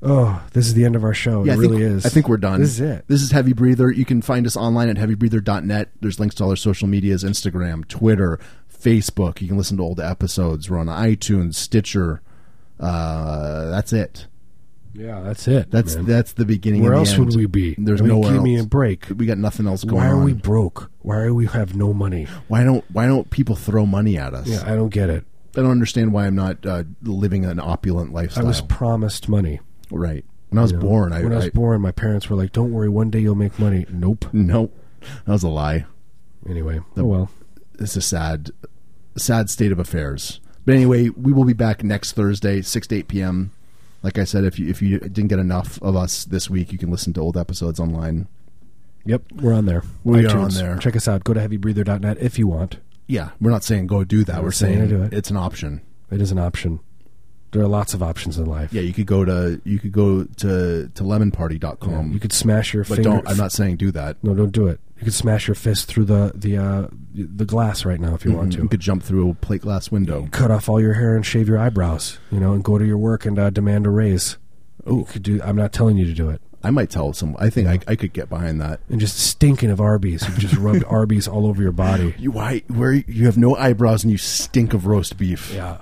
[SPEAKER 2] Oh, this is the end of our show.
[SPEAKER 1] I
[SPEAKER 2] it
[SPEAKER 1] think,
[SPEAKER 2] really is.
[SPEAKER 1] I think we're done.
[SPEAKER 2] This is it.
[SPEAKER 1] This is Heavy Breather. You can find us online at heavybreather.net. There's links to all our social medias Instagram, Twitter, Facebook. You can listen to old episodes. We're on iTunes, Stitcher. Uh, that's it.
[SPEAKER 2] yeah, that's it.
[SPEAKER 1] That's
[SPEAKER 2] man.
[SPEAKER 1] that's the beginning.
[SPEAKER 2] Where
[SPEAKER 1] and the
[SPEAKER 2] else would
[SPEAKER 1] end.
[SPEAKER 2] we be?
[SPEAKER 1] There's
[SPEAKER 2] I mean,
[SPEAKER 1] nowhere
[SPEAKER 2] Give me
[SPEAKER 1] else.
[SPEAKER 2] a break.
[SPEAKER 1] We got nothing else going
[SPEAKER 2] Why are
[SPEAKER 1] on.
[SPEAKER 2] we broke? Why are we have no money?
[SPEAKER 1] why don't Why don't people throw money at us?
[SPEAKER 2] Yeah, I don't get it.
[SPEAKER 1] I don't understand why I'm not uh, living an opulent
[SPEAKER 2] I
[SPEAKER 1] lifestyle.
[SPEAKER 2] was promised money.
[SPEAKER 1] right when I was
[SPEAKER 2] you know?
[SPEAKER 1] born. I,
[SPEAKER 2] when I was
[SPEAKER 1] I-
[SPEAKER 2] born, my parents were like, "Don't worry, one day you'll make money." Nope.
[SPEAKER 1] Nope, that was a lie.
[SPEAKER 2] Anyway, oh well.
[SPEAKER 1] it's a sad, sad state of affairs. But anyway, we will be back next Thursday, six to eight p.m. Like I said, if you if you didn't get enough of us this week, you can listen to old episodes online.
[SPEAKER 2] Yep, we're on there.
[SPEAKER 1] We are
[SPEAKER 2] iTunes.
[SPEAKER 1] on there.
[SPEAKER 2] Check us out. Go to heavybreather.net if you want.
[SPEAKER 1] Yeah, we're not saying go do that. We're
[SPEAKER 2] saying
[SPEAKER 1] saying
[SPEAKER 2] to do it.
[SPEAKER 1] it's an option.
[SPEAKER 2] It is an option. There are lots of options in life.
[SPEAKER 1] Yeah, you could go to you could go to to
[SPEAKER 2] Yeah,
[SPEAKER 1] lemonparty.com.
[SPEAKER 2] you could smash your
[SPEAKER 1] but
[SPEAKER 2] finger.
[SPEAKER 1] don't. I'm not saying do that.
[SPEAKER 2] No, don't do it. You could smash your fist through the the uh, the glass right now if you want to.
[SPEAKER 1] You could jump through a plate glass window.
[SPEAKER 2] cut off all your hair and shave your eyebrows. You know, and go to your work and uh, demand a raise. Oh, you could do. I'm not telling you to do it.
[SPEAKER 1] I might tell some. I think I, I could get behind that.
[SPEAKER 2] And just stinking of Arby's. You've just rubbed Arby's all over your body.
[SPEAKER 1] You why where you have no eyebrows and you stink of roast beef.
[SPEAKER 2] Yeah.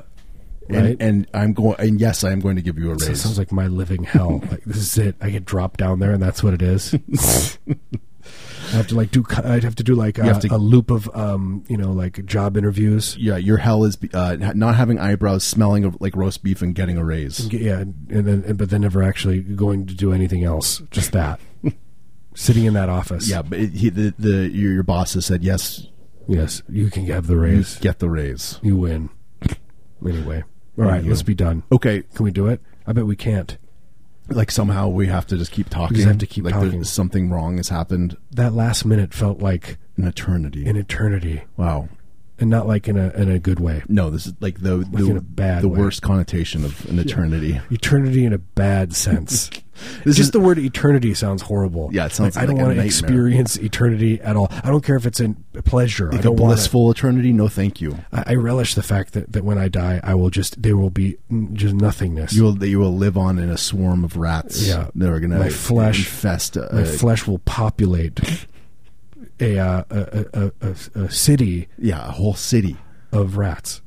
[SPEAKER 1] and,
[SPEAKER 2] Right?
[SPEAKER 1] and I'm going. And yes, I am going to give you a
[SPEAKER 2] That
[SPEAKER 1] raise.
[SPEAKER 2] sounds like my living hell. like this is it. I get dropped down there, and that's what it is. I have to like do. I'd have to do like uh,
[SPEAKER 1] have to-
[SPEAKER 2] a loop of um, you know, like job interviews.
[SPEAKER 1] yeah, your hell is uh, not having eyebrows, smelling of like roast beef, and getting a raise.
[SPEAKER 2] Yeah, and then and, but then never actually going to do anything else. Just that. Sitting in that office.
[SPEAKER 1] Yeah, but it, he, the, the your, your boss has said yes,
[SPEAKER 2] Yes, you can have the
[SPEAKER 1] you
[SPEAKER 2] raise.
[SPEAKER 1] get the raise.
[SPEAKER 2] You win. Anyway, all right.
[SPEAKER 1] you.
[SPEAKER 2] Let's be done.
[SPEAKER 1] Okay,
[SPEAKER 2] Can we do it? I bet we can't.
[SPEAKER 1] like somehow we have to just keep talking.
[SPEAKER 2] have to keep
[SPEAKER 1] like
[SPEAKER 2] talking.
[SPEAKER 1] There's something wrong has happened
[SPEAKER 2] That last minute felt like
[SPEAKER 1] in eternity.
[SPEAKER 2] an eternity,
[SPEAKER 1] wow.
[SPEAKER 2] and not like in a in a good way.
[SPEAKER 1] No, this is like the the,
[SPEAKER 2] in a bad
[SPEAKER 1] the
[SPEAKER 2] way.
[SPEAKER 1] worst connotation of an eternity.
[SPEAKER 2] eternity in a bad sense.
[SPEAKER 1] This
[SPEAKER 2] Just
[SPEAKER 1] is-
[SPEAKER 2] the word eternity sounds horrible.
[SPEAKER 1] Yeah, it sounds
[SPEAKER 2] I don't
[SPEAKER 1] like a
[SPEAKER 2] want to
[SPEAKER 1] nightmare.
[SPEAKER 2] experience eternity at all. I don't care if it's in pleasure. I
[SPEAKER 1] Like a
[SPEAKER 2] don't want to.
[SPEAKER 1] blissful eternity? No, thank you.
[SPEAKER 2] I I relish the fact that, that when I die, I will just there will be mm, just nothingness.
[SPEAKER 1] You will that you will live on in a swarm of rats.
[SPEAKER 2] Yeah.
[SPEAKER 1] that are gonna
[SPEAKER 2] My flesh-
[SPEAKER 1] infest. Uh,
[SPEAKER 2] My flesh will populate a, uh, a, a, a, a city
[SPEAKER 1] yeah, a whole city.
[SPEAKER 2] of rats.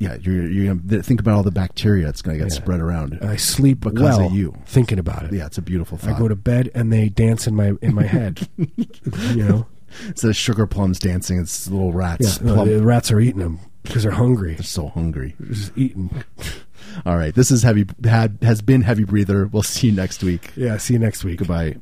[SPEAKER 1] Yeah, you're you're gonna think about all the bacteria that's gonna get
[SPEAKER 2] Yeah.
[SPEAKER 1] spread around.
[SPEAKER 2] And I sleep
[SPEAKER 1] Because
[SPEAKER 2] well
[SPEAKER 1] of you.
[SPEAKER 2] thinking about it.
[SPEAKER 1] yeah, it's a beautiful
[SPEAKER 2] I
[SPEAKER 1] thought.
[SPEAKER 2] go to bed and they dance in my in my head. you know,
[SPEAKER 1] it's the sugar plums dancing. It's the little
[SPEAKER 2] yeah,
[SPEAKER 1] rats.
[SPEAKER 2] no,
[SPEAKER 1] plum.
[SPEAKER 2] the rats are eating them because they're hungry.
[SPEAKER 1] They're so hungry.
[SPEAKER 2] They're just eating.
[SPEAKER 1] All right, this is heavy. Had has been heavy breather. We'll see you next week.
[SPEAKER 2] Yeah, see you next week.
[SPEAKER 1] Goodbye.